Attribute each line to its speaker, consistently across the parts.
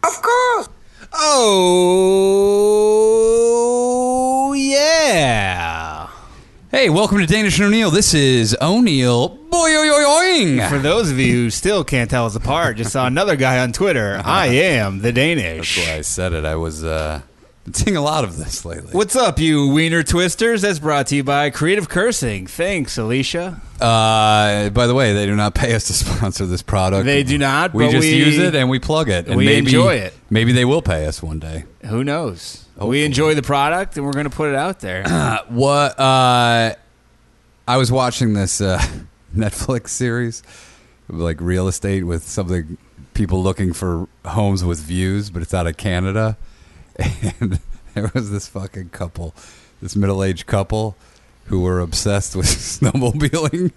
Speaker 1: Of course.
Speaker 2: Oh yeah! Hey, welcome to Danish and O'Neill. This is O'Neill. Boy,
Speaker 3: For those of you who still can't tell us apart, just saw another guy on Twitter. I am the Danish.
Speaker 2: I said it. I was uh, seeing a lot of this lately.
Speaker 3: What's up, you wiener twisters? That's brought to you by Creative Cursing. Thanks, Alicia.
Speaker 2: Uh, by the way, they do not pay us to sponsor this product.
Speaker 3: They do not,
Speaker 2: We
Speaker 3: but
Speaker 2: just
Speaker 3: we-
Speaker 2: use it and we plug it. And
Speaker 3: we
Speaker 2: maybe,
Speaker 3: enjoy it.
Speaker 2: Maybe they will pay us one day.
Speaker 3: Who knows?
Speaker 2: Oh,
Speaker 3: We enjoy the product, and we're going to put it out there.
Speaker 2: What? Uh, I was watching this uh, Netflix series, like real estate, with something people looking for homes with views, but it's out of Canada. And there was this fucking couple, this middle aged couple, who were obsessed with snowmobiling.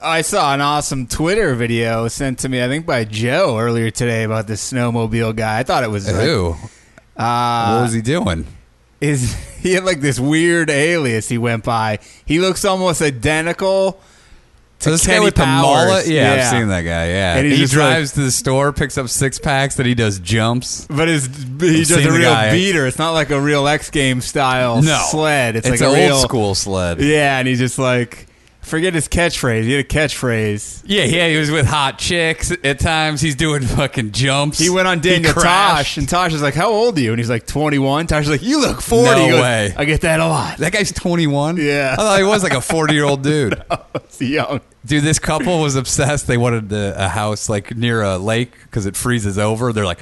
Speaker 3: I saw an awesome Twitter video sent to me, I think by Joe earlier today about this snowmobile guy. I thought it was like,
Speaker 2: Who?
Speaker 3: Uh,
Speaker 2: what was he doing?
Speaker 3: is he had like this weird alias he went by. He looks almost identical to
Speaker 2: this guy
Speaker 3: Kenny
Speaker 2: with
Speaker 3: Powers.
Speaker 2: the mullet. Yeah, I've seen that guy. Yeah,
Speaker 3: And he's
Speaker 2: he
Speaker 3: just like-
Speaker 2: drives to the store, picks up six packs, then he does jumps.
Speaker 3: But it's he does
Speaker 2: seen
Speaker 3: a
Speaker 2: the
Speaker 3: real
Speaker 2: guy.
Speaker 3: beater. It's not like a real X game style
Speaker 2: No
Speaker 3: sled. It's,
Speaker 2: it's
Speaker 3: like
Speaker 2: an
Speaker 3: a real
Speaker 2: old school sled.
Speaker 3: Yeah, and he's just like forget his catchphrase. He had a catchphrase.
Speaker 2: Yeah, yeah, he was with hot chicks at times. He's doing fucking jumps.
Speaker 3: He went on dating
Speaker 2: He
Speaker 3: to Tosh,
Speaker 2: crashed.
Speaker 3: and Tosh is like, "How old are you?" And he's like, "21." Tosh is like, "You look 40."
Speaker 2: No
Speaker 3: He goes,
Speaker 2: way.
Speaker 3: I get that a lot.
Speaker 2: That guy's 21.
Speaker 3: Yeah.
Speaker 2: I thought he was like a 40 year old dude.
Speaker 3: That's young.
Speaker 2: Dude, this couple was obsessed. They wanted a, a house like near a lake because it freezes over. They're like,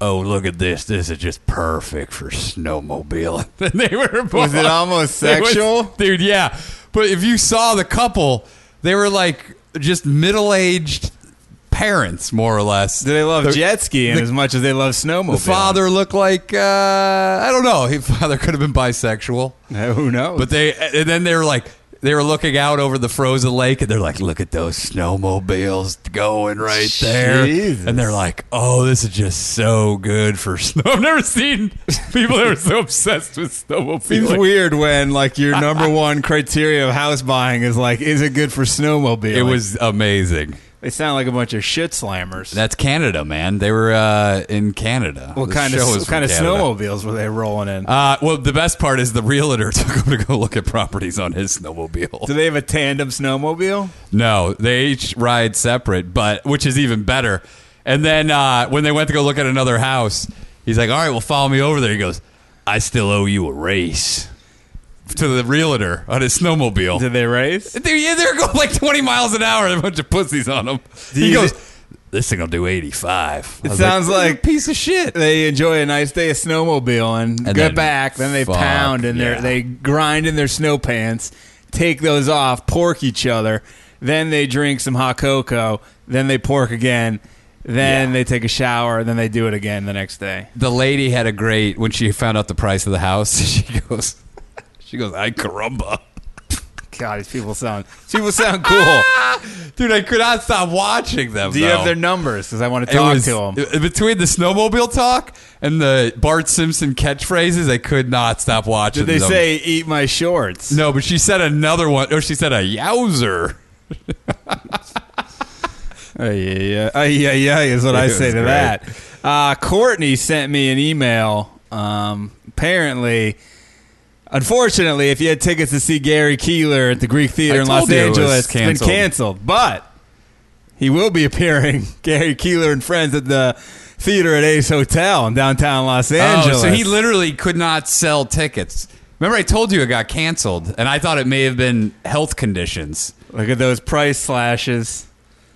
Speaker 2: oh, look at this. This is just perfect for snowmobiling. And they were
Speaker 3: Was it almost
Speaker 2: It was-
Speaker 3: sexual?
Speaker 2: dude, yeah. But if you saw the couple, they were like just middle aged parents, more or less.
Speaker 3: Do they love
Speaker 2: They're-
Speaker 3: jet skiing as much as they love snowmobiling?
Speaker 2: The father looked like uh, I don't know. His father could have been bisexual,
Speaker 3: Uh, Who knows?
Speaker 2: but they and then they were like they were looking out over the frozen lake and they're like, look at those snowmobiles going right there,
Speaker 3: Jesus.
Speaker 2: and they're like, oh, this is just so good for snow. I've never seen people that are so obsessed with
Speaker 3: Seems
Speaker 2: snowmobiles.
Speaker 3: weird when like your number one criteria of house buying is like, is it good for snowmobile?
Speaker 2: It was amazing.
Speaker 3: They sound like a bunch of shit slammers.
Speaker 2: That's Canada, man. They were uh, in Canada.
Speaker 3: what
Speaker 2: This
Speaker 3: kind of
Speaker 2: show is
Speaker 3: what
Speaker 2: from
Speaker 3: kind of
Speaker 2: Canada.
Speaker 3: snowmobiles were they rolling in?
Speaker 2: Uh, well, the best part is the realtor took him to go look at properties on his snowmobile.
Speaker 3: Do they have a tandem snowmobile?
Speaker 2: No, they each ride separate, but which is even better. And then uh, when they went to go look at another house, he's like, "All right, well, follow me over there." He goes, "I still owe you a race." To the realtor on his snowmobile.
Speaker 3: Did they race?
Speaker 2: Dude, yeah, they're going like 20 miles an hour. and A bunch of pussies on them. He
Speaker 3: you-
Speaker 2: goes, "This thing will do 85." It
Speaker 3: sounds like-
Speaker 2: piece of shit.
Speaker 3: They enjoy a nice day of snowmobile and,
Speaker 2: And
Speaker 3: get
Speaker 2: then-
Speaker 3: back. Then they
Speaker 2: fuck,
Speaker 3: pound and
Speaker 2: yeah.
Speaker 3: they're they grind in their snow pants, take those off, pork each other. Then they drink some hot cocoa. Then they pork again. Then
Speaker 2: Yeah.
Speaker 3: they take a shower. Then they do it again the next day.
Speaker 2: the lady had a great when she found out the price of the house. She goes, she goes, "I caramba."
Speaker 3: God, these people sound these people sound cool.
Speaker 2: Dude, I could not stop watching them.
Speaker 3: Do you
Speaker 2: though.
Speaker 3: have their numbers? Because I want to
Speaker 2: It
Speaker 3: talk
Speaker 2: was-
Speaker 3: to them.
Speaker 2: it- Between the snowmobile talk and the Bart Simpson catchphrases, I could not stop watching.
Speaker 3: Did they
Speaker 2: them.
Speaker 3: say eat my shorts?
Speaker 2: no? But she said another one, or she said a yowzer.
Speaker 3: Oh yeah, yeah, oh, yeah, yeah is what I
Speaker 2: It
Speaker 3: say
Speaker 2: was
Speaker 3: to
Speaker 2: great.
Speaker 3: that. Uh, Courtney sent me an email. Um, apparently, unfortunately, if you had tickets to see Gary Keeler at the Greek Theater
Speaker 2: I
Speaker 3: in
Speaker 2: told
Speaker 3: Los
Speaker 2: you it was
Speaker 3: Angeles, it's been
Speaker 2: canceled.
Speaker 3: canceled. But he will be appearing, Gary Keeler and friends, at the theater at Ace Hotel in downtown Los
Speaker 2: Oh,
Speaker 3: Angeles.
Speaker 2: so he literally could not sell tickets. Remember, I told you it got canceled, and I thought it may have been health conditions.
Speaker 3: Look at those price slashes.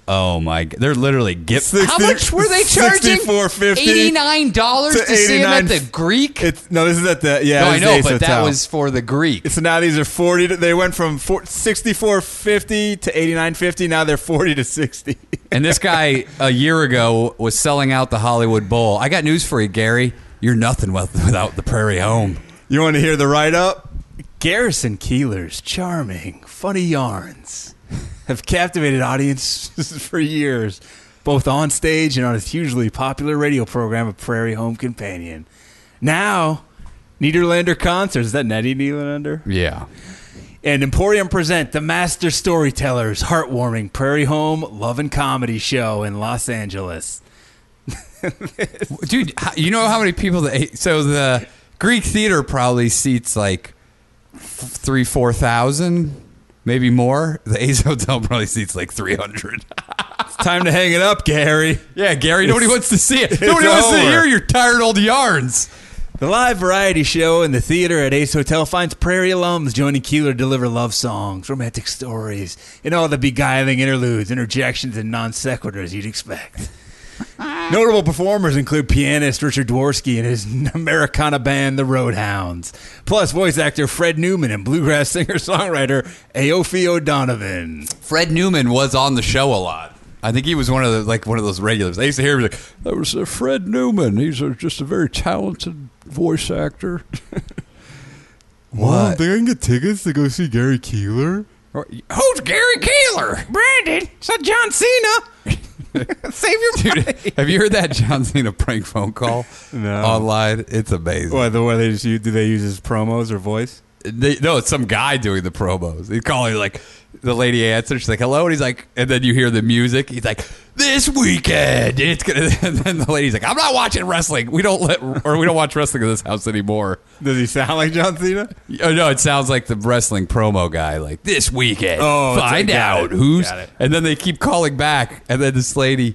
Speaker 2: Oh my! g- They're literally gift. How
Speaker 3: 60
Speaker 2: much were they charging?
Speaker 3: $64.50
Speaker 2: Eighty nine dollars
Speaker 3: to
Speaker 2: to see him at the
Speaker 3: $89.
Speaker 2: Greek.
Speaker 3: It's no, this is at the yeah.
Speaker 2: no,
Speaker 3: it
Speaker 2: I
Speaker 3: is
Speaker 2: know,
Speaker 3: Ace
Speaker 2: but that
Speaker 3: Hotel.
Speaker 2: was for the Greek.
Speaker 3: So now these are forty. To, they went from four, sixty-four fifty to eighty-nine fifty. Now they're forty to sixty.
Speaker 2: And this guy a year ago was selling out the Hollywood Bowl. I got news for you, Gary. You're nothing with- without the Prairie Home.
Speaker 3: You want to hear the write up? Garrison Keeler's charming, funny yarns have captivated audiences for years, both on stage and on his hugely popular radio program, A Prairie Home Companion. Now, Niederlander Concerts. Is that Nettie Niederlander?
Speaker 2: Yeah.
Speaker 3: And Emporium present the Master Storytellers heartwarming Prairie Home Love and Comedy Show in Los Angeles.
Speaker 2: Dude, how- you know how many people that ate? So the Greek theater probably seats like f- three, 4,000, maybe more. The Ace Hotel probably seats like 300.
Speaker 3: It's time to hang it up, Gary.
Speaker 2: Yeah, Gary, nobody wants to see it.
Speaker 3: Nobody wants to hear
Speaker 2: your tired old yarns.
Speaker 3: The live variety show in the theater at Ace Hotel finds Prairie alums joining Keeler to deliver love songs, romantic stories, and all the beguiling interludes, interjections, and non sequiturs you'd expect. Notable performers include pianist Richard Dworsky and his Americana band, the Roadhounds, plus voice actor Fred Newman and bluegrass singer songwriter Aofi O'Donovan.
Speaker 2: Fred Newman was on the show a lot. I think he was one of the like one of those regulars. I used to hear him like that was uh, Fred Newman. He's a, just a very talented voice actor. What?
Speaker 3: They can get tickets to go see Gary Keeler?
Speaker 2: Who's Gary Keeler?
Speaker 3: Brandon, it's not John Cena. Save your money.
Speaker 2: Dude, have you heard that John Cena prank phone call
Speaker 3: No.
Speaker 2: online? It's amazing.
Speaker 3: What the way they just use, do they use his promos or voice?
Speaker 2: They, no, it's some guy doing the promos. He's calling like the lady answers. She's like, "Hello," and he's like, and then you hear the music. He's like, "This weekend, it's gonna." And then the lady's like, "I'm not watching wrestling. We don't let or we don't watch wrestling in this house anymore."
Speaker 3: Does he sound like John Cena?
Speaker 2: Oh, no, it sounds like the wrestling promo guy. Like this weekend,
Speaker 3: Oh, it's-
Speaker 2: find
Speaker 3: got
Speaker 2: out
Speaker 3: it,
Speaker 2: who's.
Speaker 3: got it.
Speaker 2: And then they keep calling back, and then this lady,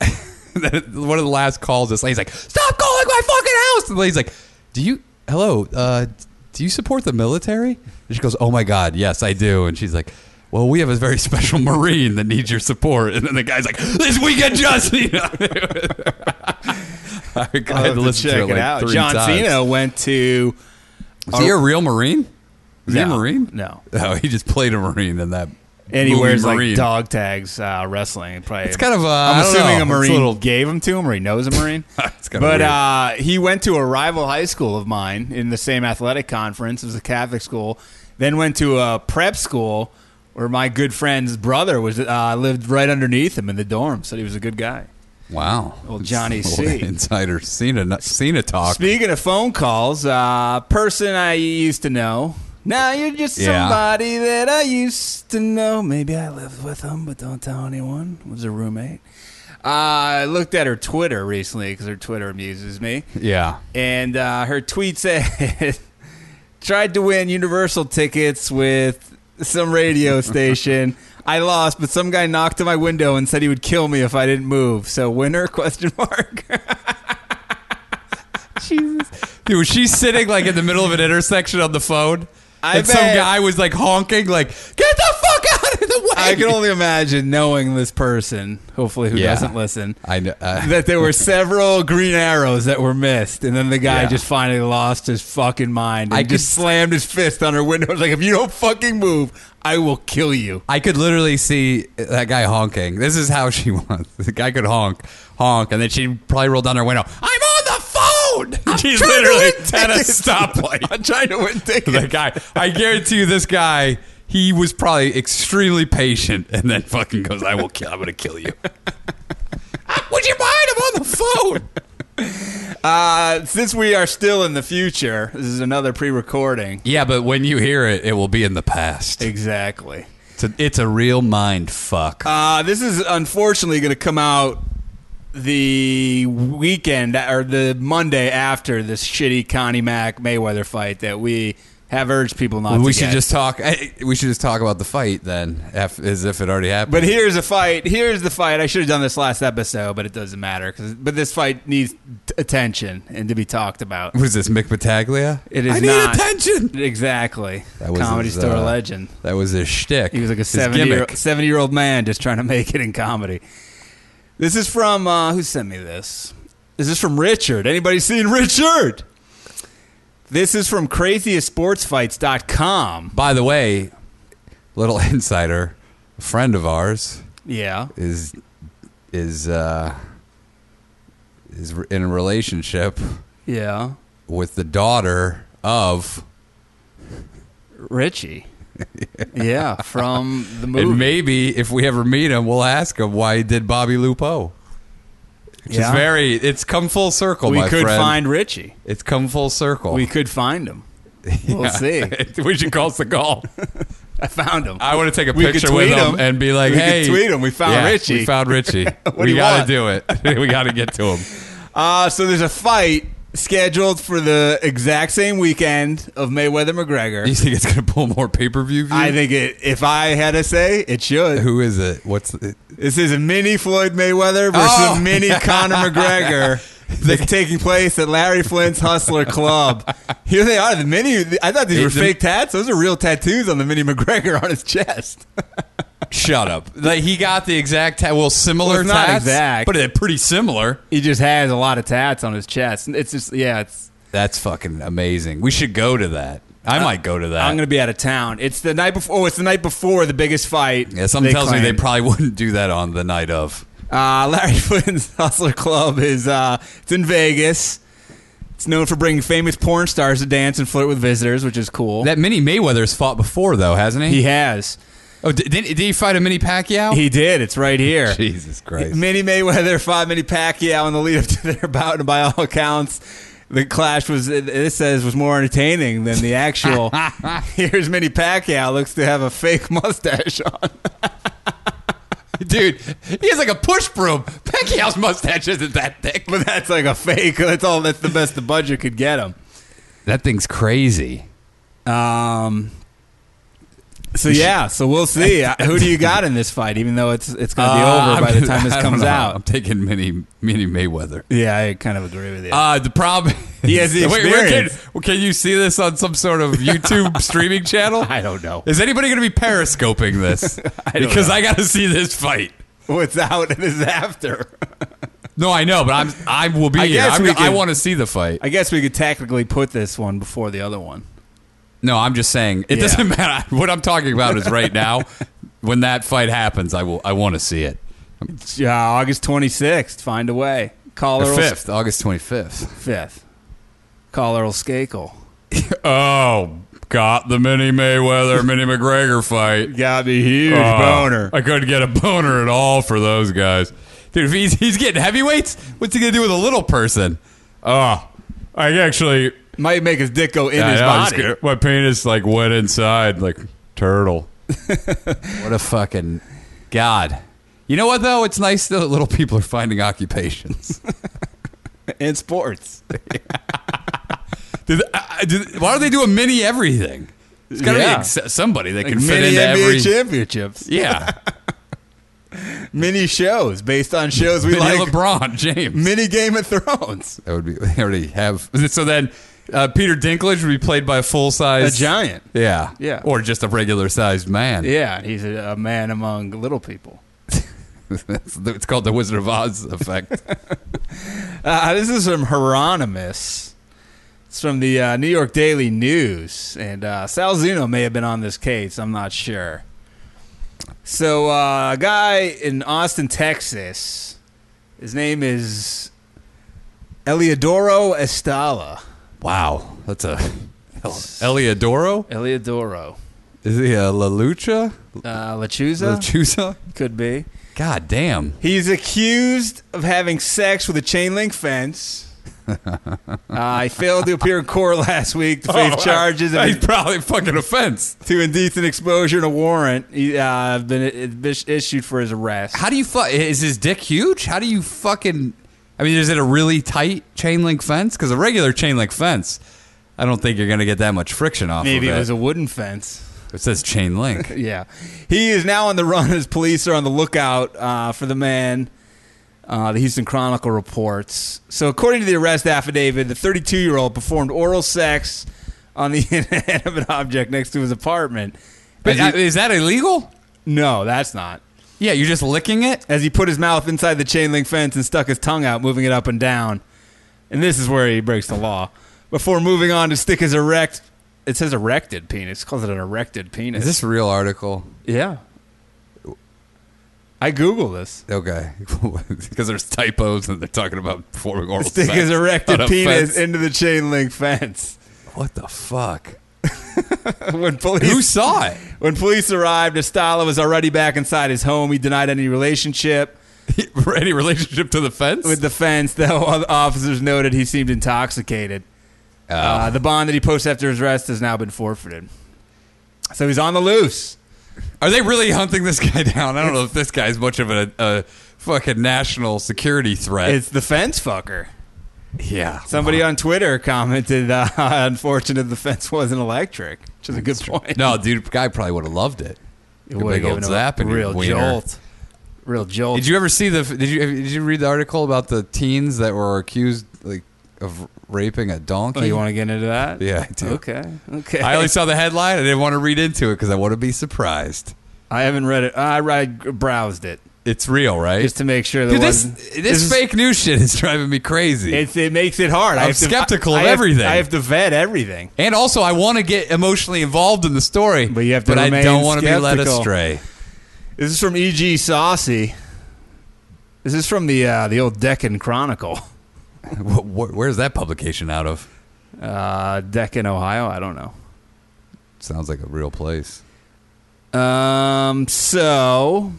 Speaker 2: one of the last calls, this lady's like, "Stop calling my fucking house!" And the lady's like, "Do you? Hello, uh, do you support the military?" And she goes, "Oh my god, yes, I do." And she's like. Well, we have a very special Marine that needs your support, and then the guy's like, "This weekend, Justin." I had
Speaker 3: I'll have
Speaker 2: to listen to it like three
Speaker 3: John
Speaker 2: times.
Speaker 3: Cena went to.
Speaker 2: Is he a real Marine? Is he a
Speaker 3: No,
Speaker 2: Marine?
Speaker 3: no.
Speaker 2: Oh, he just played a Marine in that.
Speaker 3: And he
Speaker 2: movie
Speaker 3: wears
Speaker 2: Marine.
Speaker 3: like dog tags uh, wrestling. Probably, it's
Speaker 2: kind of, uh, I
Speaker 3: I'm
Speaker 2: don't
Speaker 3: assuming
Speaker 2: know.
Speaker 3: a
Speaker 2: It's a
Speaker 3: marine
Speaker 2: little-
Speaker 3: gave him to him, or he knows a marine.
Speaker 2: It's kinda weird.
Speaker 3: but uh, he went to a rival high school of mine in the same athletic conference. It was a Catholic school. Then went to a prep school where my good friend's brother was uh, lived right underneath him in the dorm. Said he was a good guy.
Speaker 2: Wow.
Speaker 3: Old Johnny
Speaker 2: It's
Speaker 3: C.
Speaker 2: old Insider Cena, Cena talk.
Speaker 3: Speaking of phone calls, uh, person I used to know. Now you're just
Speaker 2: Yeah.
Speaker 3: somebody that I used to know. Maybe I lived with him, but don't tell anyone. Was a roommate. Uh, I looked at her Twitter recently because her Twitter amuses me,
Speaker 2: Yeah.
Speaker 3: and uh, her tweet said, "Tried to win Universal tickets with some radio station. I lost, but some guy knocked on my window and said he would kill me if I didn't move. So winner? Question mark."
Speaker 2: Dude, was she sitting like in the middle of an intersection on the phone?
Speaker 3: I
Speaker 2: and some
Speaker 3: bet.
Speaker 2: guy was like honking, like, get the fuck out of the way.
Speaker 3: I can only imagine knowing this person, hopefully who
Speaker 2: Yeah.
Speaker 3: doesn't listen,
Speaker 2: I know. Uh,
Speaker 3: that there were several green arrows that were missed, and then the guy
Speaker 2: Yeah.
Speaker 3: just finally lost his fucking mind and
Speaker 2: I
Speaker 3: just
Speaker 2: could-
Speaker 3: slammed his fist on her window. I was like, if you don't fucking move, I will kill you.
Speaker 2: I could literally see that guy honking. This is how she wants. The guy could honk, honk, and then she'd probably roll down her window. I'm on the phone. I'm
Speaker 3: She
Speaker 2: trying to
Speaker 3: literally
Speaker 2: win
Speaker 3: had a
Speaker 2: tickets."
Speaker 3: stoplight.
Speaker 2: I'm trying to win tickets.
Speaker 3: The
Speaker 2: That guy. I guarantee you, this guy. He was probably extremely patient, and then fucking goes, "I will kill. I'm gonna kill you." Would you mind? I'm on the phone.
Speaker 3: Uh, since we are still in the future, this is another pre recording.
Speaker 2: Yeah, but when you hear it, it will be in the past.
Speaker 3: Exactly.
Speaker 2: It's a, it's a real mind fuck.
Speaker 3: Uh, this is unfortunately going to come out the weekend or the Monday after this shitty Connie Mack Mayweather fight that we have urged people not to
Speaker 2: we should
Speaker 3: get.
Speaker 2: just talk. eh, We should just talk about the fight then, af- as if it already happened.
Speaker 3: But here's a fight. Here's the fight. I should have done this last episode, but it doesn't matter. 'cause- but this fight needs t- attention and to be talked about.
Speaker 2: Was this Mick Pataglia?
Speaker 3: It is
Speaker 2: I need
Speaker 3: not.
Speaker 2: attention.
Speaker 3: Exactly.
Speaker 2: That was
Speaker 3: comedy
Speaker 2: his,
Speaker 3: store
Speaker 2: uh,
Speaker 3: legend.
Speaker 2: That was his shtick.
Speaker 3: He was like a
Speaker 2: His
Speaker 3: 70 year,
Speaker 2: gimmick.
Speaker 3: 70 year old man just trying to make it in comedy. This is from, uh, who sent me this? This is from Richard. Anybody seen Richard? This is from craziestsportsfights.com.
Speaker 2: By the way, little insider, a friend of ours
Speaker 3: Yeah.
Speaker 2: is is uh, is re- in a relationship
Speaker 3: Yeah.
Speaker 2: with the daughter of
Speaker 3: Richie. yeah, from the movie.
Speaker 2: and maybe if we ever meet him, we'll ask him why he did Bobby Lupo. Which
Speaker 3: Yeah.
Speaker 2: is very it's come full circle.
Speaker 3: we
Speaker 2: my
Speaker 3: could
Speaker 2: friend.
Speaker 3: find Richie.
Speaker 2: it's come full circle.
Speaker 3: We could find him. We'll see.
Speaker 2: we should call Seagal.
Speaker 3: I found him.
Speaker 2: I want to take a
Speaker 3: We could
Speaker 2: picture with
Speaker 3: tweet
Speaker 2: him,
Speaker 3: him.
Speaker 2: and be like,
Speaker 3: We could
Speaker 2: "Hey,
Speaker 3: tweet him. We found Richie."
Speaker 2: We found Richie.
Speaker 3: do
Speaker 2: we
Speaker 3: you
Speaker 2: got to
Speaker 3: want?
Speaker 2: do it. we got to get to him."
Speaker 3: Uh, so there's a fight scheduled for the exact same weekend of Mayweather
Speaker 2: You
Speaker 3: McGregor.
Speaker 2: think it's going to pull more pay per view views?
Speaker 3: I think it. If I had to say, it should.
Speaker 2: Who is it? What's it?
Speaker 3: This is a mini Floyd Mayweather versus
Speaker 2: Oh.
Speaker 3: a mini Conor McGregor that's taking place at Larry Flint's Hustler Club. Here they are. The mini. I thought these
Speaker 2: It-
Speaker 3: were
Speaker 2: the-
Speaker 3: fake tats. Those are real tattoos on the mini McGregor on his chest.
Speaker 2: Shut up! Like he got the exact ta- well, similar
Speaker 3: Well, it's not
Speaker 2: tats,
Speaker 3: exact.
Speaker 2: but they're pretty similar.
Speaker 3: He just has a lot of tats on his chest. It's just yeah. It's.
Speaker 2: That's fucking amazing. We should go to that. I might go to that.
Speaker 3: I'm gonna be out of town. It's the night before. Oh, it's the night before the biggest fight.
Speaker 2: yeah, something
Speaker 3: they
Speaker 2: tells me they
Speaker 3: claimed.
Speaker 2: probably wouldn't do that on the night of.
Speaker 3: Uh, Larry Flynn's Hustler Club is uh, it's in Vegas. It's known for bringing famous porn stars to dance and flirt with visitors, which is cool.
Speaker 2: That mini Mayweather's fought before, though, hasn't he?
Speaker 3: he has.
Speaker 2: oh, did, did, did he fight a mini Pacquiao?
Speaker 3: He did. It's right here.
Speaker 2: Jesus Christ!
Speaker 3: Minnie Mayweather fought Minnie Pacquiao in the lead up to their bout, and by all accounts, the clash was this says was more entertaining than the actual. Here's Minnie Pacquiao looks to have a fake mustache on.
Speaker 2: Dude, he has like a push broom. Pacquiao's mustache isn't that thick.
Speaker 3: But that's like a fake. That's all. That's the best the budget could get him.
Speaker 2: That thing's crazy.
Speaker 3: Um. So yeah, so we'll see. Uh, Who do you got in this fight? Even though it's it's going to be
Speaker 2: Uh,
Speaker 3: over by
Speaker 2: I'm-
Speaker 3: the time this
Speaker 2: I don't
Speaker 3: comes
Speaker 2: know. I'm
Speaker 3: out.
Speaker 2: taking mini mini Mayweather.
Speaker 3: Yeah, I kind of agree with you.
Speaker 2: Uh, the problem.
Speaker 3: He has the
Speaker 2: Wait, where can,
Speaker 3: experience.
Speaker 2: well, can you see this on some sort of YouTube streaming channel?
Speaker 3: I don't know.
Speaker 2: Is anybody going to be periscoping this?
Speaker 3: don't
Speaker 2: because
Speaker 3: know.
Speaker 2: I got to see this fight.
Speaker 3: What's out is after.
Speaker 2: No, I know, but I'm I will be
Speaker 3: I
Speaker 2: here.
Speaker 3: guess
Speaker 2: I'm,
Speaker 3: we
Speaker 2: I
Speaker 3: could-
Speaker 2: want to see the fight.
Speaker 3: I guess we could technically put this one before the other one.
Speaker 2: No, I'm just saying it
Speaker 3: Yeah.
Speaker 2: doesn't matter. What I'm talking about is right now. when that fight happens, I will. I want to see it.
Speaker 3: Yeah, August 26th. Find a way.
Speaker 2: The
Speaker 3: Call Earl
Speaker 2: fifth, August twenty fifth.
Speaker 3: Fifth. Call Earl Skakel.
Speaker 2: Oh, got the mini Mayweather, mini McGregor fight.
Speaker 3: Got me huge
Speaker 2: Oh, I couldn't get a boner at all for those guys. Dude, if he's, he's getting heavyweights, what's he going to do with a little person? Oh, I actually.
Speaker 3: Might make his dick go in
Speaker 2: I
Speaker 3: his
Speaker 2: know, I'm just
Speaker 3: body.
Speaker 2: gonna- my penis like went inside like turtle. what a fucking god. You know what though? It's nice that little people are finding occupations.
Speaker 3: In sports.
Speaker 2: Did- I- I- did- why don't they do a mini everything? It's got to
Speaker 3: Yeah.
Speaker 2: be ex- somebody that
Speaker 3: Like
Speaker 2: can fit
Speaker 3: mini
Speaker 2: into
Speaker 3: NBA
Speaker 2: every.
Speaker 3: championships.
Speaker 2: Yeah.
Speaker 3: Mini shows based on shows we
Speaker 2: Mini
Speaker 3: like.
Speaker 2: LeBron James.
Speaker 3: Mini Game of Thrones.
Speaker 2: That would be. They already have. So then, uh, Peter Dinklage would be played by a full size
Speaker 3: giant.
Speaker 2: Yeah,
Speaker 3: Yeah.
Speaker 2: or just a regular sized man.
Speaker 3: Yeah, he's a, a man among little people.
Speaker 2: it's, it's called the Wizard of Oz effect.
Speaker 3: Uh, this is from Hieronymus. It's from the uh, New York Daily News, and uh, Sal Zuno may have been on this case. I'm not sure. So, uh, a guy in Austin, Texas, his name is Eliodoro Estala.
Speaker 2: wow, that's a Eliodoro.
Speaker 3: Eliodoro
Speaker 2: Is he a La Lucha?
Speaker 3: uh, Lachuza
Speaker 2: Lachusa?
Speaker 3: could be.
Speaker 2: God damn.
Speaker 3: He's accused of having sex with a chain link fence. uh, he failed to appear in court last week to face
Speaker 2: Oh,
Speaker 3: charges of
Speaker 2: He's probably fucking offense.
Speaker 3: to indecent exposure and a warrant he, uh, been it- been issued for his arrest.
Speaker 2: How do you fuck? Is his dick huge? How do you fucking? I mean, is it a really tight chain link fence? Because a regular chain link fence, I don't think you're gonna get that much friction off.
Speaker 3: Maybe
Speaker 2: of
Speaker 3: it was a wooden fence.
Speaker 2: It says chain link.
Speaker 3: Yeah, he is now on the run as police are on the lookout uh, for the man. Uh, the Houston Chronicle reports. So, according to the arrest affidavit, the 32 year old performed oral sex on the inanimate object next to his apartment.
Speaker 2: But
Speaker 3: As
Speaker 2: uh,
Speaker 3: he-
Speaker 2: is that illegal?
Speaker 3: no, that's not.
Speaker 2: Yeah, you're just licking it.
Speaker 3: as he put his mouth inside the chain link fence and stuck his tongue out, moving it up and down. And this is where he breaks the law. Before moving on to stick his erect, it says erected penis. It calls it an erected penis.
Speaker 2: Is this a real article?
Speaker 3: yeah. I Google this.
Speaker 2: Okay, because there's typos and they're talking about performing oral
Speaker 3: Stick
Speaker 2: sex
Speaker 3: his
Speaker 2: on
Speaker 3: erected
Speaker 2: a
Speaker 3: penis
Speaker 2: fence.
Speaker 3: into the chain link fence.
Speaker 2: What the fuck?
Speaker 3: when police
Speaker 2: Who saw it?
Speaker 3: when police arrived, Estala was already back inside his home. He denied any relationship
Speaker 2: Any relationship to the fence?
Speaker 3: with the fence, though other officers noted he seemed intoxicated.
Speaker 2: Oh.
Speaker 3: Uh, the bond that he posted after his arrest has now been forfeited. So he's on the loose.
Speaker 2: Are they really hunting this guy down? I don't know if this guy's much of a, a fucking national security threat.
Speaker 3: It's the fence fucker.
Speaker 2: Uh, yeah.
Speaker 3: Somebody on Twitter commented, uh, how "Unfortunate the fence wasn't electric," which is a good point.
Speaker 2: No, dude, guy probably would have loved it.
Speaker 3: it
Speaker 2: a
Speaker 3: would've
Speaker 2: big old
Speaker 3: given him
Speaker 2: zap
Speaker 3: a
Speaker 2: in your
Speaker 3: real
Speaker 2: wiener.
Speaker 3: jolt, real jolt.
Speaker 2: Did you ever see the? Did you did you read the article about the teens that were accused like of raping a donkey?
Speaker 3: Oh, you want to get into that?
Speaker 2: Yeah, I do.
Speaker 3: Okay. Okay.
Speaker 2: I only saw the headline. I didn't want to read into it because I want to be surprised.
Speaker 3: I haven't read it. I read, browsed it
Speaker 2: It's real, right?
Speaker 3: just to make sure. There
Speaker 2: Dude, this
Speaker 3: wasn't-
Speaker 2: this, fake news shit is driving me crazy.
Speaker 3: It's, it makes it hard. I
Speaker 2: I'm
Speaker 3: have to-
Speaker 2: skeptical
Speaker 3: I-
Speaker 2: of
Speaker 3: I have-
Speaker 2: everything.
Speaker 3: I have to vet everything.
Speaker 2: and also, I want to get emotionally involved in the story,
Speaker 3: But you have to
Speaker 2: But I
Speaker 3: remain
Speaker 2: don't want to be led
Speaker 3: skeptical.
Speaker 2: astray.
Speaker 3: This is from E.G. Saucy. This is from the uh, the old Deccan Chronicle,
Speaker 2: Wh- wh- Where's that publication out of?
Speaker 3: uh, Deccan, Ohio. I don't know.
Speaker 2: Sounds like a real place.
Speaker 3: Um, so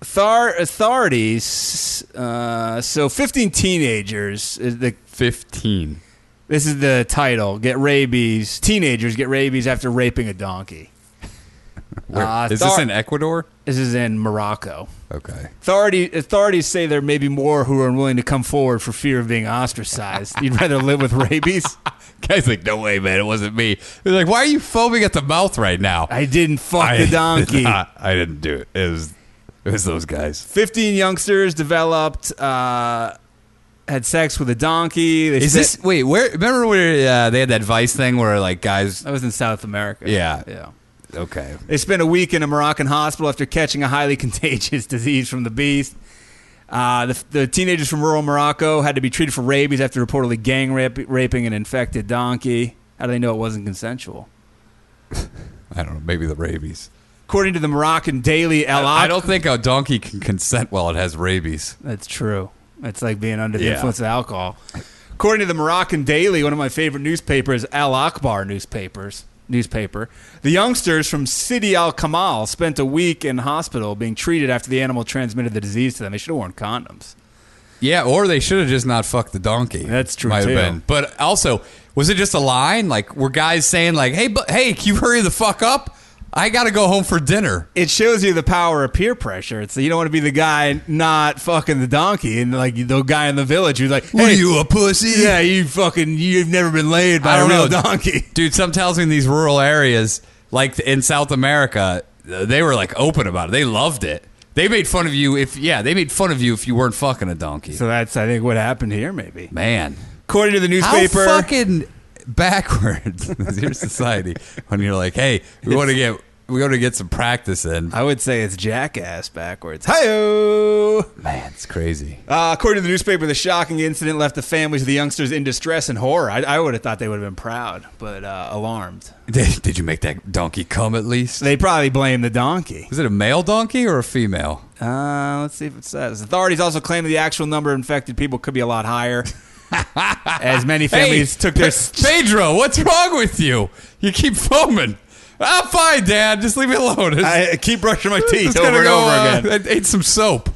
Speaker 3: Thar- authorities. Uh, so fifteen teenagers. is The
Speaker 2: Fifteen.
Speaker 3: this is the title. Get rabies. Teenagers get rabies after raping a donkey.
Speaker 2: Where,
Speaker 3: Uh,
Speaker 2: is this
Speaker 3: Thar-
Speaker 2: in Ecuador?
Speaker 3: This is in Morocco.
Speaker 2: Okay.
Speaker 3: Authority, authorities say there may be more who are unwilling to come forward for fear of being ostracized. You'd rather live with rabies?
Speaker 2: Guy's like, no way, man, it wasn't me. They're like, why are you foaming at the mouth right now?
Speaker 3: I didn't fuck
Speaker 2: I
Speaker 3: the
Speaker 2: did
Speaker 3: donkey.
Speaker 2: not- I didn't do it. It was, it was those guys.
Speaker 3: 15 youngsters developed, uh, had sex with a donkey. They
Speaker 2: Is
Speaker 3: spent-
Speaker 2: this wait? Where remember where uh, they had that Vice thing where like guys?
Speaker 3: That was in South America.
Speaker 2: Yeah.
Speaker 3: Yeah.
Speaker 2: Okay,
Speaker 3: They spent a week in a Moroccan hospital after catching a highly contagious disease from the beast. Uh, the, the teenagers from rural Morocco had to be treated for rabies after reportedly gang rap- raping an infected donkey. How do they know it wasn't consensual?
Speaker 2: I don't know. Maybe the rabies.
Speaker 3: According to the Moroccan daily El
Speaker 2: I
Speaker 3: Ak-
Speaker 2: don't think a donkey can consent while it has rabies.
Speaker 3: That's true. It's like being under the
Speaker 2: Yeah.
Speaker 3: influence of alcohol. According to the Moroccan Daily, one of my favorite newspapers, Al Akbar newspapers newspaper, the youngsters from Sidi Al Kamal spent a week in hospital being treated after the animal transmitted the disease to them. They should have worn condoms.
Speaker 2: Yeah, or they should have just not fucked the donkey.
Speaker 3: That's true,
Speaker 2: Might
Speaker 3: too.
Speaker 2: have been. But also, was it just a line? Like, were guys saying like, "Hey, but hey, can you hurry the fuck up? I gotta go home for dinner."
Speaker 3: It shows you the power of peer pressure. It's you don't want to be the guy not fucking the donkey and like the guy in the village who's like,
Speaker 2: What
Speaker 3: "Hey,
Speaker 2: are you a pussy?
Speaker 3: yeah, you fucking you've never been laid by
Speaker 2: I
Speaker 3: a
Speaker 2: don't
Speaker 3: real
Speaker 2: know.
Speaker 3: donkey."
Speaker 2: dude. Some tells me in these rural areas, like in South America, uh, they were like open about it. They loved it. They made fun of you if yeah, they made fun of you if you weren't fucking a donkey.
Speaker 3: So that's I think what happened here maybe.
Speaker 2: Man,
Speaker 3: According to the
Speaker 2: how
Speaker 3: newspaper,
Speaker 2: fucking backwards is your society when you're like, hey, we want to get we want to get some practice in.
Speaker 3: I would say it's jackass backwards. Hi
Speaker 2: Man, it's crazy.
Speaker 3: uh, According to the newspaper, the shocking incident left the families of the youngsters in distress and horror. I, I would have thought they would have been proud, but uh, alarmed.
Speaker 2: Did, did you make that donkey come at least?
Speaker 3: They probably blame the donkey.
Speaker 2: Was it a male donkey or a female?
Speaker 3: Uh, let's see if it says. Authorities also claim that the actual number of infected people could be a lot higher. as many families took their.
Speaker 2: Pe- Pedro, what's wrong with you? You keep foaming. I'm fine, Dad. Just leave me alone. It's-
Speaker 3: I keep brushing my teeth
Speaker 2: Just
Speaker 3: over
Speaker 2: gotta
Speaker 3: and
Speaker 2: go,
Speaker 3: over
Speaker 2: uh, I
Speaker 3: again.
Speaker 2: ate some soap.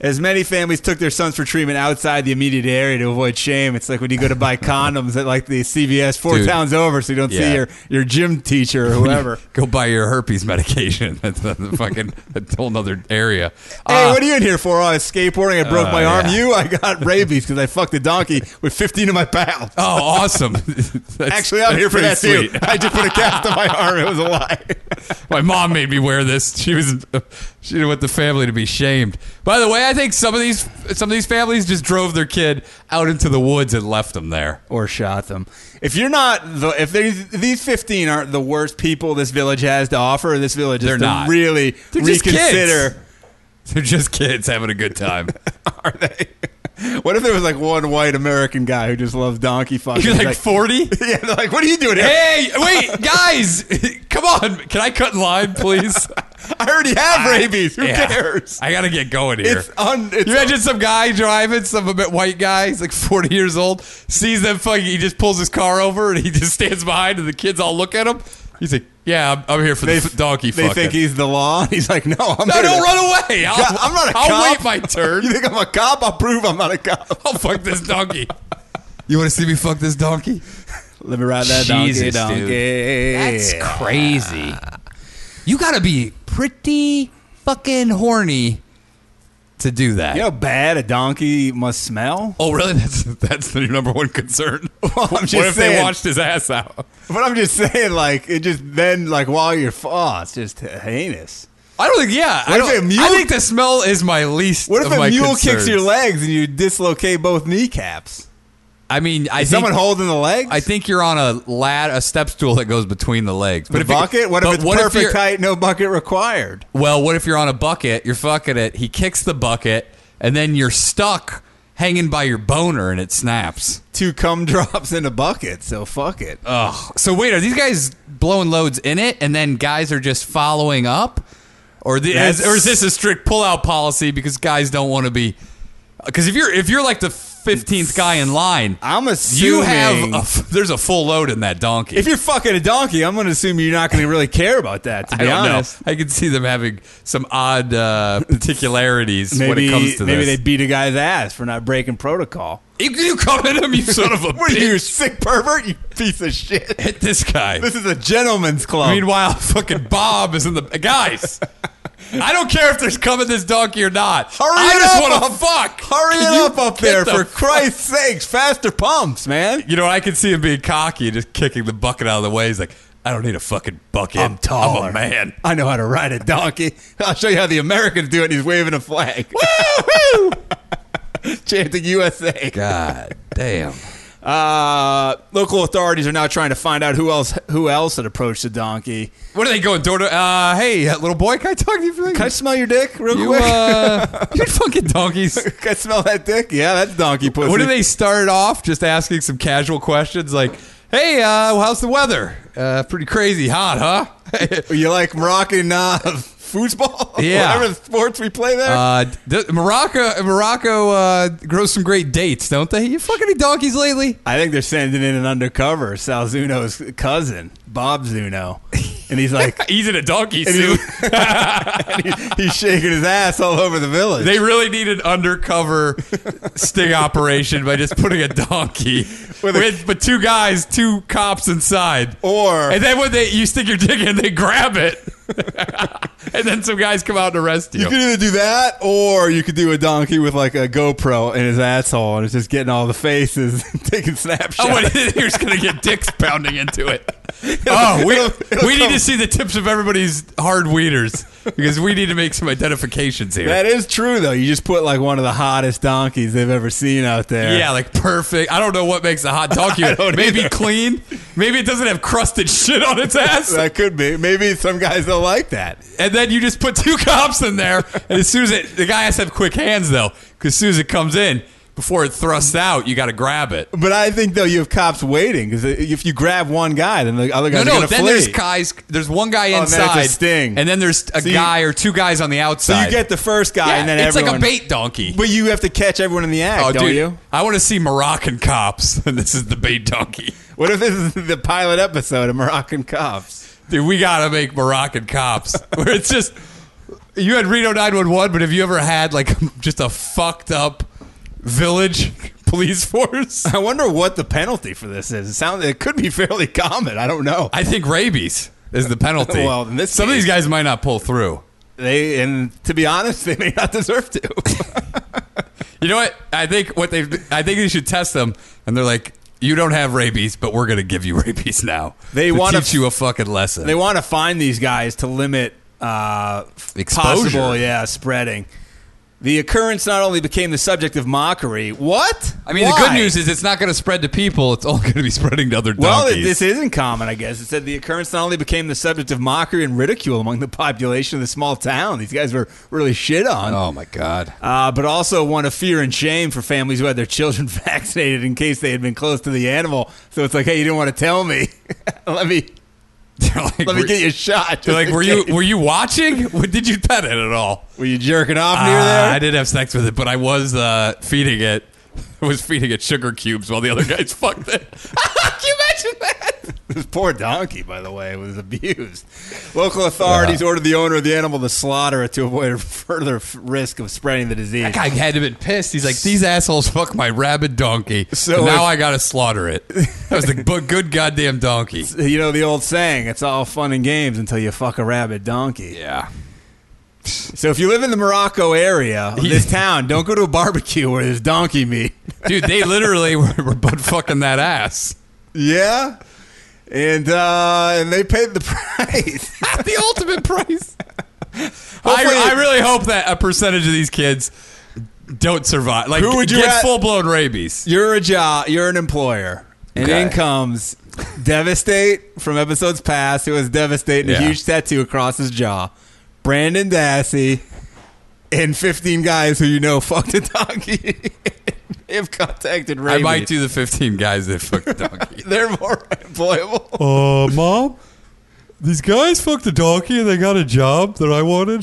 Speaker 3: As many families took their sons for treatment outside the immediate area to avoid shame. It's like when you go to buy condoms at like the CVS four
Speaker 2: Dude.
Speaker 3: towns over, so you don't
Speaker 2: Yeah.
Speaker 3: see your, your gym teacher or whoever.
Speaker 2: Go buy your herpes medication. That's a fucking a whole nother area.
Speaker 3: hey,
Speaker 2: Uh,
Speaker 3: what are you in here for? Oh, I was skateboarding. I broke
Speaker 2: Uh,
Speaker 3: my arm.
Speaker 2: yeah.
Speaker 3: You, I got rabies because I fucked a donkey with 15 of my pals.
Speaker 2: oh, awesome. That's-
Speaker 3: Actually, I'm
Speaker 2: that's
Speaker 3: here for
Speaker 2: pretty
Speaker 3: that too.
Speaker 2: sweet.
Speaker 3: I just put a cast on my arm. It was a lie.
Speaker 2: My mom made me wear this. She was she didn't want the family to be shamed. By the way, I think some of these some of these families just drove their kid out into the woods and left them there.
Speaker 3: or shot them. If you're not the if these these 15 aren't the worst people this village has to offer, this village
Speaker 2: They're
Speaker 3: is to
Speaker 2: not.
Speaker 3: really
Speaker 2: They're just kids.
Speaker 3: reconsider.
Speaker 2: They're just kids having a good time.
Speaker 3: Are they? What if there was like one white American guy who just loves donkey fucking?
Speaker 2: You're
Speaker 3: He's
Speaker 2: like 40?
Speaker 3: yeah, they're like, what are you doing here?
Speaker 2: Hey, wait, guys, come on. Can I cut in line, please?
Speaker 3: I already have rabies. Who
Speaker 2: Yeah.
Speaker 3: cares?
Speaker 2: I gotta get going here.
Speaker 3: It's un. It's
Speaker 2: you imagine some guy driving, some a bit white guy, he's like 40 years old, sees them fucking, he just pulls his car over and he just stands behind and the kids all look at him. He's like, yeah, I'm, I'm here for
Speaker 3: they
Speaker 2: this donkey
Speaker 3: They
Speaker 2: fucking.
Speaker 3: think he's the law. He's like, no, I'm
Speaker 2: no,
Speaker 3: here
Speaker 2: don't
Speaker 3: to-
Speaker 2: run away. I'll,
Speaker 3: God, I'm not a
Speaker 2: I'll wait
Speaker 3: cop.
Speaker 2: my turn.
Speaker 3: You think I'm a cop? I'll prove I'm not a cop.
Speaker 2: I'll fuck this donkey. You want to see me fuck this donkey?
Speaker 3: Let me ride that
Speaker 2: Jesus,
Speaker 3: donkey,
Speaker 2: dude.
Speaker 3: donkey.
Speaker 2: That's crazy. You got to be pretty fucking horny to do that.
Speaker 3: You know how bad a donkey must smell?
Speaker 2: Oh, really? That's that's your number one concern.
Speaker 3: Well, I'm
Speaker 2: what
Speaker 3: just
Speaker 2: if they
Speaker 3: saying.
Speaker 2: washed his ass out?
Speaker 3: But I'm just saying, like, it just then, like, while you're, f- oh, it's just heinous.
Speaker 2: I don't think. Yeah, I
Speaker 3: What if
Speaker 2: don't.
Speaker 3: a mule-
Speaker 2: I think the smell is my least.
Speaker 3: What if
Speaker 2: of
Speaker 3: a
Speaker 2: my
Speaker 3: mule
Speaker 2: concerns.
Speaker 3: kicks your legs and you dislocate both kneecaps?
Speaker 2: I mean, I
Speaker 3: Is
Speaker 2: think,
Speaker 3: someone holding the legs?
Speaker 2: I think you're on a lad, a step stool that goes between the legs.
Speaker 3: The
Speaker 2: But if you-
Speaker 3: bucket? What if
Speaker 2: but
Speaker 3: it's
Speaker 2: what
Speaker 3: perfect
Speaker 2: you're-
Speaker 3: height, no bucket required?
Speaker 2: Well, what if you're on a bucket? You're fucking it. He kicks the bucket, and then you're stuck hanging by your boner, and it snaps.
Speaker 3: Two cum drops in a bucket, so fuck it.
Speaker 2: Ugh. So wait, are these guys blowing loads in it, and then guys are just following up, or the, is,
Speaker 3: That's-
Speaker 2: or is this a strict pull-out policy because guys don't want to be? Because if you're if you're like the fifteenth guy in line,
Speaker 3: I'm
Speaker 2: you have
Speaker 3: assuming-
Speaker 2: a f there's a full load in that donkey.
Speaker 3: If you're fucking a donkey, I'm going to assume you're not going to really care about that, to
Speaker 2: I
Speaker 3: be
Speaker 2: don't
Speaker 3: honest.
Speaker 2: know. I can see them having some odd uh, particularities when it comes to
Speaker 3: maybe
Speaker 2: this.
Speaker 3: they beat a guy's ass for not breaking protocol.
Speaker 2: You, you come at him, you son of a
Speaker 3: What are
Speaker 2: bitch.
Speaker 3: you, sick pervert? You piece of shit.
Speaker 2: Hit this guy.
Speaker 3: This is a gentleman's club.
Speaker 2: Meanwhile, fucking Bob is in the guys. I don't care if there's coming this donkey or not.
Speaker 3: Hurry
Speaker 2: I
Speaker 3: it
Speaker 2: just
Speaker 3: up,
Speaker 2: want
Speaker 3: up.
Speaker 2: to fuck.
Speaker 3: Hurry
Speaker 2: Can
Speaker 3: it
Speaker 2: you
Speaker 3: up up
Speaker 2: get
Speaker 3: there,
Speaker 2: the
Speaker 3: for
Speaker 2: fuck-
Speaker 3: Christ's sakes. Faster pumps, man.
Speaker 2: You know, I can see him being cocky and just kicking the bucket out of the way. He's like, I don't need a fucking bucket. I'm a man.
Speaker 3: I know how to ride a donkey. I'll show you how the Americans do it. He's waving a flag. Chanting USA.
Speaker 2: God damn.
Speaker 3: Uh, local authorities are now trying to find out who else who else had approached the donkey.
Speaker 2: What are they going door to? Uh, hey, uh, little boy, can I talk to you for a
Speaker 3: Can I
Speaker 2: second?
Speaker 3: smell your dick real
Speaker 2: You,
Speaker 3: quick?
Speaker 2: uh, you fucking donkeys.
Speaker 3: Can I smell that dick? Yeah, that's donkey pussy.
Speaker 2: What do they start off just asking some casual questions like, "Hey, uh, well, how's the weather? Uh, pretty crazy hot, huh?
Speaker 3: You like Moroccan uh, foosball?
Speaker 2: Yeah.
Speaker 3: Whatever sports we play there?
Speaker 2: uh, d- Morocco, Morocco uh, grows some great dates, don't they? You fucking any donkeys lately?
Speaker 3: I think they're sending in an undercover, Sal Zuno's cousin, Bob Zuno. And he's like,
Speaker 2: He's in a donkey
Speaker 3: and he- and he- he's shaking his ass all over the village.
Speaker 2: They really need an undercover sting operation by just putting a donkey
Speaker 3: With
Speaker 2: with,
Speaker 3: a-
Speaker 2: but two guys, two cops inside.
Speaker 3: or
Speaker 2: And then when they you stick your dick in, they grab it, and then some guys come out and arrest you.
Speaker 3: you could either do that or you could do a donkey with like a GoPro in his asshole and it's just getting all the faces and taking snapshots.
Speaker 2: Oh, what, you're just gonna get dicks pounding into it. Oh, we
Speaker 3: it'll- it'll
Speaker 2: we need
Speaker 3: come-
Speaker 2: to see the tips of everybody's hard weeders because we need to make some identifications here.
Speaker 3: that is true though. You just put like one of the hottest donkeys they've ever seen out there.
Speaker 2: yeah, like perfect. I don't know what makes a hot donkey.
Speaker 3: don't
Speaker 2: Maybe
Speaker 3: either.
Speaker 2: clean. Maybe it doesn't have crusted shit on its ass.
Speaker 3: That could be. Maybe some guys don't like that.
Speaker 2: And then you just put two cops in there. And as soon as it, the guy has to have quick hands though, because as soon as it comes in, before it thrusts out, you got to grab it.
Speaker 3: But I think though you have cops waiting because if you grab one guy, then the other
Speaker 2: No,
Speaker 3: guy's
Speaker 2: no.
Speaker 3: gonna
Speaker 2: Then
Speaker 3: flee.
Speaker 2: there's guys. There's one guy
Speaker 3: Oh, and then
Speaker 2: inside,
Speaker 3: it's a sting.
Speaker 2: and then there's a
Speaker 3: So you-
Speaker 2: guy or two guys on the
Speaker 3: so
Speaker 2: outside.
Speaker 3: you get the first guy,
Speaker 2: Yeah,
Speaker 3: and then
Speaker 2: it's like
Speaker 3: everyone.
Speaker 2: a bait donkey.
Speaker 3: But you have to catch everyone in the act,
Speaker 2: oh,
Speaker 3: don't
Speaker 2: dude,
Speaker 3: you?
Speaker 2: I want to see Moroccan cops, and this is the bait donkey.
Speaker 3: What if this is the pilot episode of Moroccan Cops?
Speaker 2: Dude, we gotta make Moroccan cops where it's just you had Reno 911, but have you ever had like just a fucked up village police force?
Speaker 3: I wonder what the penalty for this is. It sounds it could be fairly common. I don't know.
Speaker 2: I think rabies is the penalty.
Speaker 3: Well, in this
Speaker 2: some of
Speaker 3: case-
Speaker 2: these guys might not pull through.
Speaker 3: They and to be honest, they may not deserve to.
Speaker 2: You know what? I think what they I think they should test them, and they're like. You don't have rabies, but we're gonna give you rabies now.
Speaker 3: They
Speaker 2: to
Speaker 3: wanna-
Speaker 2: teach you a fucking lesson.
Speaker 3: they want to find these guys to limit uh, f-
Speaker 2: Exposure.
Speaker 3: possible yeah spreading. The occurrence not only became the subject of mockery. What?
Speaker 2: I mean, the
Speaker 3: Why?
Speaker 2: good news is it's not going to spread to people. It's all going to be spreading to other
Speaker 3: Well,
Speaker 2: donkeys.
Speaker 3: this isn't common, I guess. It said the occurrence not only became the subject of mockery and ridicule among the population of the small town. These guys were really shit on.
Speaker 2: oh my god!
Speaker 3: Uh, but also one of fear and shame for families who had their children vaccinated in case they had been close to the animal. So it's like, hey, you didn't want to tell me. Let me
Speaker 2: They're like,
Speaker 3: Let me
Speaker 2: were-
Speaker 3: get you a shot. just
Speaker 2: They're like,
Speaker 3: in
Speaker 2: were you
Speaker 3: case."
Speaker 2: were you watching? What, did you pet it at all?
Speaker 3: Were you jerking off near
Speaker 2: Uh,
Speaker 3: there?
Speaker 2: I did have sex with it, but I was uh, feeding it. I was feeding it sugar cubes while the other guys fucked it. Can you imagine that?
Speaker 3: This poor donkey, by the way, was abused. Local authorities ordered the owner of the animal to slaughter it to avoid further f- risk of spreading the disease.
Speaker 2: That guy had to have been pissed. He's like, these assholes fuck my rabid donkey.
Speaker 3: So
Speaker 2: So now
Speaker 3: if-
Speaker 2: I gotta slaughter it. That was the bu- good goddamn donkey.
Speaker 3: You know the old saying, it's all fun and games until you fuck a rabid donkey.
Speaker 2: Yeah.
Speaker 3: So if you live in the Morocco area, of this town, don't go to a barbecue where there's donkey meat.
Speaker 2: Dude, they literally were, were butt fucking that ass.
Speaker 3: Yeah? And uh, and they paid the price.
Speaker 2: the ultimate price. I,
Speaker 3: Hopefully-
Speaker 2: I really hope that a percentage of these kids don't survive. Like,
Speaker 3: Who would you
Speaker 2: get
Speaker 3: at-
Speaker 2: full blown rabies?
Speaker 3: you're a job, you're an employer, and
Speaker 2: Okay.
Speaker 3: in comes Devastate from episodes past. It was devastating,
Speaker 2: Yeah.
Speaker 3: a huge tattoo across his jaw. Brandon Dassey and 15 guys who you know fucked a donkey. If contacted
Speaker 2: I
Speaker 3: rabies,
Speaker 2: might do the 15 guys that fucked the donkey.
Speaker 3: They're more employable.
Speaker 2: uh, mom, these guys fucked the donkey and they got a job that I wanted.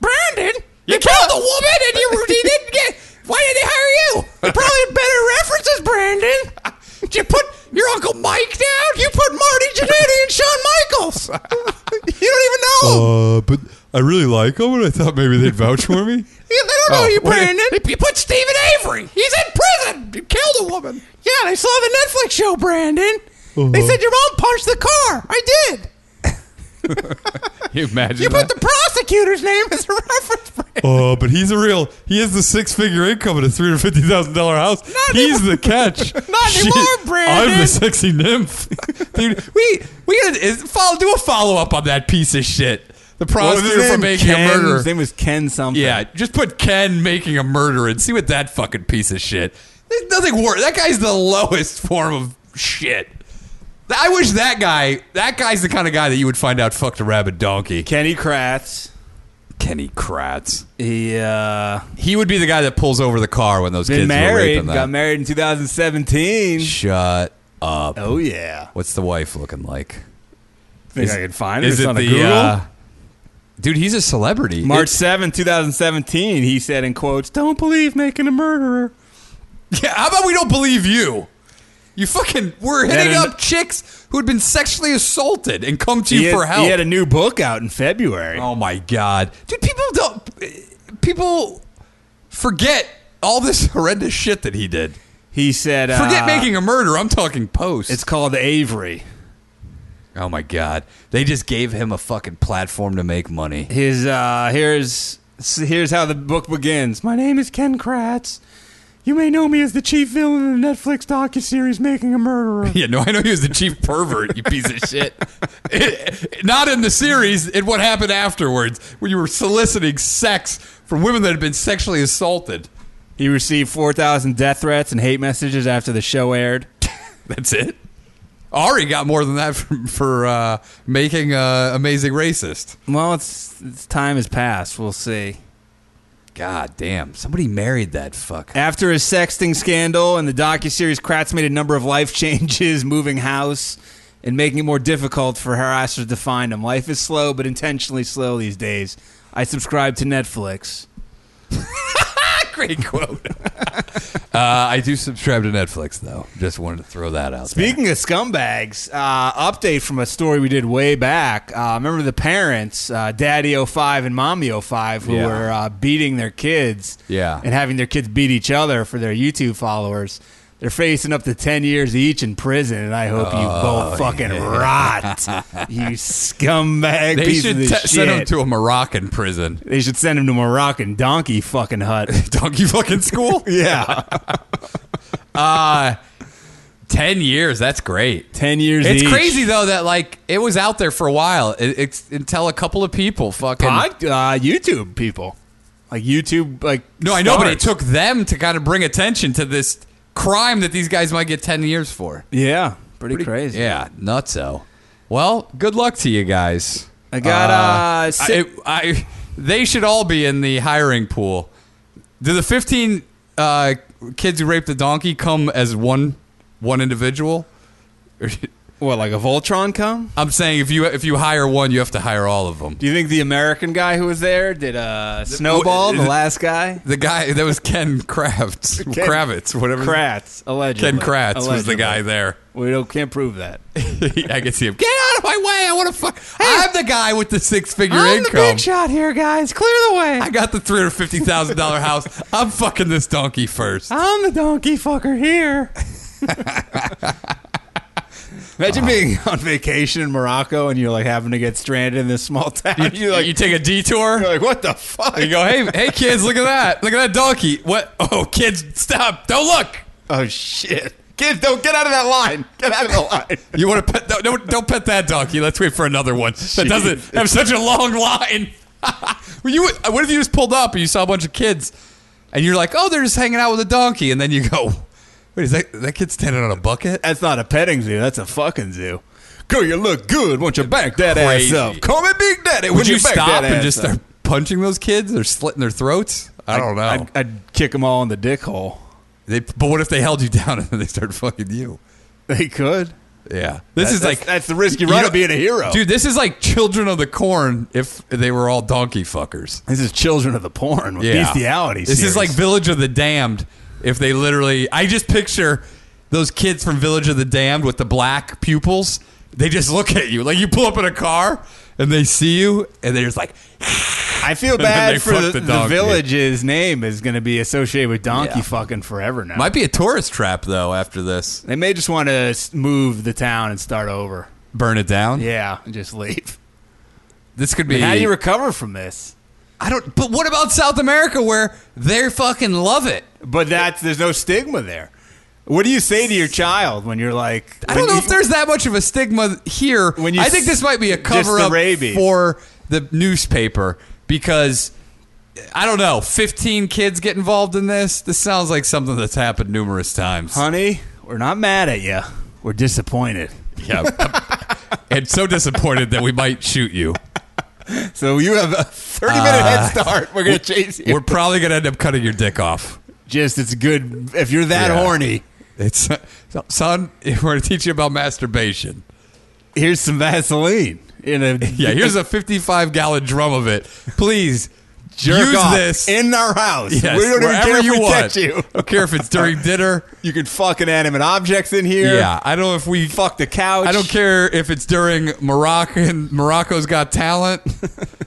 Speaker 3: Brandon,
Speaker 2: You killed a woman and you, you didn't get. Why did they hire you? They probably had better references, Brandon. Did you put your Uncle Mike down? You put Marty Jannetty and Shawn Michaels.
Speaker 3: you don't even know. him.
Speaker 2: Uh, but I really like them, and I thought maybe they'd vouch for me.
Speaker 3: Yeah, they don't
Speaker 2: Oh.
Speaker 3: know you, Brandon.
Speaker 2: You put Stephen Avery. He's in prison. You killed a woman. Uh-huh.
Speaker 3: Yeah, they saw the Netflix show, Brandon. They said your mom punched the car. I did.
Speaker 2: You imagine
Speaker 3: You put the prosecutor's name as a reference. Brandon.
Speaker 2: Oh, but he's a real. He has the six-figure income and a three hundred fifty thousand dollar house. he's the catch.
Speaker 3: Not anymore, Brandon.
Speaker 2: I'm the sexy nymph, dude. We we gotta is, follow. Do a follow up on that piece of shit. The prosecutor for making
Speaker 3: Ken,
Speaker 2: a murderer.
Speaker 3: His name was Ken something.
Speaker 2: yeah, just put Ken making a murderer and see what that fucking piece of shit. There's nothing worse. That guy's the lowest form of shit. I wish that guy. That guy's the kind of guy that you would find out fucked a rabid donkey.
Speaker 3: Kenny Kratz.
Speaker 2: Kenny Kratz.
Speaker 3: He uh,
Speaker 2: He would be the guy that pulls over the car when those
Speaker 3: been
Speaker 2: kids were
Speaker 3: married.
Speaker 2: raping that.
Speaker 3: Got married in 2017.
Speaker 2: Shut up.
Speaker 3: Oh yeah.
Speaker 2: What's the wife looking like?
Speaker 3: Think
Speaker 2: Is-
Speaker 3: I could find it?
Speaker 2: Is
Speaker 3: It's
Speaker 2: it
Speaker 3: on a
Speaker 2: the
Speaker 3: Google.
Speaker 2: uh, dude? He's a celebrity.
Speaker 3: March
Speaker 2: It-
Speaker 3: seventh, two 2017, he said in quotes, Don't believe making a murderer.
Speaker 2: yeah. How about we don't believe you? You fucking were hitting
Speaker 3: and-
Speaker 2: up chicks who had been sexually assaulted and come to you
Speaker 3: he,
Speaker 2: for
Speaker 3: had,
Speaker 2: help.
Speaker 3: he had a new book out in February.
Speaker 2: oh my god, dude! People don't. People forget all this horrendous shit that he did.
Speaker 3: He said,
Speaker 2: Forget
Speaker 3: uh,
Speaker 2: making a murder. I'm talking post.
Speaker 3: It's called Avery.
Speaker 2: oh my god, they just gave him a fucking platform to make money.
Speaker 3: His uh, here's here's how the book begins. My name is Ken Kratz. You may know me as the chief villain in the Netflix docuseries "Making a Murderer."
Speaker 2: Yeah, no, I know he was the chief pervert, you piece of shit. not in the series, in what happened afterwards, where you were soliciting sex from women that had been sexually assaulted.
Speaker 3: He received four thousand death threats and hate messages after the show aired.
Speaker 2: That's it. Ari got more than that for, for uh, making uh, Amazing Racist.
Speaker 3: Well, it's, it's time has passed. We'll see.
Speaker 2: God damn, somebody married that fuck.
Speaker 3: After his sexting scandal and the docuseries, Kratz made a number of life changes, moving house and making it more difficult for harassers to find him. Life is slow, but intentionally slow these days. I subscribe to Netflix.
Speaker 2: Great quote. uh, I do subscribe to Netflix, though. Just wanted to throw that out there.
Speaker 3: Speaking of scumbags, uh, update from a story we did way back. Uh, remember the parents, uh, Daddy 05 and Mommy 05, who
Speaker 2: Yeah.
Speaker 3: were uh, beating their kids
Speaker 2: Yeah.
Speaker 3: and having their kids beat each other for their YouTube followers. They're facing up to 10 years each in prison, and I hope you
Speaker 2: Oh,
Speaker 3: both fucking rot. You scumbag
Speaker 2: They
Speaker 3: pieces
Speaker 2: should
Speaker 3: of
Speaker 2: te-
Speaker 3: shit.
Speaker 2: send him to a Moroccan prison.
Speaker 3: they should send him to Moroccan donkey fucking hut.
Speaker 2: Donkey fucking school?
Speaker 3: yeah.
Speaker 2: Uh, 10 years. That's great.
Speaker 3: 10 years
Speaker 2: It's
Speaker 3: each.
Speaker 2: crazy, though, that like it was out there for a while. It, it's until a couple of people fucking.
Speaker 3: Pod, uh, YouTube people. Like YouTube, like
Speaker 2: No, I know, but it
Speaker 3: stars.
Speaker 2: took them to kind of bring attention to this crime that these guys might get 10 years for.
Speaker 3: Yeah, pretty, crazy.
Speaker 2: Yeah, nutso. Well, good luck to you guys.
Speaker 3: I got, uh, si-
Speaker 2: I, I- they should all be in the hiring pool. Do the 15 uh, kids who raped the donkey come as one one individual? Or
Speaker 3: What, like a Voltron come?
Speaker 2: I'm saying if you if you hire one, you have to hire all of them.
Speaker 3: Do you think the American guy who was there did uh, Snowball, the,
Speaker 2: the-
Speaker 3: last guy?
Speaker 2: The guy that was Ken Kravitz,
Speaker 3: Ken-
Speaker 2: Kravitz, whatever. his-
Speaker 3: Kratz, allegedly.
Speaker 2: Ken Kratz was the
Speaker 3: Allegedly.
Speaker 2: guy there.
Speaker 3: We don't, can't prove that.
Speaker 2: I could see him. Get out of my way! I want to fuck. I'm the guy with the six figure income.
Speaker 3: shot here, guys. Clear the way.
Speaker 2: I got the three hundred fifty thousand dollar house. I'm fucking this donkey first.
Speaker 3: I'm the donkey fucker here. Imagine
Speaker 2: Uh.
Speaker 3: being on vacation in Morocco and you're like having to get stranded in this small town.
Speaker 2: You like you take a detour.
Speaker 3: You're like, what the fuck?
Speaker 2: You go, hey, hey, kids, look at that, look at that donkey. What? Oh, kids, stop! Don't look.
Speaker 3: oh shit. Kids, don't get out of that line. Get out of the line.
Speaker 2: You want to pet? Don't, don't, don't pet that donkey. Let's wait for another one that doesn't have such a long line. Well, you, uh, what if you just pulled up and you saw a bunch of kids, and you're like, oh, they're just hanging out with a donkey, and then you go, wait, is that that kid standing on a bucket?
Speaker 3: That's not a petting zoo. That's a fucking zoo. Girl, you look good. Won't you back that
Speaker 2: Crazy.
Speaker 3: ass up? Call me Big Daddy.
Speaker 2: Would
Speaker 3: when
Speaker 2: you,
Speaker 3: back
Speaker 2: stop
Speaker 3: that
Speaker 2: and
Speaker 3: ass
Speaker 2: just
Speaker 3: up.
Speaker 2: start punching those kids or slitting their throats? I don't know.
Speaker 3: I'd, I'd kick them all in the dick hole.
Speaker 2: they, but what if they held you down and then they started fucking you?
Speaker 3: They could.
Speaker 2: Yeah, this
Speaker 3: That-
Speaker 2: is
Speaker 3: that's-
Speaker 2: like
Speaker 3: that's the risk you
Speaker 2: You
Speaker 3: run
Speaker 2: know-
Speaker 3: of being a hero,
Speaker 2: Dude, this is like children of the corn if they were all donkey fuckers.
Speaker 3: This is children of the porn with
Speaker 2: Yeah.
Speaker 3: bestiality.
Speaker 2: This
Speaker 3: series.
Speaker 2: is like Village of the Damned if they literally I just picture those kids from Village of the Damned with the black pupils. They just look at you. Like you pull up in a car and they see you and they're just like
Speaker 3: I feel
Speaker 2: And then they
Speaker 3: bad for
Speaker 2: fuck
Speaker 3: the,
Speaker 2: the
Speaker 3: the
Speaker 2: donkey.
Speaker 3: village's name is going to be associated with donkey
Speaker 2: Yeah.
Speaker 3: fucking forever now.
Speaker 2: might be a tourist trap though after this.
Speaker 3: they may just want to move the town and start over.
Speaker 2: Burn it down.
Speaker 3: Yeah, and just leave.
Speaker 2: This could be
Speaker 3: How do you recover from this?
Speaker 2: I don't but what about South America where they fucking love it?
Speaker 3: But that's there's no stigma there. What do you say to your child when you're like?
Speaker 2: I don't
Speaker 3: when
Speaker 2: know
Speaker 3: you-
Speaker 2: if there's that much of a stigma here.
Speaker 3: When you
Speaker 2: I think this might be a
Speaker 3: s- just
Speaker 2: cover
Speaker 3: the
Speaker 2: up
Speaker 3: rabies.
Speaker 2: for the newspaper because I don't know, 15 kids get involved in this. This sounds like something that's happened numerous times.
Speaker 3: honey, we're not mad at you. We're disappointed.
Speaker 2: Yeah. and so disappointed that we might shoot you.
Speaker 3: So you have a 30 minute head start. We're gonna chase you.
Speaker 2: Uh, We're probably going to end up cutting your dick off.
Speaker 3: just it's good if you're that
Speaker 2: Yeah.
Speaker 3: horny.
Speaker 2: It's son, we're going to teach you about masturbation.
Speaker 3: Here's some Vaseline. In a
Speaker 2: Yeah, here's a 55 gallon drum of it. Please
Speaker 3: jerk
Speaker 2: use
Speaker 3: off
Speaker 2: this
Speaker 3: in our house.
Speaker 2: Yes,
Speaker 3: we don't even
Speaker 2: wherever
Speaker 3: care if
Speaker 2: you
Speaker 3: we
Speaker 2: want.
Speaker 3: touch you.
Speaker 2: I don't care if it's during dinner.
Speaker 3: You can fuck inanimate objects in here.
Speaker 2: Yeah, I don't know if we.
Speaker 3: Fuck the couch.
Speaker 2: I don't care if it's during Moroccan Morocco's Got Talent.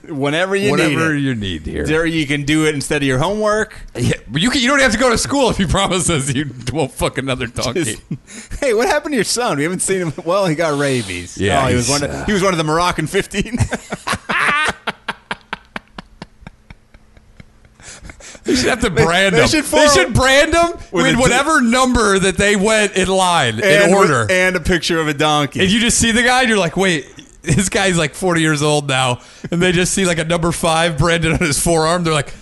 Speaker 3: Whenever you
Speaker 2: whatever
Speaker 3: need
Speaker 2: you need
Speaker 3: it.
Speaker 2: here.
Speaker 3: There you can do it instead of your homework.
Speaker 2: yeah, but you can, you don't have to go to school if you promise us you won't fuck another donkey.
Speaker 3: Just- hey, what happened to your son? We haven't seen him. Well, he got rabies.
Speaker 2: Yeah,
Speaker 3: Oh, he was
Speaker 2: he's,
Speaker 3: one. Of,
Speaker 2: uh,
Speaker 3: he was one of the Moroccan fifteen.
Speaker 2: they should have to brand
Speaker 3: they
Speaker 2: them.
Speaker 3: should
Speaker 2: they should
Speaker 3: form-
Speaker 2: brand them
Speaker 3: With
Speaker 2: with,
Speaker 3: a d-
Speaker 2: whatever number that they went in line
Speaker 3: and
Speaker 2: in order. and,
Speaker 3: and a picture of a donkey.
Speaker 2: you just see the guy, and you're like, wait. This guy's like 40 years old now, and they just see like a number five branded on his forearm. They're like,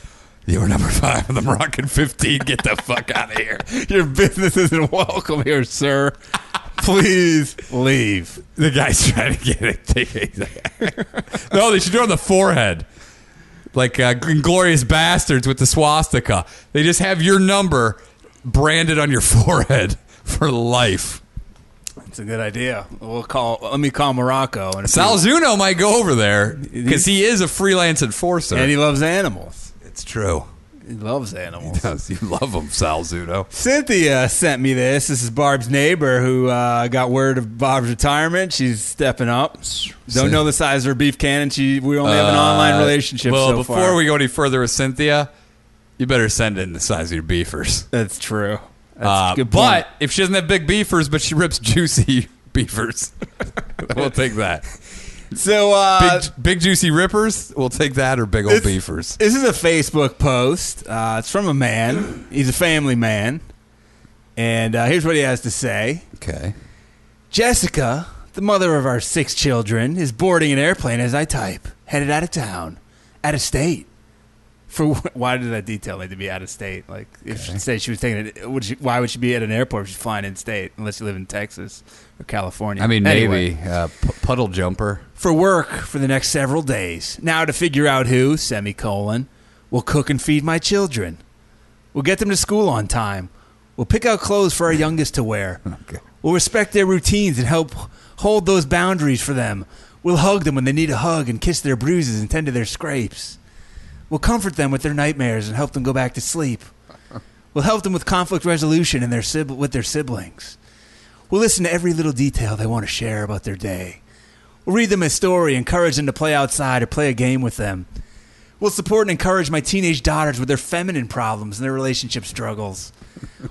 Speaker 2: "You were number five on the Moroccan 15. Get the fuck out of here!"
Speaker 3: your business isn't welcome here, sir. Please leave.
Speaker 2: The guy's trying to get it. He's like- no, they should do it on the forehead. Like uh, Inglorious Bastards with the swastika. They just have your number branded on your forehead for life.
Speaker 3: It's a good idea. We'll call. Let me call Morocco. And if he-
Speaker 2: Salzuno might go over there because he is a freelance enforcer.
Speaker 3: and he loves animals.
Speaker 2: it's true.
Speaker 3: He loves animals.
Speaker 2: Yes, you love him, Salzuno.
Speaker 3: Cynthia sent me this. This is Barb's neighbor who uh, got word of Barb's retirement. She's stepping up. Don't know the size of her beef cannon. She we only have an online
Speaker 2: Uh,
Speaker 3: relationship.
Speaker 2: Well,
Speaker 3: so
Speaker 2: before
Speaker 3: far.
Speaker 2: we go any further with Cynthia, you better send in the size of your beefers.
Speaker 3: that's true. That's
Speaker 2: Uh,
Speaker 3: a good point.
Speaker 2: but if she doesn't have big beefers, but she rips juicy beefers, we'll take that.
Speaker 3: so uh,
Speaker 2: Big, big juicy rippers, we'll take that, or big old
Speaker 3: It's-
Speaker 2: beefers.
Speaker 3: This is a Facebook post. Uh, it's from a man. He's a family man. And uh, here's what he has to say
Speaker 2: Okay.
Speaker 3: Jessica, the mother of our six children, is boarding an airplane as I type, headed out of town, out of state. For wh- why did that detail need to be out of state? Like, if she said she was taking it, would she, why would she be at an airport if she's flying in state unless you live in Texas or California?
Speaker 2: I mean,
Speaker 3: Anyway
Speaker 2: maybe uh, p- puddle jumper.
Speaker 3: for work for the next several days. Now to figure out who, semicolon, will cook and feed my children. We'll get them to school on time. We'll pick out clothes for our youngest to wear. We'll respect their routines and help
Speaker 4: hold those boundaries for them. We'll hug them when they need a hug and kiss their bruises and tend to their scrapes. We'll comfort them with their nightmares and help them go back to sleep. We'll help them with conflict resolution and their sib- with their siblings. We'll listen to every little detail they want to share about their day. We'll read them a story, encourage them to play outside or play a game with them. We'll support and encourage my teenage daughters with their feminine problems and their relationship struggles.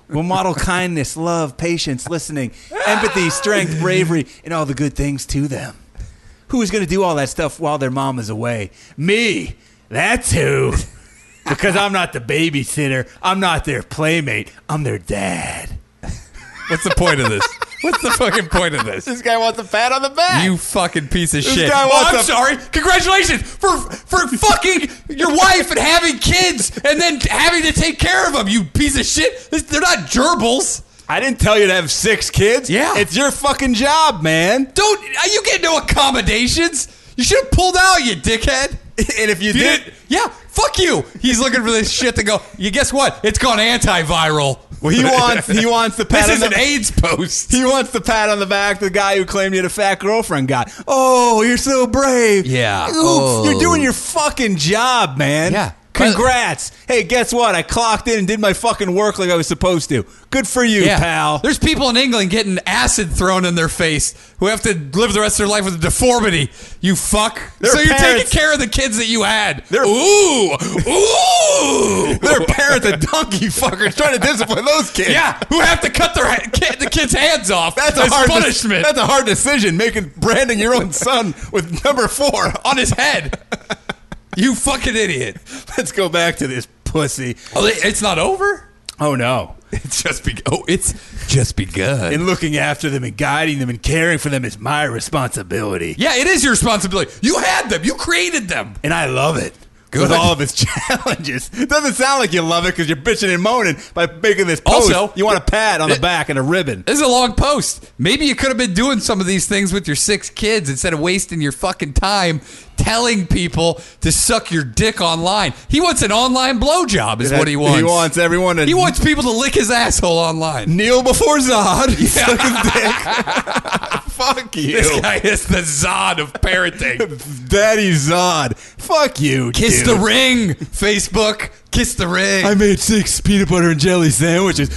Speaker 4: We'll model kindness, love, patience, listening, empathy, strength, bravery, and all the good things to them. Who is going to do all that stuff while their mom is away? Me! That's who! Because I'm not the babysitter. I'm not their playmate. I'm their dad.
Speaker 2: What's the point of this? What's the fucking point of this?
Speaker 3: This guy wants a pat on the back.
Speaker 2: You fucking piece of shit.
Speaker 3: guy
Speaker 2: Oh,
Speaker 3: wants
Speaker 2: I'm
Speaker 3: a-
Speaker 2: sorry. Congratulations for for fucking your wife and having kids and then having to take care of them. You piece of shit. This- They're not gerbils.
Speaker 3: I didn't tell you to have six kids.
Speaker 2: Yeah.
Speaker 3: It's your fucking job, man.
Speaker 2: Don't uh, you get no accommodations? You should have pulled out, you dickhead.
Speaker 3: And if you,
Speaker 2: You
Speaker 3: did,
Speaker 2: didn't- yeah, fuck you. He's looking for this shit to go. You guess what? It's gone antiviral.
Speaker 3: well, he wants he wants the pat
Speaker 2: This
Speaker 3: on
Speaker 2: is
Speaker 3: the
Speaker 2: an AIDS post.
Speaker 3: He wants the pat on the back the guy who claimed you had a fat girlfriend got. Oh, you're so brave.
Speaker 2: Yeah.
Speaker 3: Ooh,
Speaker 2: Oh.
Speaker 3: You're doing your fucking job, man.
Speaker 2: Yeah.
Speaker 3: Congrats. Hey, guess what? I clocked in and did my fucking work like I was supposed to. Good for you, pal.
Speaker 2: There's people in England getting acid thrown in their face who have to live the rest of their life with a deformity. You fuck.
Speaker 3: Their
Speaker 2: so you're
Speaker 3: parents-
Speaker 2: taking care of the kids that you had.
Speaker 3: Their-
Speaker 2: ooh, ooh.
Speaker 3: Their parents are donkey fuckers trying to discipline those kids.
Speaker 2: yeah, who have to cut their ha- ki- the kids' hands off
Speaker 3: That's a
Speaker 2: as
Speaker 3: hard de-
Speaker 2: punishment
Speaker 3: that's a hard decision, making branding your own son with number four.
Speaker 2: on his head. you fucking idiot.
Speaker 3: Let's go back to this pussy.
Speaker 2: Oh, it- it's not over.
Speaker 3: Oh no.
Speaker 2: It's just be- oh, it's just begun.
Speaker 4: And looking after them and guiding them and caring for them is my responsibility.
Speaker 2: yeah, it is your responsibility. You had them. You created them.
Speaker 4: And I love it.
Speaker 2: Good.
Speaker 3: with all of his challenges. It doesn't sound like you love it because you're bitching and moaning by making this post.
Speaker 2: Also-
Speaker 3: you want a pat on the back and a ribbon.
Speaker 2: This is a long post. Maybe you could have been doing some of these things with your six kids instead of wasting your fucking time telling people to suck your dick online. He wants an online blowjob, is what he wants.
Speaker 3: He wants everyone to
Speaker 2: He wants people to lick his asshole online.
Speaker 3: kneel before Zod. Suck his dick. Fuck you.
Speaker 2: This guy is the Zod of parenting.
Speaker 3: Daddy Zod. Fuck you.
Speaker 2: Kiss
Speaker 3: dude.
Speaker 2: the ring, Facebook. Kiss the ring.
Speaker 3: I made six peanut butter and jelly sandwiches.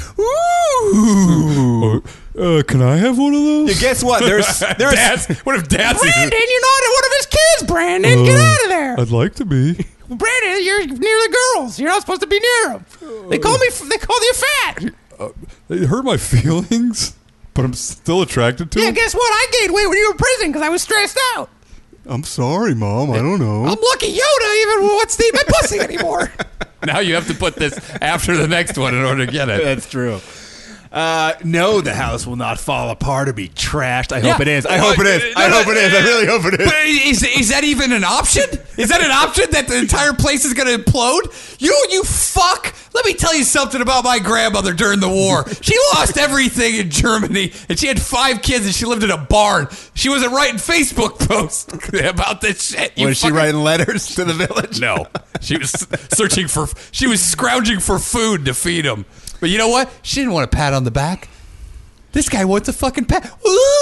Speaker 3: Woo!
Speaker 2: uh, can I have one of those?
Speaker 3: You guess what? There's there's
Speaker 2: Dad's, what if Dad's
Speaker 5: Brandon, you're not one of his kids, Brandon. Get out of there.
Speaker 2: Oh, I'd like to be.
Speaker 5: Brandon, you're near the girls. You're not supposed to be near them. They call me, f- they call you fat.
Speaker 2: It hurt my feelings, but I'm still attracted to
Speaker 5: Yeah, guess what? I gained weight when you were in prison because I was stressed out.
Speaker 3: I'm sorry, mom. I don't know.
Speaker 5: I'm lucky Yoda even wants to eat my pussy anymore.
Speaker 2: Now you have to put this after the next one in order to get it.
Speaker 4: That's true. Uh, no, the house will not fall apart or be trashed. I hope it is. I hope it is. I hope it is. I really hope it is.
Speaker 2: But is, is that even an option? Is that an option that the entire place is going to implode? You, you fuck! Let me tell you something about my grandmother during the war. She lost everything in Germany, and she had five kids, and she lived in a barn. She wasn't writing Facebook posts about this shit. You
Speaker 3: Was she
Speaker 2: fucking-
Speaker 3: writing letters to the village?
Speaker 2: No, she was searching for. She was scrounging for food to feed him. But you know what? She didn't want a pat on the back. This guy wants a fucking pat.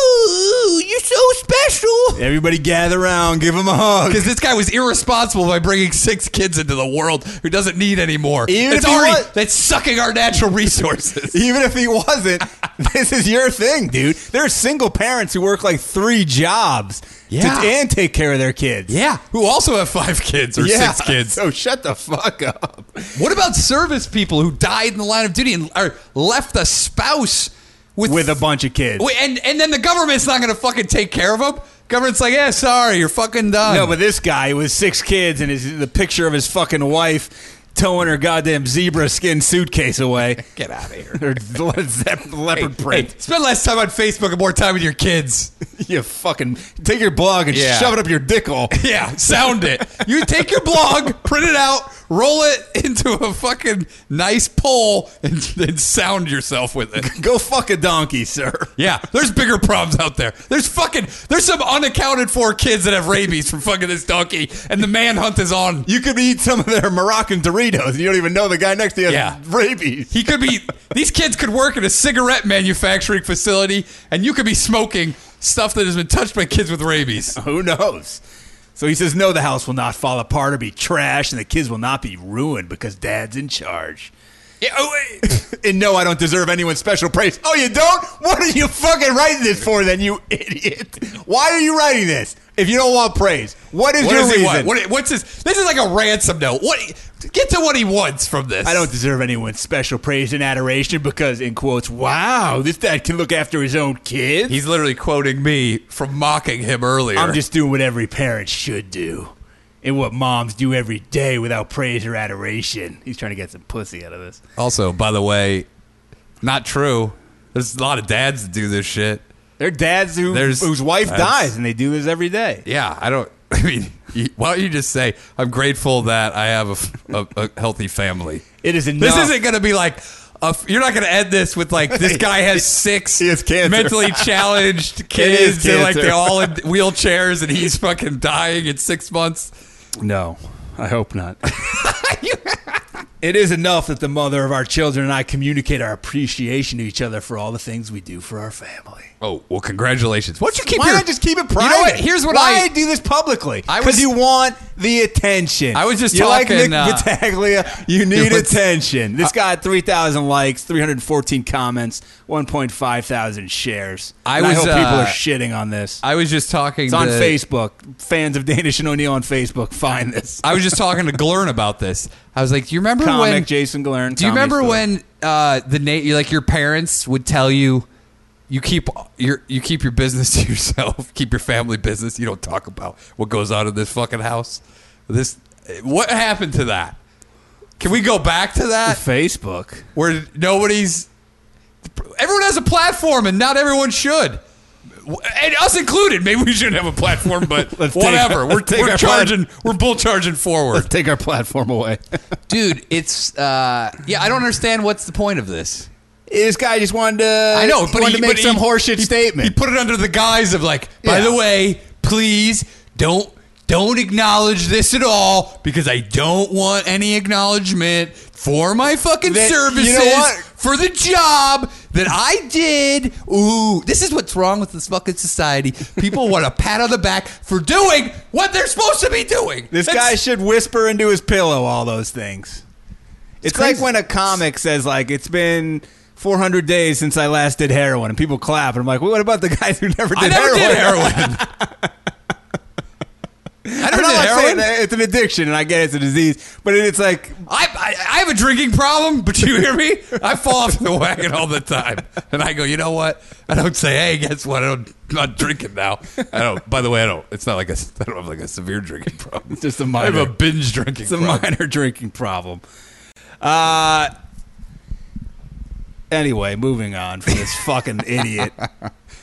Speaker 2: Ooh, you're so special.
Speaker 3: Everybody gather around, give him a hug.
Speaker 2: Because this guy was irresponsible by bringing six kids into the world who doesn't need any more.
Speaker 3: Even
Speaker 2: It's
Speaker 3: if he
Speaker 2: already
Speaker 3: wa-
Speaker 2: that's sucking our natural resources.
Speaker 3: Even if he wasn't, this is your thing, dude. There's single parents who work like three jobs to-
Speaker 2: Yeah.
Speaker 3: and take care of their kids.
Speaker 2: yeah, who also have five kids or
Speaker 3: Yeah.
Speaker 2: six kids.
Speaker 3: So shut the fuck up.
Speaker 2: What about service people who died in the line of duty and are left a spouse with
Speaker 4: With a bunch of kids.
Speaker 2: Wait, and and then the government's not going to fucking take care of them. Government's like, yeah, sorry, you're fucking done.
Speaker 4: No, but this guy with six kids and his, the picture of his fucking wife towing her goddamn zebra skin suitcase away.
Speaker 2: get out of here.
Speaker 4: or le- zep- leopard print.
Speaker 2: Spend less time on Facebook and more time with your kids.
Speaker 3: You fucking take your blog and
Speaker 2: Yeah.
Speaker 3: shove it up your dick hole.
Speaker 2: Yeah, sound it. You take your blog, print it out, roll it into a fucking nice pole, and then sound yourself with it.
Speaker 3: Go fuck a donkey, sir.
Speaker 2: Yeah, there's bigger problems out there. There's fucking there's some unaccounted for kids that have rabies from fucking this donkey, and the manhunt is on.
Speaker 3: You could eat some of their Moroccan Doritos Doritos, and you don't even know the guy next to you has
Speaker 2: Yeah.
Speaker 3: rabies.
Speaker 2: He could be. These kids could work in a cigarette manufacturing facility, and you could be smoking stuff that has been touched by kids with rabies.
Speaker 3: Who knows? So he says, No, the house will not fall apart or be trashed, and the kids will not be ruined because dad's in charge. Yeah, oh, wait. and no, I don't deserve anyone's special praise. Oh, you don't? What are you fucking writing this for then, you idiot? Why are you writing this if you don't want praise? What is
Speaker 2: What
Speaker 3: your
Speaker 2: does he want?
Speaker 3: reason?
Speaker 2: What, what's his? This is like a ransom note. What? Get to what he wants from this.
Speaker 3: I don't deserve anyone's special praise and adoration because, in quotes, wow, this dad can look after his own kids.
Speaker 2: He's literally quoting me from mocking him earlier.
Speaker 3: I'm just doing what every parent should do and what moms do every day without praise or adoration. He's trying to get some pussy out of this.
Speaker 2: also, by the way, not true. There's a lot of dads that do this shit.
Speaker 3: They're dads who,
Speaker 2: There's-
Speaker 3: whose wife
Speaker 2: that's-
Speaker 3: dies and they do this every day.
Speaker 2: Yeah, I don't. I mean, you, why don't you just say I'm grateful that I have a f- a, a healthy family?
Speaker 3: It is enough.
Speaker 2: This isn't going to be like a f you're not going to end this with like this guy has six
Speaker 3: has cancer.
Speaker 2: mentally challenged
Speaker 3: is
Speaker 2: kids and like
Speaker 3: cancer.
Speaker 2: they're all in wheelchairs and he's fucking dying in six months.
Speaker 3: No, I hope not. it is enough that the mother of our children and I communicate our appreciation to each other for all the things we do for our family.
Speaker 2: Oh well, congratulations. Why don't you keep
Speaker 3: Why
Speaker 2: your?
Speaker 3: not just keep it private?
Speaker 2: You know what? Here's what
Speaker 3: Why
Speaker 2: I.
Speaker 3: do this publicly?
Speaker 2: I
Speaker 3: Because
Speaker 2: was-
Speaker 3: you want the attention.
Speaker 2: I was just
Speaker 3: you like
Speaker 2: talking,
Speaker 3: Nick
Speaker 2: uh,
Speaker 3: Battaglia. You need
Speaker 2: was-
Speaker 3: attention. This guy had 3,000 likes, 314 comments, 1.5 thousand shares.
Speaker 2: I
Speaker 3: And
Speaker 2: was,
Speaker 3: hope people
Speaker 2: uh,
Speaker 3: are shitting on this.
Speaker 2: I was just talking.
Speaker 3: it's on
Speaker 2: to,
Speaker 3: Facebook. Fans of Danish and O'Neill on Facebook, find this.
Speaker 2: I was just talking to Glern about this. I was like, "Do you remember
Speaker 3: Comic
Speaker 2: when
Speaker 3: Jason Glern.
Speaker 2: Do you
Speaker 3: comedy
Speaker 2: remember
Speaker 3: store.
Speaker 2: when uh, the na- like your parents would tell you you keep your you keep your business to yourself, keep your family business. You don't talk about what goes on in this fucking house. This what happened to that? Can we go back to that
Speaker 3: Facebook?
Speaker 2: where nobody's everyone has a platform and not everyone should. And us included, maybe we shouldn't have a platform, but
Speaker 3: Let's take-
Speaker 2: whatever. we're
Speaker 3: let's take
Speaker 2: we're
Speaker 3: our plat-
Speaker 2: charging, we're bull charging forward,
Speaker 3: Take our platform away.
Speaker 2: dude. It's uh, yeah. I don't understand what's the point of this.
Speaker 3: this guy just wanted to.
Speaker 2: I know,
Speaker 3: he
Speaker 2: but
Speaker 3: wanted
Speaker 2: he
Speaker 3: to make
Speaker 2: but
Speaker 3: some
Speaker 2: he-
Speaker 3: horseshit
Speaker 2: he-
Speaker 3: statement.
Speaker 2: He put it under the guise of like, by
Speaker 3: Yeah.
Speaker 2: the way, please don't don't acknowledge this at all because I don't want any acknowledgement for my fucking
Speaker 3: That- you know
Speaker 2: services
Speaker 3: what?
Speaker 2: for the job that I did. Ooh, this is what's wrong with this fucking society. People want a pat on the back for doing what they're supposed to be doing.
Speaker 3: This
Speaker 2: That's-
Speaker 3: guy should whisper into his pillow all those things. It's, like
Speaker 2: crazy.
Speaker 3: when a comic says like it's been 400 days since I last did heroin, and people clap, and I'm like, well, what about the guys who never did
Speaker 2: I never
Speaker 3: heroin?
Speaker 2: did heroin. I
Speaker 3: I'm
Speaker 2: never
Speaker 3: not
Speaker 2: did
Speaker 3: saying
Speaker 2: heroin.
Speaker 3: that it's an addiction, and I get it's a disease, but it's like
Speaker 2: I, I I have a drinking problem, but you hear me? I fall off the wagon all the time, and I go, you know what? I don't say, hey, guess what? I don't, I'm not drinking now. I don't. By the way, I don't. It's not like a, I don't have like a severe drinking problem. It's
Speaker 3: just a
Speaker 2: I have
Speaker 3: minor-
Speaker 2: a binge drinking.
Speaker 3: it's a
Speaker 2: problem.
Speaker 3: minor drinking problem. Uh, anyway, moving on from this fucking idiot.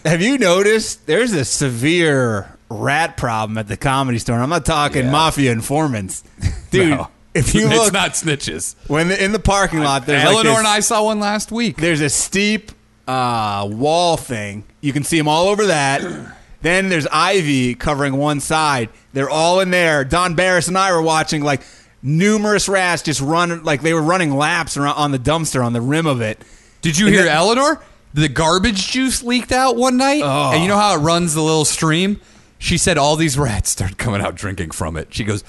Speaker 3: Have you noticed there's a severe rat problem at the comedy store? And I'm not talking mafia informants, dude.
Speaker 2: No.
Speaker 3: If you
Speaker 2: it's
Speaker 3: look
Speaker 2: not snitches.
Speaker 3: when the, in the parking lot, there's
Speaker 2: Eleanor
Speaker 3: like this,
Speaker 2: and I saw one last week.
Speaker 3: There's a steep uh, wall thing. You can see them all over that. then there's ivy covering one side. They're all in there. Don Barris and I were watching like numerous rats just run like they were running laps around on the dumpster on the rim of it.
Speaker 2: Did you
Speaker 3: And
Speaker 2: hear
Speaker 3: then-
Speaker 2: Eleanor? The garbage juice leaked out one night,
Speaker 3: Oh.
Speaker 2: and you know how it runs the little stream. She said all these rats started coming out drinking from it. She goes,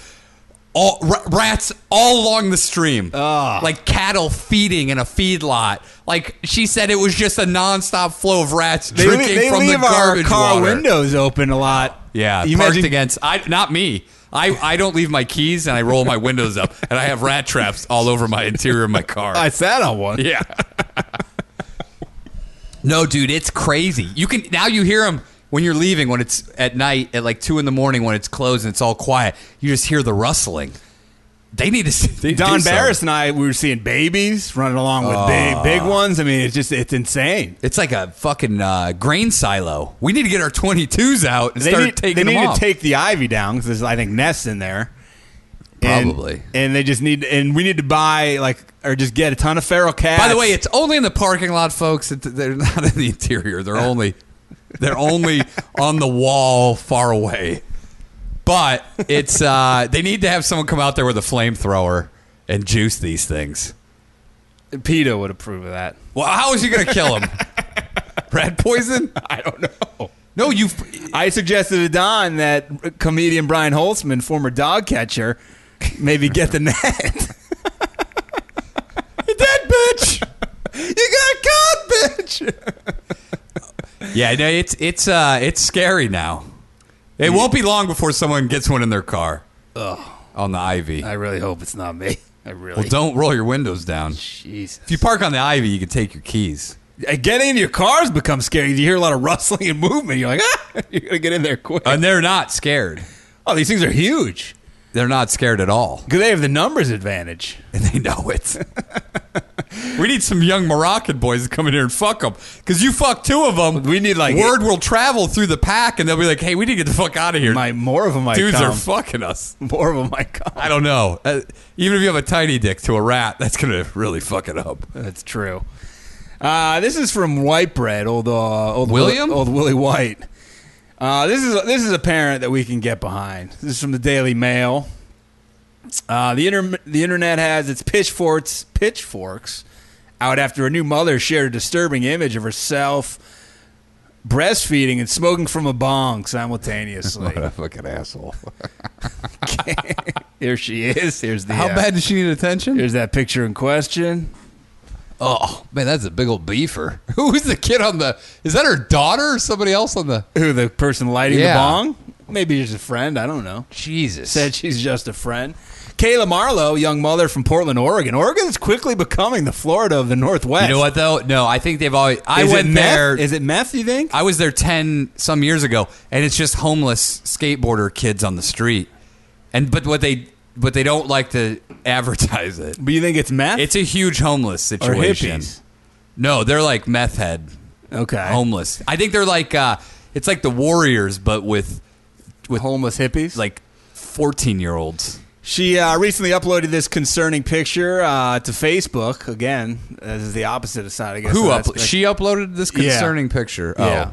Speaker 2: all ra- rats all along the stream, like cattle feeding in a feedlot. Like she said, it was just a nonstop flow of rats
Speaker 3: They,
Speaker 2: drinking
Speaker 3: they
Speaker 2: from
Speaker 3: leave
Speaker 2: the
Speaker 3: our
Speaker 2: garbage
Speaker 3: car
Speaker 2: water.
Speaker 3: windows open a lot.
Speaker 2: Yeah,
Speaker 3: you
Speaker 2: parked
Speaker 3: imagine
Speaker 2: against. I not me. I, I don't leave my keys and I roll my windows up and I have rat traps all over my interior of my car.
Speaker 3: I sat on one.
Speaker 2: Yeah. no, dude, it's crazy. You can now you hear them when you're leaving when it's at night at like two in the morning when it's closed and it's all quiet. You just hear the rustling. They need to. s- They
Speaker 3: Don
Speaker 2: do something. Ah.
Speaker 3: Barris and I, we were seeing babies running along with big, big ones. I mean, it's just, it's insane.
Speaker 2: It's like a fucking uh, grain silo. We need to get our 22s out and
Speaker 3: they
Speaker 2: start
Speaker 3: need,
Speaker 2: taking
Speaker 3: they
Speaker 2: them
Speaker 3: need
Speaker 2: off.
Speaker 3: to take the ivy down because there's I think nests in there. And-
Speaker 2: Probably.
Speaker 3: And, they just need and we need to buy like or just get a ton of feral cats.
Speaker 2: By the way, it's only in the parking lot, folks. It, they're not in the interior. They're only they're only on the wall, far away. But it's uh, they need to have someone come out there with a flamethrower and juice these things.
Speaker 3: PETA would approve of that.
Speaker 2: Well, how is he going to kill him? Rat poison?
Speaker 3: I don't know.
Speaker 2: No, you.
Speaker 3: I suggested to Don that comedian Brian Holtzman, former dog catcher, maybe get the net.
Speaker 2: Dead bitch.
Speaker 3: you got caught, bitch.
Speaker 2: Yeah, no, it's it's uh it's scary now. It won't be long before someone gets one in their car
Speaker 3: Oh,
Speaker 2: on the Ivy.
Speaker 3: I really hope it's not me. I really.
Speaker 2: Well, don't roll your windows down.
Speaker 3: Jesus.
Speaker 2: If you park on the Ivy, you can take your keys.
Speaker 3: Uh, Getting in your cars becomes scary. You hear a lot of rustling and movement. You're like, ah, you're gonna get in there quick.
Speaker 2: And they're not scared.
Speaker 3: oh, these things are huge.
Speaker 2: They're not scared at all.
Speaker 3: 'Cause they have the numbers advantage.
Speaker 2: And they know it. we need some young Moroccan boys to come in here and fuck them. Because you fuck two of them.
Speaker 3: We need, like,
Speaker 2: Word will travel through the pack, and they'll be like, hey, we need to get the fuck out of here.
Speaker 3: My more of them might
Speaker 2: Dudes
Speaker 3: come.
Speaker 2: are fucking us.
Speaker 3: more of them might come.
Speaker 2: I don't know. Uh, even if you have a tiny dick to a rat, that's going to really fuck it up.
Speaker 3: That's true. Uh, this is from White Bread, old uh, old
Speaker 2: William?
Speaker 3: old Willie White. Uh, this is this is a parent that we can get behind. This is from the Daily Mail. Uh, the inter- the internet has its pitchforks pitchforks out after a new mother shared a disturbing image of herself breastfeeding and smoking from a bong simultaneously.
Speaker 2: fucking asshole.
Speaker 3: Here she is. Here's the
Speaker 2: How
Speaker 3: uh,
Speaker 2: bad does she need attention?
Speaker 3: Here's that picture in question.
Speaker 2: Oh, man, that's a big old beefer. Who's the kid on the. Is that her daughter or somebody else on the.
Speaker 3: Who the person lighting
Speaker 2: Yeah.
Speaker 3: the bong? Maybe just a friend. I don't know.
Speaker 2: Jesus.
Speaker 3: Said she's just a friend. Kayla Marlowe, young mother from Portland, Oregon. Oregon's quickly becoming the Florida of the Northwest.
Speaker 2: You know what though? No, I think they've always. I
Speaker 3: Is it
Speaker 2: went
Speaker 3: meth?
Speaker 2: there.
Speaker 3: Is it meth? You think?
Speaker 2: I was there ten some years ago, and it's just homeless skateboarder kids on the street. And but what they but they don't like to advertise it.
Speaker 3: but you think it's meth?
Speaker 2: It's a huge homeless
Speaker 3: or
Speaker 2: situation.
Speaker 3: hippies?
Speaker 2: No, they're like meth head
Speaker 3: Okay.
Speaker 2: homeless. I think they're like uh, it's like the Warriors, but with
Speaker 3: Homeless hippies.
Speaker 2: like fourteen year olds.
Speaker 3: She uh, recently uploaded this concerning picture uh, to Facebook. Again, this is the opposite side, I guess.
Speaker 2: Who
Speaker 3: of
Speaker 2: up?
Speaker 3: that spec-
Speaker 2: She uploaded this
Speaker 3: Yeah.
Speaker 2: concerning picture. Oh.
Speaker 3: Yeah.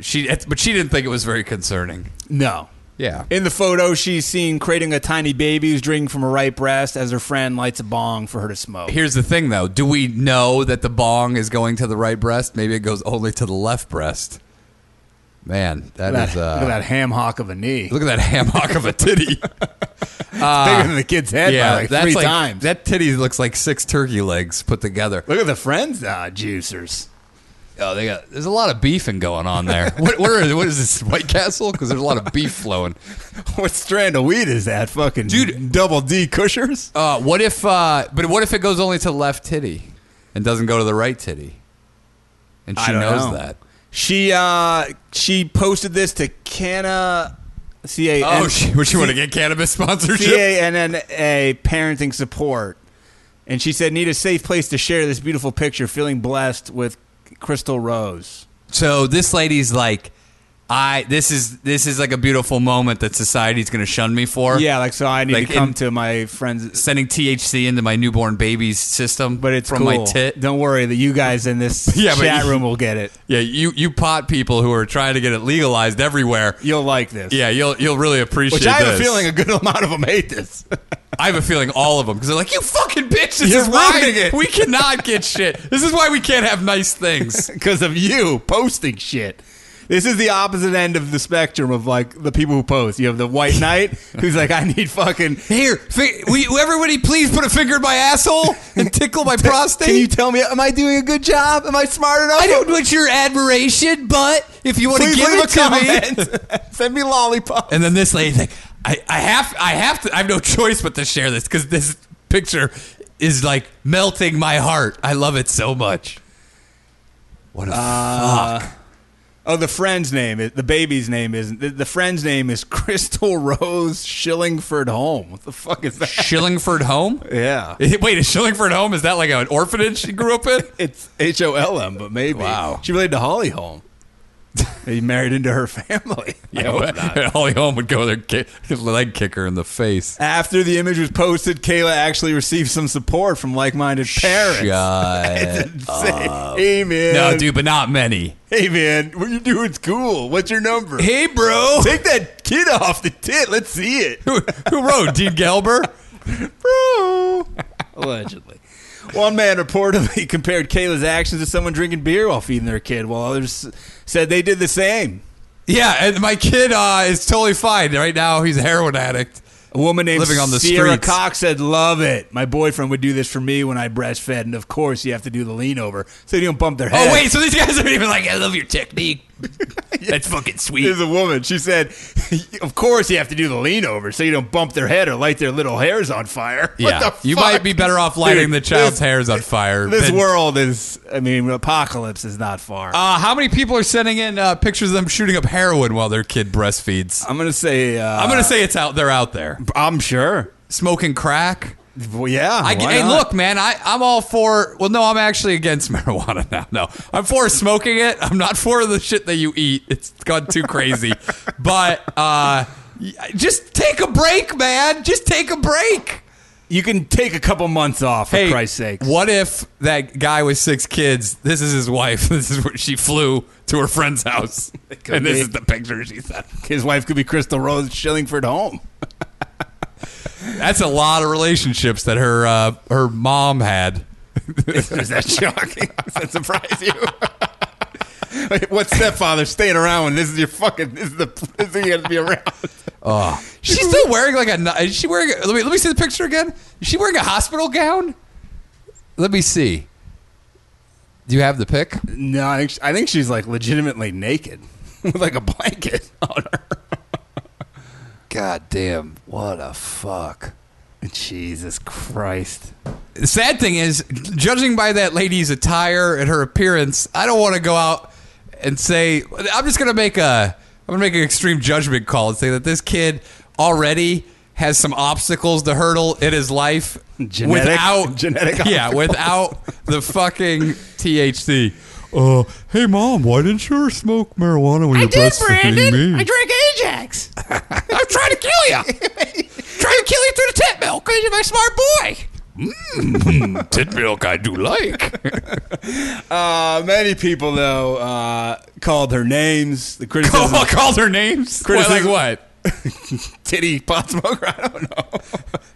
Speaker 2: She, but she didn't think it was very concerning.
Speaker 3: No.
Speaker 2: Yeah.
Speaker 3: In the photo, she's seen cradling a tiny baby who's drinking from her right breast as her friend lights a bong for her to smoke.
Speaker 2: Here's the thing, though. Do we know that the bong is going to the right breast? Maybe it goes only to the left breast. Man,
Speaker 3: Look at
Speaker 2: is.
Speaker 3: that,
Speaker 2: Uh,
Speaker 3: look at that ham hock of a knee.
Speaker 2: Look at that hammock of a titty. Uh,
Speaker 3: bigger than the kid's head by like three
Speaker 2: like,
Speaker 3: times.
Speaker 2: That titty looks like six turkey legs put together.
Speaker 3: Look at the friends uh, juicers.
Speaker 2: Oh, they got. There's a lot of beefing going on there. what, what, are, what is this White Castle? Because there's a lot of beef flowing.
Speaker 3: what strand of weed is that? Fucking
Speaker 2: Dude.
Speaker 3: double D cushers.
Speaker 2: Uh, what if? Uh, but what if it goes only to the left titty and doesn't go to the right titty? And
Speaker 3: I
Speaker 2: she
Speaker 3: don't
Speaker 2: knows
Speaker 3: know.
Speaker 2: that.
Speaker 3: She uh she posted this to Canna C A
Speaker 2: Oh,
Speaker 3: N
Speaker 2: she, would she want to get cannabis sponsorship?
Speaker 3: C A N N A parenting support, and she said need a safe place to share this beautiful picture. Feeling blessed with Crystal Rose.
Speaker 2: So this lady's like, I this is this is like a beautiful moment that society's going to shun me for.
Speaker 3: Yeah, like so I need
Speaker 2: Like
Speaker 3: to come
Speaker 2: in-
Speaker 3: to my friends.
Speaker 2: sending THC into my newborn baby's system,
Speaker 3: But it's
Speaker 2: from my
Speaker 3: cool.
Speaker 2: tit.
Speaker 3: Don't worry that you guys in this
Speaker 2: Yeah, but
Speaker 3: chat
Speaker 2: you-
Speaker 3: room will get it.
Speaker 2: Yeah, you you pot people who are trying to get it legalized everywhere.
Speaker 3: You'll like this.
Speaker 2: Yeah, you'll you'll really appreciate.
Speaker 3: Which I have a
Speaker 2: this.
Speaker 3: feeling a good amount of them hate this.
Speaker 2: I have a feeling all of them because they're like, "You fucking bitch! This
Speaker 3: You're
Speaker 2: is why
Speaker 3: ruining it."
Speaker 2: we cannot get shit. This is why we can't have nice things."
Speaker 3: because of you posting shit. This is the opposite end of the spectrum of like the people who post. You have the white knight who's like, I need fucking.
Speaker 2: Here, fi- will you, everybody, please put a finger in my asshole and tickle my prostate.
Speaker 3: Can you tell me, am I doing a good job? Am I smart enough?
Speaker 2: I don't want your admiration, but if you want
Speaker 3: Please
Speaker 2: to give
Speaker 3: leave
Speaker 2: it
Speaker 3: a
Speaker 2: to me,
Speaker 3: comment. Send me lollipop.
Speaker 2: and then this lady's like, I, I have, I have to, I have no choice but to share this because this picture is like melting my heart. I love it so much. What a
Speaker 3: Uh,
Speaker 2: fuck!
Speaker 3: Oh, the friend's name, is, the baby's name isn't. The, the friend's name is Crystal Rose Shillingford Home. What the fuck is that?
Speaker 2: Shillingford Home.
Speaker 3: Yeah.
Speaker 2: Wait, is Shillingford Home? Is that like an orphanage she grew up in?
Speaker 3: It's H O L M, but maybe.
Speaker 2: Wow.
Speaker 3: She related to Holly Holm. He married into her family.
Speaker 2: Yeah, well, Holly Holm would go there, kick, leg kick her in the face.
Speaker 3: After the image was posted, Kayla actually received some support from like-minded parents.
Speaker 2: Shut
Speaker 3: Say, hey man,
Speaker 2: no, dude, but not many.
Speaker 3: hey man, what you doing's cool. What's your number?
Speaker 2: Hey, bro.
Speaker 3: Take that kid off the tit. Let's see it.
Speaker 2: who, who wrote Dean Gelber?
Speaker 3: Bro. Allegedly. One man reportedly compared Kayla's actions to someone drinking beer while feeding their kid, while others said they did the same.
Speaker 2: Yeah, and my kid uh, is totally fine right now. He's a heroin addict.
Speaker 3: A woman named
Speaker 2: Living on the
Speaker 3: Sierra
Speaker 2: streets.
Speaker 3: Cox said, "Love it. My boyfriend would do this for me when I breastfed, and of course, you have to do the lean over so you don't bump their head."
Speaker 6: Oh wait, so these guys are even like, I love your technique. That's fucking sweet.
Speaker 3: There's a woman. She said, "Of course, you have to do the lean over so you don't bump their head or light their little hairs on fire."
Speaker 2: Yeah,
Speaker 3: what the
Speaker 2: you
Speaker 3: fuck?
Speaker 2: might be better off lighting
Speaker 3: Dude,
Speaker 2: the child's
Speaker 3: this-
Speaker 2: hairs on fire.
Speaker 3: This
Speaker 2: than-
Speaker 3: world is. I mean, apocalypse is not far.
Speaker 2: Uh, how many people are sending in uh, pictures of them shooting up heroin while their kid breastfeeds?
Speaker 3: I'm gonna say. Uh,
Speaker 2: I'm gonna say it's out. They're out there
Speaker 3: I'm sure.
Speaker 2: smoking crack.
Speaker 3: Well, yeah.
Speaker 2: I,
Speaker 3: why
Speaker 2: hey,
Speaker 3: not?
Speaker 2: look, man, I, I'm all for. Well, no, I'm actually against marijuana now. No, I'm for smoking it. I'm not for the shit that you eat. It's gone too crazy. but uh, y- just take a break, man. Just take a break.
Speaker 3: You can take a couple months off. For Christ's sake.
Speaker 2: What if that guy with six kids? This is his wife. This is where she flew to her friend's house, and this
Speaker 3: be.
Speaker 2: is the picture she sent.
Speaker 3: His wife could be Crystal Rose Shillingford Home.
Speaker 2: That's a lot of relationships that her uh, her mom had.
Speaker 3: Is that shocking? Does that surprise you? Like, what stepfather staying around when this is your fucking this is the this is you to be around?
Speaker 2: She's still wearing like a. ni- Is she wearing? Let me let me see the picture again. Is she wearing a hospital gown? Let me see. Do you have the pic?
Speaker 3: No, I think, sh- I think she's like legitimately naked with like a blanket on her.
Speaker 2: God damn! What a fuck.
Speaker 3: Jesus Christ!
Speaker 2: The sad thing is, judging by that lady's attire and her appearance, I don't want to go out and say I'm just gonna make a I'm gonna make an extreme judgment call and say that this kid already has some obstacles to hurdle in his life
Speaker 3: Genetic-
Speaker 2: without
Speaker 3: genetic
Speaker 2: yeah without the fucking THC. Uh, hey mom, why didn't you smoke marijuana when
Speaker 5: I
Speaker 2: you
Speaker 5: did,
Speaker 2: breastfeeding
Speaker 5: Brandon.
Speaker 2: me?
Speaker 5: I drank Ajax.
Speaker 2: I'm trying to kill you, trying to kill you through the tit milk.
Speaker 5: Because you're my smart boy.
Speaker 2: Tit milk, I do like.
Speaker 3: Uh, many people though uh, called her names. The criticism,
Speaker 2: Oh, called her names.
Speaker 3: Criticism.
Speaker 2: Like what?
Speaker 3: titty pot smoker. I don't know.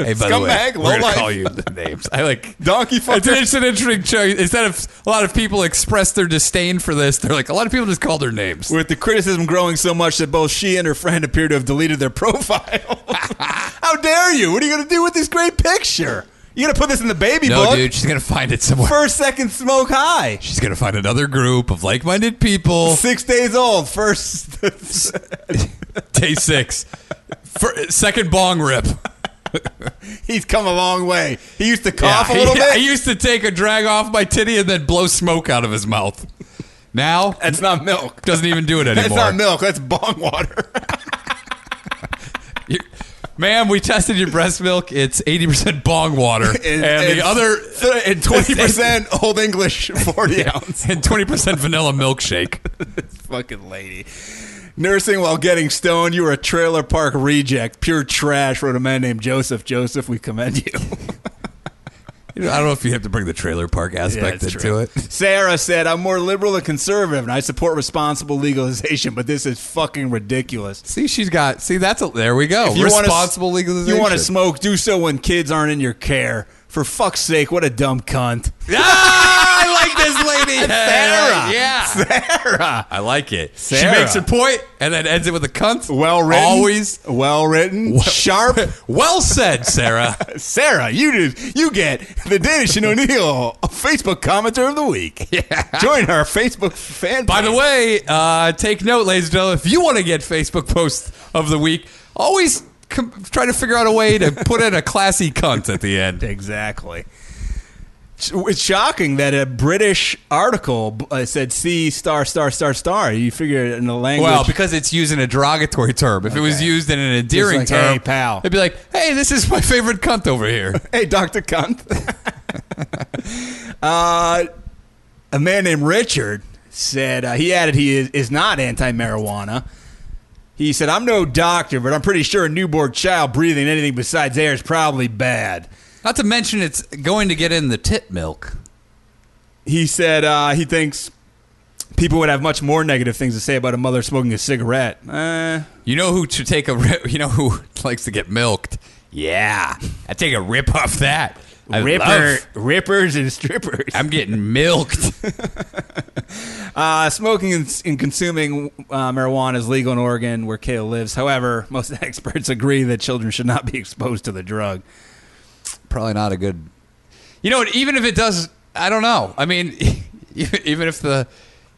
Speaker 2: Hey, by
Speaker 3: the way, Scumbag, we're low gonna life. call
Speaker 2: you the names. I like.
Speaker 3: Donkey
Speaker 2: It's
Speaker 3: fucker.
Speaker 2: an, it's an interesting choice. Instead of a lot of people express their disdain for this, they're like a lot of people just called their names.
Speaker 3: With the criticism growing so much that both she and her friend appear to have deleted their profile. How dare you? What are you going to do with this great picture? You going to put this in the baby
Speaker 2: No,
Speaker 3: book?
Speaker 2: dude, she's gonna find it somewhere.
Speaker 3: First, second, smoke high.
Speaker 2: She's gonna find another group of like-minded people.
Speaker 3: Six days old. First,
Speaker 2: Day six, Fir- second bong rip.
Speaker 3: he's come a long way. He used to cough a little
Speaker 2: he, I
Speaker 3: bit.
Speaker 2: used to take a drag off my titty and then blow smoke out of his mouth. Now
Speaker 3: That's not milk.
Speaker 2: doesn't even do it
Speaker 3: That's
Speaker 2: anymore.
Speaker 3: not milk. That's bong water.
Speaker 2: You- Ma'am, we tested your breast milk. It's 80% bong water.
Speaker 3: And-
Speaker 2: and,
Speaker 3: and-
Speaker 2: the other
Speaker 3: and twenty percent old English, forty ounce.
Speaker 2: and 20% vanilla milkshake.
Speaker 3: Fucking lady. Nursing while getting stoned, you were a trailer park reject, pure trash. Wrote a man named Joseph. Joseph, we commend you.
Speaker 2: You know, I don't know if you have to bring the trailer park aspect
Speaker 3: that's
Speaker 2: into
Speaker 3: true.
Speaker 2: it.
Speaker 3: Sarah said, I'm more liberal than conservative, and I support responsible legalization, but this is fucking ridiculous.
Speaker 2: See, she's got. See, that's a, there we go.
Speaker 3: you wanna-
Speaker 2: Responsible legalization.
Speaker 3: You want to smoke, do so when kids aren't in your care. For fuck's sake, what a dumb cunt.
Speaker 2: Ah, I like this lady,
Speaker 3: Sarah.
Speaker 2: Yeah, Sarah. I like it.
Speaker 3: Sarah.
Speaker 2: She makes her point and then ends it with a cunt.
Speaker 3: Well written.
Speaker 2: Always
Speaker 3: Well written. Sharp.
Speaker 2: well said, Sarah.
Speaker 3: Sarah, you did, you get the Danish and O'Neill Facebook commenter of the week. Join our Facebook fan
Speaker 2: By the way, uh, take note, ladies and gentlemen, if you want to get Facebook posts of the week, always com- try to figure out a way to put in a classy cunt at the end.
Speaker 3: Exactly. It's- It's shocking that a British article b- uh, said C star star star star. You figure it in the language.
Speaker 2: Well, because it's using a derogatory term. If it was used in an endearing
Speaker 3: Just like,
Speaker 2: term,
Speaker 3: "Hey, pal."
Speaker 2: it'd be like, "Hey, this is my favorite cunt over here."
Speaker 3: hey, Doctor Cunt. uh, a man named Richard said uh, he added he is, is not anti-marijuana. He said, "I'm no doctor, but I'm pretty sure a newborn child breathing anything besides air is probably bad."
Speaker 2: Not to mention, it's going to get in the tit milk.
Speaker 3: he said uh, he thinks people would have much more negative things to say about a mother smoking a cigarette. Uh,
Speaker 2: You know who should take a. re- You know who likes to get milked Yeah, I take a rip off that. I
Speaker 3: Ripper,
Speaker 2: love-
Speaker 3: rippers and strippers.
Speaker 2: I'm getting milked.
Speaker 3: Uh, smoking and, s- and consuming uh, marijuana is legal in Oregon, where Kale lives. However, most experts agree that children should not be exposed to the drug.
Speaker 2: Probably not a good. You know, what, even if it does, I don't know. I mean, even if the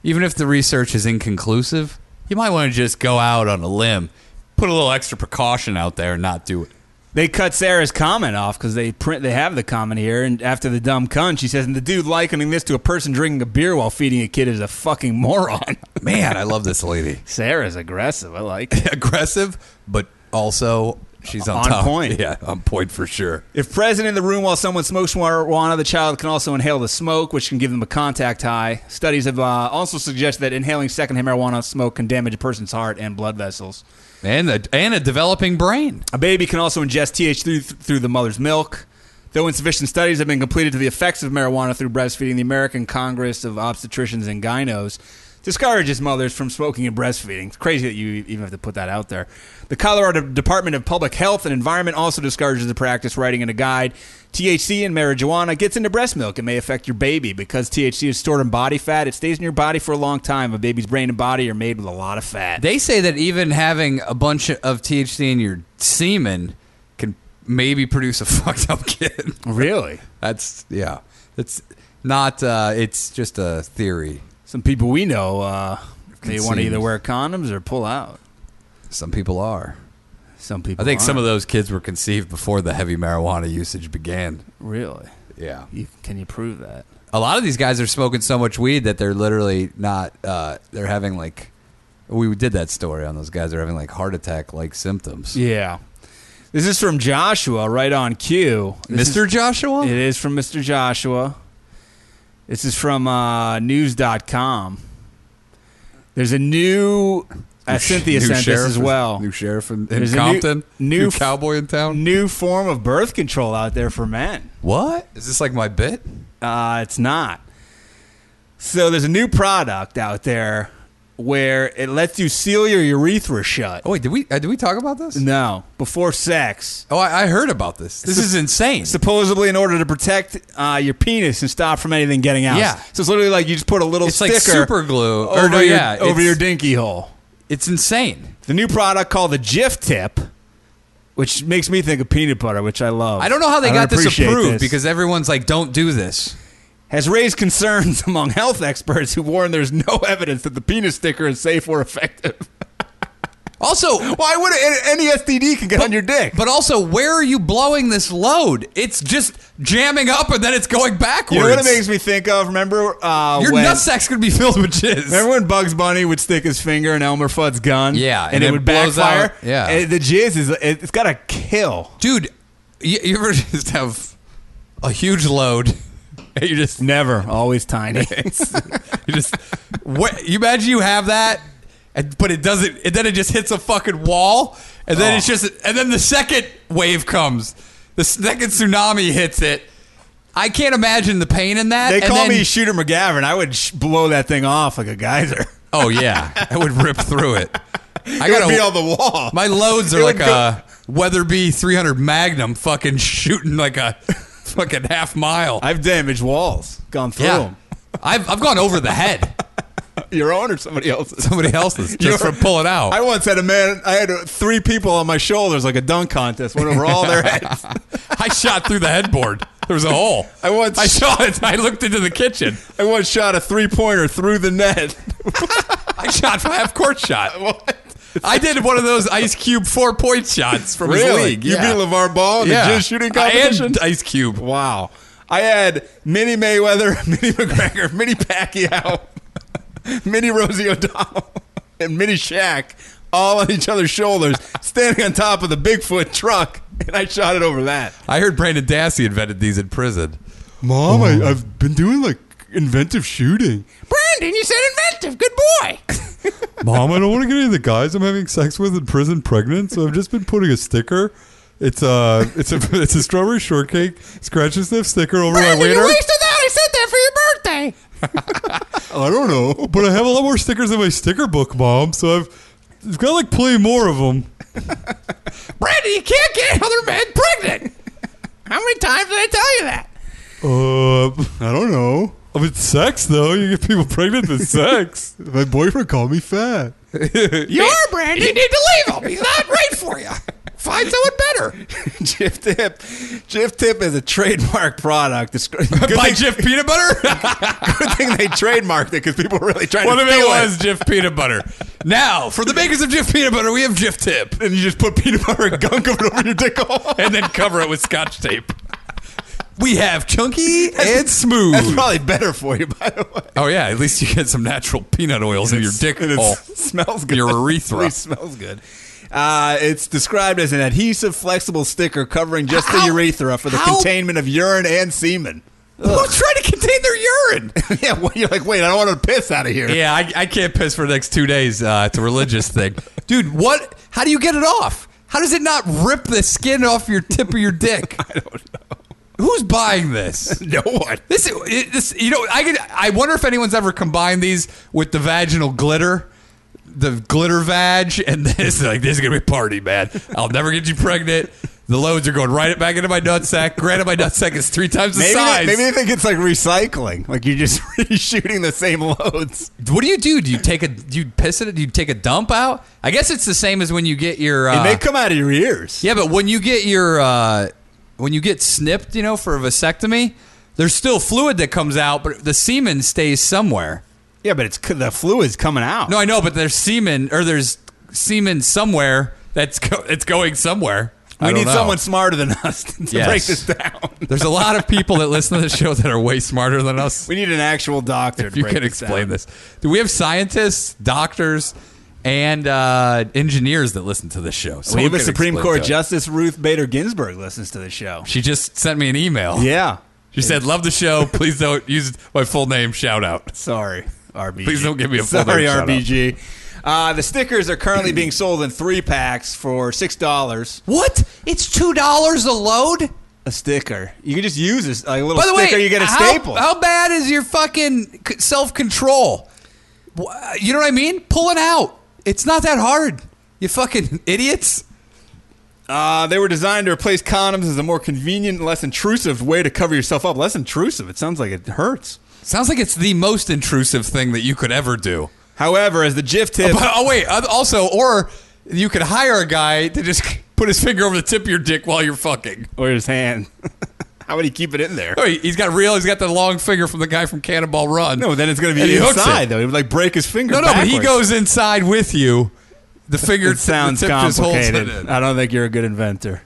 Speaker 2: even if the research is inconclusive, you might want to just go out on a limb, put a little extra precaution out there, and not do it.
Speaker 3: They cut Sarah's comment off because they print they have the comment here, and after the dumb cunt, she says, "And the dude likening this to a person drinking a beer while feeding a kid is a fucking moron."
Speaker 2: Man, I love this lady.
Speaker 3: Sarah's aggressive. I like. It.
Speaker 2: Aggressive, but also she's on,
Speaker 3: On
Speaker 2: top.
Speaker 3: point.
Speaker 2: Yeah, on point for sure.
Speaker 3: If present in the room while someone smokes marijuana, the child can also inhale the smoke, which can give them a contact high. Studies have uh, also suggested that inhaling secondhand marijuana smoke can damage a person's heart and blood vessels.
Speaker 2: And a, and a developing brain.
Speaker 3: A baby can also ingest TH3 th- through the mother's milk. Though insufficient studies have been completed to the effects of marijuana through breastfeeding, the American Congress of Obstetricians and Gynos discourages mothers from smoking and breastfeeding. It's crazy that you e-, even have to put that out there. The Colorado Department of Public Health and Environment also discourages the practice, writing in a guide THC in marijuana gets into breast milk. It may affect your baby because THC is stored in body fat. It stays in your body for a long time. A baby's brain and body are made with a lot of fat.
Speaker 2: They say that even having a bunch of THC in your semen can maybe produce a fucked up kid.
Speaker 3: Really?
Speaker 2: That's yeah. That's not. Uh, it's just a theory.
Speaker 3: some people we know uh, they want to
Speaker 2: Conceived.
Speaker 3: either wear condoms or pull out.
Speaker 2: Some people are.
Speaker 3: Some people.
Speaker 2: I think some of those kids were conceived before the heavy marijuana usage began.
Speaker 3: really.
Speaker 2: Yeah.
Speaker 3: You, can you prove that?
Speaker 2: A lot of these guys are smoking so much weed that they're literally not. Uh, they're having like. We did that story on those guys. They're having like heart attack like symptoms.
Speaker 3: Yeah. This is from Joshua, right on cue. This
Speaker 2: Mr. Joshua?
Speaker 3: It is from Mr. Joshua. This is from uh, news.com. There's a new. Uh, Cynthia
Speaker 2: New
Speaker 3: sent this
Speaker 2: sheriff
Speaker 3: as
Speaker 2: in-
Speaker 3: well.
Speaker 2: New sheriff in, in
Speaker 3: There's a new-
Speaker 2: Compton.
Speaker 3: new f-
Speaker 2: cowboy in town.
Speaker 3: New form of birth control out there for men.
Speaker 2: What is this like my bit?
Speaker 3: Uh, it's not. So there's a new product out there where it lets you seal your urethra shut.
Speaker 2: Oh wait, did we uh, did we talk about this?
Speaker 3: No, before sex.
Speaker 2: Oh, I, I heard about this. This is insane.
Speaker 3: Supposedly in order to protect uh, your penis and stop from anything getting out.
Speaker 2: Yeah.
Speaker 3: So it's literally like you just put a little
Speaker 2: It's like
Speaker 3: sticker
Speaker 2: super glue. Or
Speaker 3: over,
Speaker 2: no,
Speaker 3: your,
Speaker 2: yeah,
Speaker 3: over
Speaker 2: it's-
Speaker 3: your dinky hole.
Speaker 2: It's insane.
Speaker 3: The new product called the GIF tip, which makes me think of peanut butter, which I love.
Speaker 2: I don't know how they got this
Speaker 3: appreciate
Speaker 2: approved
Speaker 3: this.
Speaker 2: because everyone's like, "Don't do this."
Speaker 3: has raised concerns among health experts who warn there's no evidence that the penis sticker is safe or effective.
Speaker 2: Also,
Speaker 3: Why would a- any STD can get on your dick?
Speaker 2: but also, where are you blowing this load? It's just jamming up and then it's going backwards.
Speaker 3: you know what it makes me think of? Remember uh,
Speaker 2: Your
Speaker 3: when?
Speaker 2: nutsack's gonna be filled with jizz.
Speaker 3: Remember when Bugs Bunny would stick his finger in Elmer Fudd's gun?
Speaker 2: Yeah,
Speaker 3: and,
Speaker 2: and
Speaker 3: it,
Speaker 2: it
Speaker 3: would
Speaker 2: blows
Speaker 3: backfire.
Speaker 2: out- yeah.
Speaker 3: And the jizz is it, it's got to kill.
Speaker 2: dude? You, you ever just have a huge load? and You just,
Speaker 3: Never, always tiny.
Speaker 2: you just, what? You imagine you have that, and but it doesn't. And then it just hits a fucking wall, and then
Speaker 3: Oh.
Speaker 2: it's just, and then the second wave comes, the second tsunami hits it. I can't imagine the pain in that.
Speaker 3: they
Speaker 2: and
Speaker 3: call
Speaker 2: then-
Speaker 3: me Shooter McGavern. I would sh- blow that thing off like a geyser.
Speaker 2: Oh yeah, I would rip through it. I
Speaker 3: It would
Speaker 2: gotta.
Speaker 3: be on the wall.
Speaker 2: my loads are
Speaker 3: would
Speaker 2: like
Speaker 3: go-
Speaker 2: a Weatherby 300 Magnum, fucking shooting like a fucking half mile.
Speaker 3: I've damaged walls, gone through
Speaker 2: yeah,
Speaker 3: 'em.
Speaker 2: I've I've gone over the head.
Speaker 3: Your own or somebody else's.
Speaker 2: Somebody else's just
Speaker 3: You're-
Speaker 2: for pulling out.
Speaker 3: I once had a man. I had uh, three people on my shoulders, like a dunk contest, went over all their heads.
Speaker 2: I shot through the headboard. There was a hole.
Speaker 3: I once
Speaker 2: I shot it. I looked into the kitchen.
Speaker 3: I once shot a three pointer through the net.
Speaker 2: I shot from half court shot. I did one of those Ice Cube four point shots from his league.
Speaker 3: You
Speaker 2: yeah.
Speaker 3: beat LeVar Ball in the
Speaker 2: Yeah.
Speaker 3: jizz shooting competition?
Speaker 2: and Ice Cube.
Speaker 3: wow. I had Minnie Mayweather, Minnie McGregor, Minnie Pacquiao, Minnie Rosie O'Donnell, and Minnie Shaq all on each other's shoulders, standing on top of the Bigfoot truck, and I shot it over that.
Speaker 2: I heard Brandon Dassey invented these in prison.
Speaker 3: Mom, I, I've been doing like inventive shooting.
Speaker 5: Brandon, you said inventive. Good boy.
Speaker 7: Mom, Um, I don't want to get any of the guys I'm having sex with in prison pregnant, so I've just been putting a sticker. It's a it's a it's a strawberry shortcake scratch and sniff sticker over my
Speaker 5: Brandon, you
Speaker 7: wiener.
Speaker 5: wasted that. I said that for your birthday.
Speaker 7: I don't know, but I have a lot more stickers in my sticker book, Mom. So I've
Speaker 8: He's got like plenty more of them.
Speaker 5: Brandy, you can't get other men pregnant. How many times did I tell you that?
Speaker 8: Uh,
Speaker 3: I don't know.
Speaker 8: with sex though, you get people pregnant with sex.
Speaker 3: My boyfriend called me fat.
Speaker 5: You are Brandy. You need to leave him. He's not right for you. Find someone better.
Speaker 3: Jif Tip. Jif Tip is a trademark product. It's good,
Speaker 2: By
Speaker 3: thing,
Speaker 2: Jif Peanut Butter?
Speaker 3: good thing they trademarked it because people were really trying
Speaker 2: One
Speaker 3: to
Speaker 2: of
Speaker 3: steal
Speaker 2: it was Jif Peanut Butter. Now, for the makers of Jif Peanut Butter, we have Jif Tip.
Speaker 3: And you just put peanut butter and gunk of it over your dick hole.
Speaker 2: And then cover it with scotch tape. We have chunky and
Speaker 3: That's
Speaker 2: smooth.
Speaker 3: probably better for you, by the way.
Speaker 2: Oh yeah, at least you get some natural peanut oils in your dick
Speaker 3: and
Speaker 2: hole.
Speaker 3: It smells good.
Speaker 2: Your urethra.
Speaker 3: It smells good. Uh, it's described as an adhesive, flexible sticker covering just the
Speaker 2: How-
Speaker 3: urethra for the
Speaker 2: how-
Speaker 3: containment of urine and semen.
Speaker 2: Who's trying to contain their urine?
Speaker 3: yeah, well, you're like, wait, I don't want to piss out of here.
Speaker 2: Yeah, I, I can't piss for the next two days. Uh, it's a religious thing, dude. What? How do you get it off? How does it not rip the skin off your tip of your dick? I don't know. Who's buying this?
Speaker 3: No one.
Speaker 2: This, is- it- this, you know, I could. I wonder if anyone's ever combined these with the vaginal glitter, the glitter vag, and this. Like this is gonna be a party, man. I'll never get you pregnant. The loads are going right back into my nutsack. Granted, my nutsack is three times the
Speaker 3: Maybe they,
Speaker 2: size.
Speaker 3: maybe they think it's like recycling. Like you're just reshooting the same loads.
Speaker 2: What do you do? Do you take a? Do you piss it? Do you take a dump out? I guess it's the same as when you get your. Uh,
Speaker 3: it may come out of your ears.
Speaker 2: yeah, but when you get your uh, when you get snipped, you know, for a vasectomy, there's still fluid that comes out, but the semen stays somewhere.
Speaker 3: Yeah, but it's the fluid's coming out.
Speaker 2: No, I know, but there's semen or there's semen somewhere that's go- it's going somewhere. I
Speaker 3: we
Speaker 2: don't
Speaker 3: need
Speaker 2: know.
Speaker 3: someone smarter than us to break
Speaker 2: Yes.
Speaker 3: this down.
Speaker 2: There's a lot of people that listen to the show that are way smarter than us.
Speaker 3: We need an actual doctor.
Speaker 2: if
Speaker 3: to
Speaker 2: you
Speaker 3: break
Speaker 2: can
Speaker 3: this
Speaker 2: explain
Speaker 3: down.
Speaker 2: this. Do we have scientists, doctors, and uh, engineers that listen to this show?
Speaker 3: We
Speaker 2: Someone
Speaker 3: have a
Speaker 2: can
Speaker 3: Supreme
Speaker 2: explain
Speaker 3: Court
Speaker 2: to us.
Speaker 3: Justice Ruth Bader Ginsburg listens to the show.
Speaker 2: She just sent me an email.
Speaker 3: Yeah.
Speaker 2: She said, "Love the show. Please don't use my full name. Shout out."
Speaker 3: Sorry, RBG.
Speaker 2: Please don't give me a full
Speaker 3: Sorry,
Speaker 2: name shout-out.
Speaker 3: RBG. Uh, the stickers are currently being sold in three packs for six dollars
Speaker 2: What? It's two dollars a load.
Speaker 3: a sticker. You can just use this like a little
Speaker 2: By the
Speaker 3: sticker.
Speaker 2: way,
Speaker 3: you get a
Speaker 2: how,
Speaker 3: staple.
Speaker 2: How bad is your fucking self control? You know what I mean? Pull it out. It's not that hard. You fucking idiots.
Speaker 3: Uh, they were designed to replace condoms as a more convenient, and less intrusive way to cover yourself up. Less intrusive. It sounds like it hurts.
Speaker 2: Sounds like it's the most intrusive thing that you could ever do.
Speaker 3: However, as the GIF tip,
Speaker 2: But, oh wait, uh, also, or you could hire a guy to just put his finger over the tip of your dick while you're fucking.
Speaker 3: or his hand. How would he keep it in there?
Speaker 2: Oh, he- he's got real. He's got the long finger from the guy from Cannonball Run.
Speaker 3: No, then it's going to
Speaker 2: And
Speaker 3: be
Speaker 2: he hooks
Speaker 3: inside
Speaker 2: it.
Speaker 3: though. He would like break his finger.
Speaker 2: No, no, but he
Speaker 3: backwards.
Speaker 2: goes inside with you. The finger
Speaker 3: It sounds
Speaker 2: the tip just holds it
Speaker 3: complicated.
Speaker 2: in.
Speaker 3: I don't think you're a good inventor.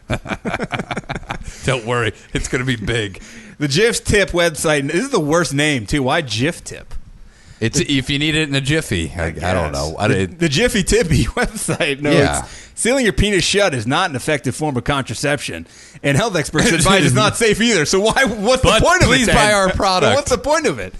Speaker 2: Don't worry, it's gonna be big.
Speaker 3: The GIF tip website. and This is the worst name too. Why GIF tip?
Speaker 2: It's if you need it in a jiffy. I, I, don't know. I,
Speaker 3: the,
Speaker 2: did
Speaker 3: the Jiffy Tippy website notes
Speaker 2: Yeah.
Speaker 3: sealing your penis shut is not an effective form of contraception, and health experts advise it's not safe either. So why? What's
Speaker 2: But
Speaker 3: the point of it?
Speaker 2: please
Speaker 3: then?
Speaker 2: buy our product.
Speaker 3: what's the point of it?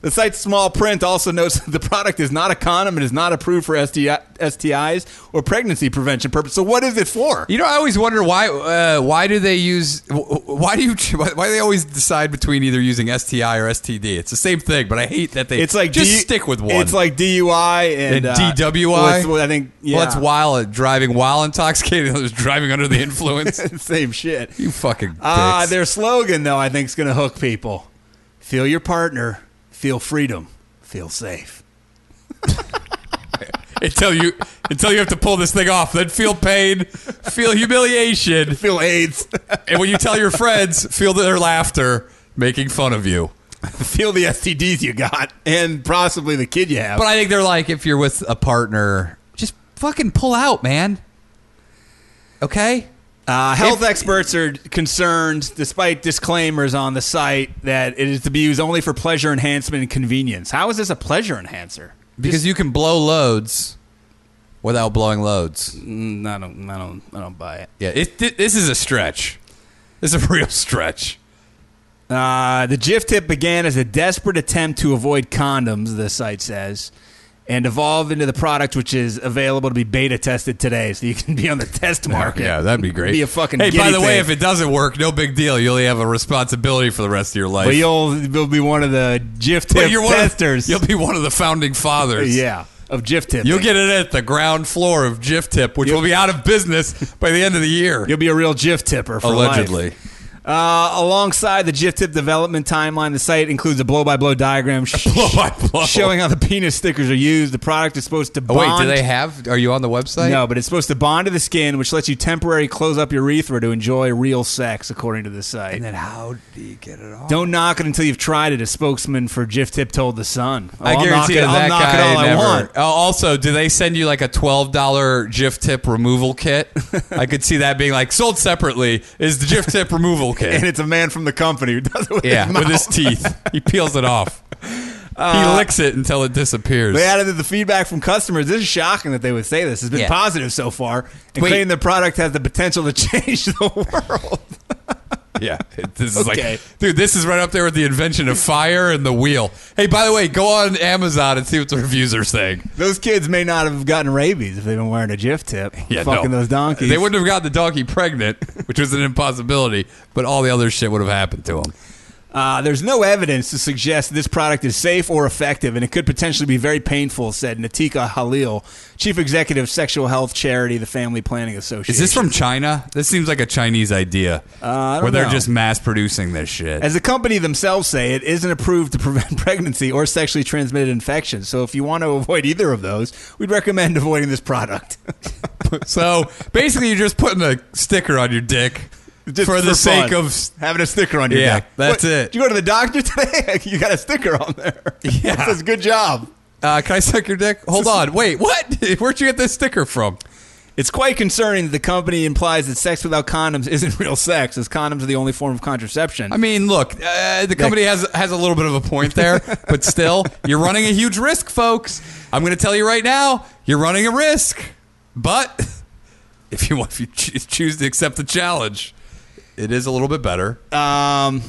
Speaker 3: The site's small print also notes that the product is not a condom and is not approved for STI, STIs or pregnancy prevention purposes. So what is it for?
Speaker 2: you know, I always wonder why. Uh, why do they use? wh- Why do you? Why do they always decide between either using STI or STD? It's the same thing, but I hate that they.
Speaker 3: It's like
Speaker 2: just
Speaker 3: D-
Speaker 2: stick with one.
Speaker 3: It's like DUI and,
Speaker 2: And
Speaker 3: uh,
Speaker 2: DWI?
Speaker 3: well, it's- well, I think yeah,
Speaker 2: well, that's while uh, driving while intoxicated. Others driving under the influence.
Speaker 3: same shit.
Speaker 2: you fucking. Dicks.
Speaker 3: Ah, their slogan though I think is going to hook people. Feel your partner, feel freedom, feel safe.
Speaker 2: until you until you have to pull this thing off. Then feel pain, feel humiliation,
Speaker 3: Feel AIDS,
Speaker 2: and when you tell your friends, feel their laughter making fun of you.
Speaker 3: feel the STDs you got, and possibly the kid you have.
Speaker 2: But I think they're like, if you're with a partner, just fucking pull out, man. Okay.
Speaker 3: uh, health experts are concerned, despite disclaimers on the site, that it is to be used only for pleasure enhancement and convenience. How is this a pleasure enhancer?
Speaker 2: Because you can blow loads without blowing loads.
Speaker 3: Mm, I don't, I don't, I don't buy it.
Speaker 2: Yeah, it, thi- this is a stretch. This is a real stretch.
Speaker 3: Uh, the GIF tip began as a desperate attempt to avoid condoms, the site says, and evolved into the product which is available to be beta tested today. So you can be on the test market.
Speaker 2: Yeah, that'd be great.
Speaker 3: Be a fucking
Speaker 2: Hey, by
Speaker 3: guinea
Speaker 2: the way,
Speaker 3: pig.
Speaker 2: if it doesn't work, no big deal. You only have a responsibility for the rest of your life.
Speaker 3: But you'll, you'll be one of the GIF
Speaker 2: But
Speaker 3: tip
Speaker 2: you're one of-
Speaker 3: testers.
Speaker 2: you'll be one of the founding fathers.
Speaker 3: yeah. of Jif Tip.
Speaker 2: You'll get it at the ground floor of Jif Tip, which will be out of business by the end of the year.
Speaker 3: You'll be a real Jif Tipper for life.
Speaker 2: Allegedly.
Speaker 3: Uh, alongside the GIF tip development timeline, the site includes a blow-by-blow diagram sh-
Speaker 2: Blow-by-blow.
Speaker 3: showing how the penis stickers are used. The product is supposed to
Speaker 2: Oh, wait,
Speaker 3: bond.
Speaker 2: do they have? Are you on the website?
Speaker 3: no, but it's supposed to bond to the skin, which lets you temporarily close up your urethra to enjoy real sex, according to the site.
Speaker 2: Then how do you get it off?
Speaker 3: Don't knock it until you've tried it. A spokesman for GIF Tip told the Sun. Oh,
Speaker 2: I
Speaker 3: I'll knock
Speaker 2: guarantee
Speaker 3: it,
Speaker 2: you that
Speaker 3: I'll knock
Speaker 2: guy
Speaker 3: it all
Speaker 2: never.
Speaker 3: I want.
Speaker 2: Oh, also, do they send you like a twelve dollar GIF tip removal kit? I could see that being like sold separately. Is the GIF tip removal
Speaker 3: And
Speaker 2: kit?
Speaker 3: it's a man from the company who does it with
Speaker 2: yeah,
Speaker 3: his
Speaker 2: with
Speaker 3: mouth. Uh,
Speaker 2: his teeth, he peels it off. he licks it until it disappears.
Speaker 3: They added that the feedback from customers. This is shocking that they would say this. Has been
Speaker 2: Yeah.
Speaker 3: positive so far, and
Speaker 2: Wait.
Speaker 3: claim the product has the potential to change the world.
Speaker 2: Yeah, this is
Speaker 3: Okay.
Speaker 2: like, dude, this is right up there with the invention of fire and the wheel. Hey, by the way, go on Amazon and see what the reviews are saying.
Speaker 3: Those kids may not have gotten rabies if they've been wearing a GIF tip.
Speaker 2: Yeah,
Speaker 3: fucking
Speaker 2: no.
Speaker 3: those donkeys.
Speaker 2: They wouldn't have gotten the donkey pregnant, which was an impossibility, but all the other shit would have happened to him.
Speaker 3: Uh, there's no evidence to suggest this product is safe or effective, and it could potentially be very painful," said Natika Halil, chief executive of sexual health charity, the Family Planning Association.
Speaker 2: Is this from China? This seems like a Chinese idea
Speaker 3: Uh, I don't
Speaker 2: where they're
Speaker 3: know.
Speaker 2: just mass producing this shit.
Speaker 3: As the company themselves say, it isn't approved to prevent pregnancy or sexually transmitted infections. So if you want to avoid either of those, we'd recommend avoiding this product.
Speaker 2: so basically, you're just putting a sticker on your dick
Speaker 3: Just
Speaker 2: for the
Speaker 3: for
Speaker 2: sake
Speaker 3: fun.
Speaker 2: of.
Speaker 3: Having a sticker on your
Speaker 2: Yeah,
Speaker 3: neck.
Speaker 2: that's
Speaker 3: What,
Speaker 2: it.
Speaker 3: Did you go to the doctor today? you got a sticker on there.
Speaker 2: Yeah.
Speaker 3: It says, good job.
Speaker 2: Uh, can I suck your dick? Hold on. Wait, what? Where'd you get this sticker from?
Speaker 3: It's quite concerning that the company implies that sex without condoms isn't real sex, as condoms are the only form of contraception.
Speaker 2: I mean, look, uh, the company has has a little bit of a point there, but still, you're running a huge risk, folks. I'm going to tell you right now, you're running a risk. But if you want, if you choo- choose to accept the challenge, it is a little bit better.
Speaker 3: Um,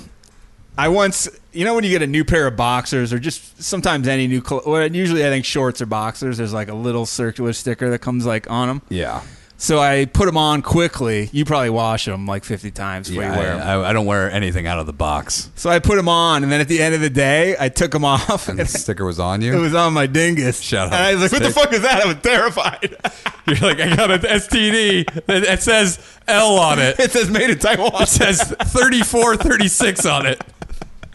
Speaker 3: I once, you know, when you get a new pair of boxers, or just sometimes any new, cl- or usually I think shorts or boxers. There's like a little circular sticker that comes like on them.
Speaker 2: yeah,
Speaker 3: So I put them on quickly. You probably wash them like 50 times before you wear them.
Speaker 2: I, I, I don't wear anything out of the box.
Speaker 3: so I put them on, and then at the end of the day, I took them off.
Speaker 2: And the
Speaker 3: And
Speaker 2: sticker was on
Speaker 3: it
Speaker 2: you.
Speaker 3: was on my dingus.
Speaker 2: Shut up.
Speaker 3: And I was like, "What the
Speaker 2: Stick.
Speaker 3: fuck is that?" I was terrified.
Speaker 2: you're like, I got an STD that that says L on it. It
Speaker 3: it says "Made in Taiwan."
Speaker 2: says 34, 36 on it.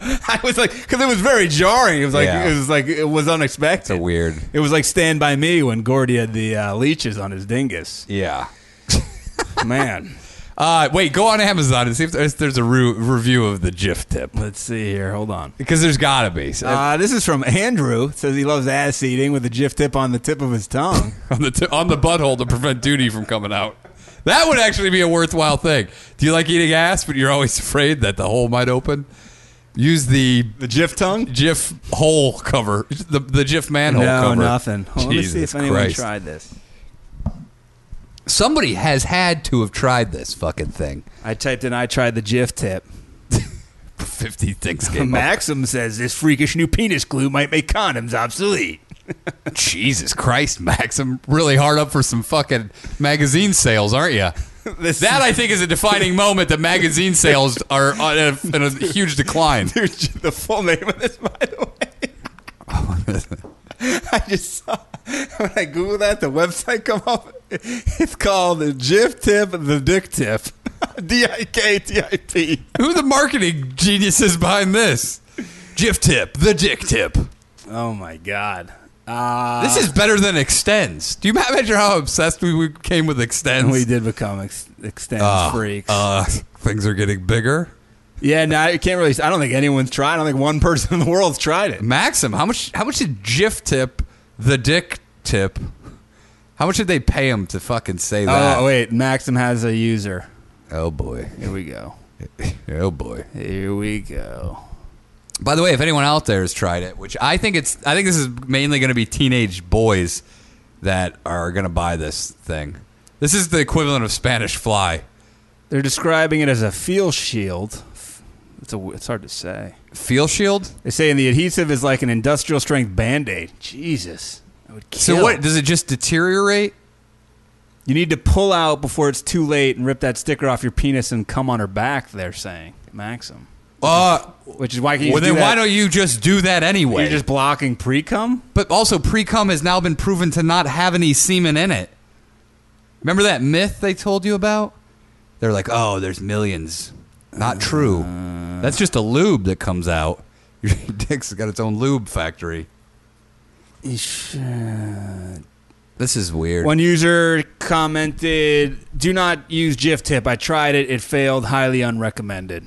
Speaker 3: I was like, because it was very jarring. It was like
Speaker 2: Yeah.
Speaker 3: it was like it was unexpected.
Speaker 2: It's weird.
Speaker 3: It was like Stand By Me when Gordy had the uh, leeches on his dingus.
Speaker 2: Yeah.
Speaker 3: Man.
Speaker 2: Uh, wait, go on Amazon and see if there's, there's a re- review of the GIF tip
Speaker 3: Let's see here. Hold on.
Speaker 2: because there's gotta be
Speaker 3: Uh, this is from Andrew. It says he loves ass eating with a GIF tip on the tip of his tongue.
Speaker 2: on the t- on the butthole to prevent duty from coming out. That would actually be a worthwhile thing. Do you like eating ass, but you're always afraid that the hole might open? Use the
Speaker 3: the GIF tongue?
Speaker 2: GIF hole cover, the the GIF manhole
Speaker 3: No,
Speaker 2: cover.
Speaker 3: nothing. Hold on, let me see
Speaker 2: Jesus
Speaker 3: if anyone
Speaker 2: Christ.
Speaker 3: tried this.
Speaker 2: Somebody has had to have tried this fucking thing.
Speaker 3: I typed in I tried the GIF tip.
Speaker 2: Fifty things came up.
Speaker 3: Maxim says this freakish new penis glue might make condoms obsolete.
Speaker 2: Jesus Christ, Max! I'm really hard up for some fucking magazine sales, aren't you?
Speaker 3: This
Speaker 2: That I think is a defining moment that magazine sales are on a, in a huge decline.
Speaker 3: Dude, the full name of this, by the way. I just saw when I googled that the website come up. It's called the GIF tip, the dick tip, D I K T I P.
Speaker 2: Who are the marketing geniuses behind this? GIF tip, the dick tip.
Speaker 3: Oh my god! Uh,
Speaker 2: This is better than extends. Do you imagine how obsessed we became with extends?
Speaker 3: we did become ex- extends
Speaker 2: Uh,
Speaker 3: freaks.
Speaker 2: Uh, things are getting bigger.
Speaker 3: yeah, no, I can't really. I don't think anyone's tried. I don't think one person in the world's tried it.
Speaker 2: Maxim, how much? How much did GIF tip, the dick tip? How much did they pay him to fucking say that?
Speaker 3: Oh wait, Maxim has a user.
Speaker 2: oh boy.
Speaker 3: Here we go.
Speaker 2: Oh boy.
Speaker 3: Here we go.
Speaker 2: By the way, if anyone out there has tried it, which I think it's, I think this is mainly going to be teenage boys that are going to buy this thing. This is the equivalent of Spanish fly.
Speaker 3: They're describing it as a feel shield. It's a, it's hard to say.
Speaker 2: Feel shield.
Speaker 3: They're saying the adhesive is like an industrial strength band aid. Jesus. That would kill.
Speaker 2: So what does it just deteriorate?
Speaker 3: You need to pull out before it's too late and rip that sticker off your penis and come on her back, they're saying. Maxim.
Speaker 2: Uh,
Speaker 3: which is why can you
Speaker 2: well,
Speaker 3: do
Speaker 2: then
Speaker 3: that?
Speaker 2: why don't you just do that anyway?
Speaker 3: You're just blocking pre cum.
Speaker 2: But also, pre cum has now been proven to not have any semen in it. Remember that myth they told you about? They're like, oh, there's millions. Not true.
Speaker 3: Uh.
Speaker 2: That's just a lube that comes out. Your dick's got its own lube factory. This is weird.
Speaker 3: One user commented, "Do not use GIF tip. I tried it. It failed. Highly unrecommended."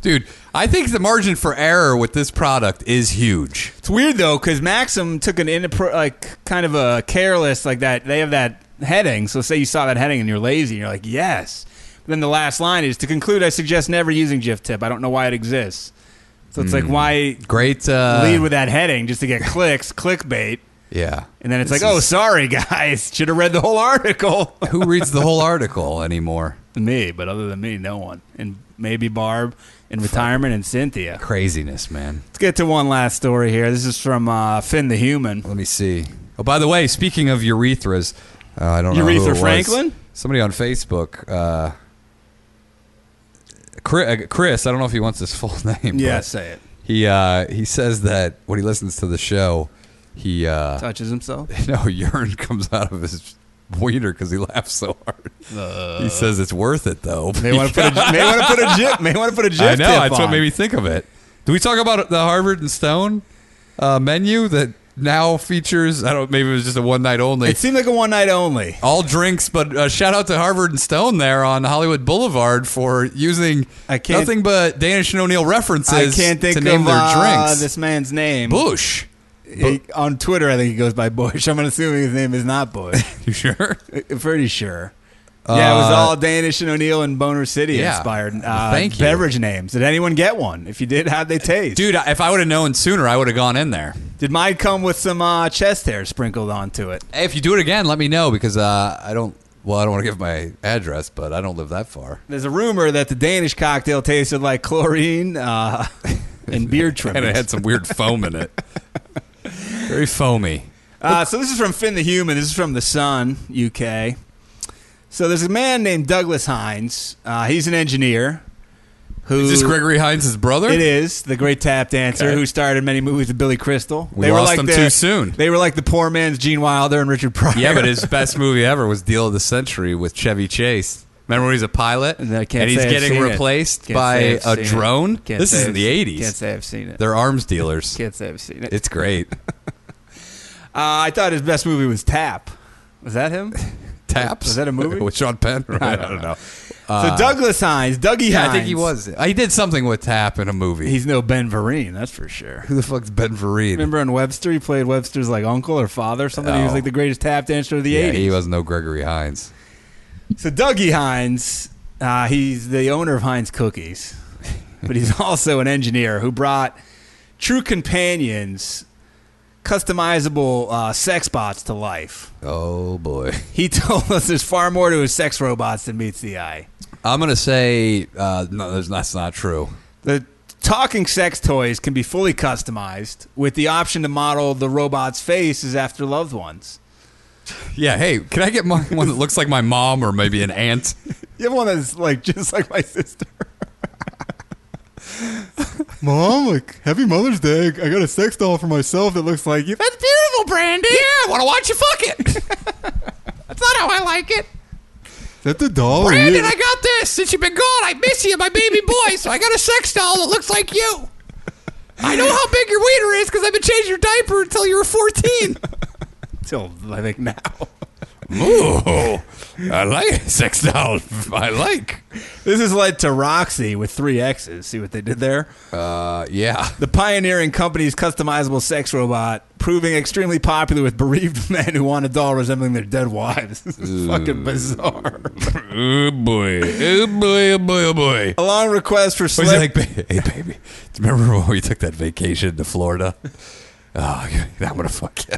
Speaker 2: Dude, I think the margin for error with this product is huge.
Speaker 3: It's weird though, because Maxim took an inappro- like kind of a careless like that. They have that heading. So say you saw that heading and you're lazy, and you're like, yes. But then the last line is to conclude. I suggest never using GIF tip. I don't know why it exists. So it's like why
Speaker 2: Great. Hmm. Uh,
Speaker 3: lead with that heading just to get clicks, clickbait,
Speaker 2: yeah.
Speaker 3: and then it's
Speaker 2: This
Speaker 3: like, oh,
Speaker 2: is-
Speaker 3: sorry guys, should have read the whole article.
Speaker 2: who reads the whole article anymore?
Speaker 3: me, but other than me, no one, and maybe Barb in retirement and Cynthia.
Speaker 2: Craziness, man.
Speaker 3: Let's get to one last story here. This is from uh, Finn the Human.
Speaker 2: Let me see. Oh, by the way, speaking of urethras, uh, I don't know. who it
Speaker 3: Urethra
Speaker 2: was.
Speaker 3: Franklin?
Speaker 2: Somebody on Facebook. Uh, Chris, Chris, I don't know if he wants his full name. but
Speaker 3: Yeah, say it.
Speaker 2: He uh, he says that when he listens to the show, he uh,
Speaker 3: Touches himself.
Speaker 2: no urine comes out of his wiener because he laughs so hard. he says it's worth it though.
Speaker 3: May want to Uh. put a may want to put a gif may want to put a gif.
Speaker 2: I know.
Speaker 3: tip
Speaker 2: That's what
Speaker 3: on.
Speaker 2: made me think of it. Do we talk about the Harvard and Stone uh, menu that now features? I don't. Maybe it was just a one night only.
Speaker 3: It seemed like a one night only.
Speaker 2: all drinks, but uh, shout out to Harvard and Stone there on Hollywood Boulevard for using
Speaker 3: I can't-
Speaker 2: nothing but Danish and O'Neill
Speaker 3: I
Speaker 2: references
Speaker 3: can't think
Speaker 2: to name
Speaker 3: of
Speaker 2: their
Speaker 3: uh,
Speaker 2: drinks.
Speaker 3: this man's name.
Speaker 2: Bush.
Speaker 3: He- on Twitter, I think he goes by Bush. I'm assuming his name is not Bush.
Speaker 2: You sure?
Speaker 3: I'm pretty sure. yeah, it was
Speaker 2: Uh,
Speaker 3: all Danish and O'Neill and Boner City
Speaker 2: Yeah.
Speaker 3: inspired. Uh,
Speaker 2: Well, thank you.
Speaker 3: Beverage names. Did anyone get one? If you did, how'd they taste?
Speaker 2: Dude, I- if I would have known sooner, I would have gone in there.
Speaker 3: Did mine come with some uh, chest hair sprinkled onto it?
Speaker 2: Hey, if you do it again, let me know because uh, I don't. Well, I don't want to give my address, but I don't live that far.
Speaker 3: There's a rumor that the Danish cocktail tasted like chlorine uh, and beard
Speaker 2: And it
Speaker 3: trimmings.
Speaker 2: had some weird foam in it. Very foamy.
Speaker 3: Uh, so this is from Finn the Human. This is from The Sun, UK. So there's a man named Douglas Hines. Uh, he's an engineer. Who
Speaker 2: Is this Gregory Hines' brother?
Speaker 3: It is the great tap dancer
Speaker 2: Okay.
Speaker 3: who starred in many movies with Billy Crystal.
Speaker 2: We lost them
Speaker 3: the,
Speaker 2: too soon.
Speaker 3: They were like the poor man's Gene Wilder and Richard Pryor.
Speaker 2: Yeah, but his best movie ever was Deal of the Century with Chevy Chase. Remember when he's a pilot
Speaker 3: I can't
Speaker 2: and he's
Speaker 3: say I've
Speaker 2: getting
Speaker 3: seen it.
Speaker 2: replaced
Speaker 3: Can't
Speaker 2: by
Speaker 3: say I've
Speaker 2: a
Speaker 3: seen it.
Speaker 2: drone?
Speaker 3: Can't
Speaker 2: This
Speaker 3: say
Speaker 2: is
Speaker 3: I've
Speaker 2: in the
Speaker 3: seen-
Speaker 2: 80s.
Speaker 3: Can't say I've seen it.
Speaker 2: They're arms dealers.
Speaker 3: Can't say I've seen it.
Speaker 2: It's great.
Speaker 3: Uh, I thought his best movie was Tap. Was that him?
Speaker 2: Taps.
Speaker 3: Was that a movie?
Speaker 2: with Sean Penn? I don't know. Uh,
Speaker 3: so Douglas Hines, Dougie
Speaker 2: Yeah,
Speaker 3: Hines.
Speaker 2: I think he was. He did something with Tap in a movie.
Speaker 3: He's no Ben Vereen, that's for sure.
Speaker 2: Who the fuck's Ben Vereen?
Speaker 3: Remember on Webster, he played Webster's like uncle or father or something. He was
Speaker 2: Oh.
Speaker 3: like the greatest tap dancer of the
Speaker 2: Yeah,
Speaker 3: 80s.
Speaker 2: he was no Gregory Hines.
Speaker 3: So Dougie Hines, uh, he's the owner of Hines Cookies, but he's also an engineer who brought True Companions customizable uh, sex bots to life.
Speaker 2: Oh boy.
Speaker 3: He told us there's far more to his sex robots than meets the eye.
Speaker 2: I'm gonna say uh, no. That's, that's not true.
Speaker 3: The talking sex toys can be fully customized with the option to model the robot's faces after loved ones.
Speaker 2: Yeah. Hey, can I get my, one that looks like my mom or maybe an aunt?
Speaker 3: You have one that's like just like my sister.
Speaker 8: Mom, like, happy Mother's Day. I got a sex doll for myself that looks like you.
Speaker 5: That's beautiful, Brandy.
Speaker 2: I want to watch you fuck it.
Speaker 5: That's not how I like it.
Speaker 8: Is that the doll? or
Speaker 5: Brandon,
Speaker 8: you?
Speaker 5: I got this. Since you've been gone, I miss you, my baby boy. So I got a sex doll that looks like you. I know how big your wiener is because I've been changing your diaper until you were 14.
Speaker 3: Till I think now.
Speaker 2: Ooh, Oh, I like sex doll. I like.
Speaker 3: This has led to Roxy with three X's. See what they did there?
Speaker 2: Uh, yeah.
Speaker 3: The pioneering company's customizable sex robot, proving extremely popular with bereaved men who want a doll resembling their dead wives. This is fucking bizarre.
Speaker 2: Oh boy. Oh boy. Oh boy. Oh boy.
Speaker 3: A long request for
Speaker 2: Was he
Speaker 3: celebrity.
Speaker 2: like, "Ba- hey baby, do you remember when we took that vacation to Florida? Oh, yeah, I'm gonna fuck you.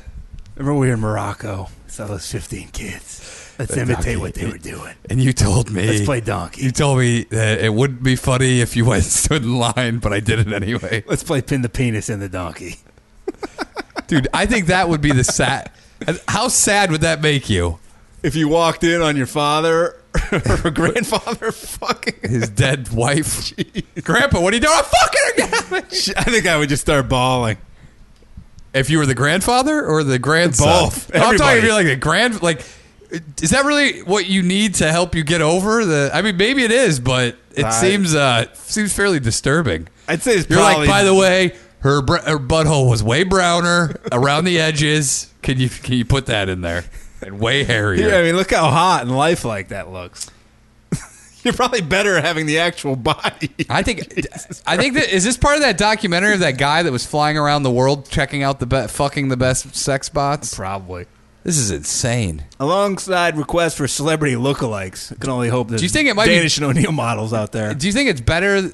Speaker 3: Remember we were in Morocco? Saw those 15 kids. Let's imitate what they were doing.
Speaker 2: And you told me
Speaker 3: Let's play donkey.
Speaker 2: You told me that it wouldn't be funny if you went and stood in line, but I did it anyway.
Speaker 3: Let's play pin the penis in the donkey.
Speaker 2: Dude, I think that would be the sad. How sad would that make you?
Speaker 3: If you walked in on your father her grandfather fucking.
Speaker 2: His dead wife. Grandpa, what are you doing? I'm fucking her.
Speaker 3: I think I would just start bawling.
Speaker 2: If you were the grandfather or the grandson,
Speaker 3: Both.
Speaker 2: I'm talking if
Speaker 3: Everybody.
Speaker 2: you're like the grand. Like, is that really what you need to help you get over the? I mean, maybe it is, but it seems uh seems fairly disturbing.
Speaker 3: I'd say it's
Speaker 2: You're
Speaker 3: probably.
Speaker 2: like, by the way, her br- her butthole was way browner around the edges. Can you can you put that in there? And way hairier.
Speaker 3: Yeah, I mean, look how hot and lifelike that looks. You're probably better having the actual body.
Speaker 2: I think I think that is this part of that documentary of that guy that was flying around the world checking out the be- fucking the best sex bots.
Speaker 3: Probably.
Speaker 2: This is insane.
Speaker 3: Alongside requests for celebrity lookalikes. I can only hope there's
Speaker 2: you think it might be-
Speaker 3: Danish and O'Neill models out there.
Speaker 2: Do you think it's better?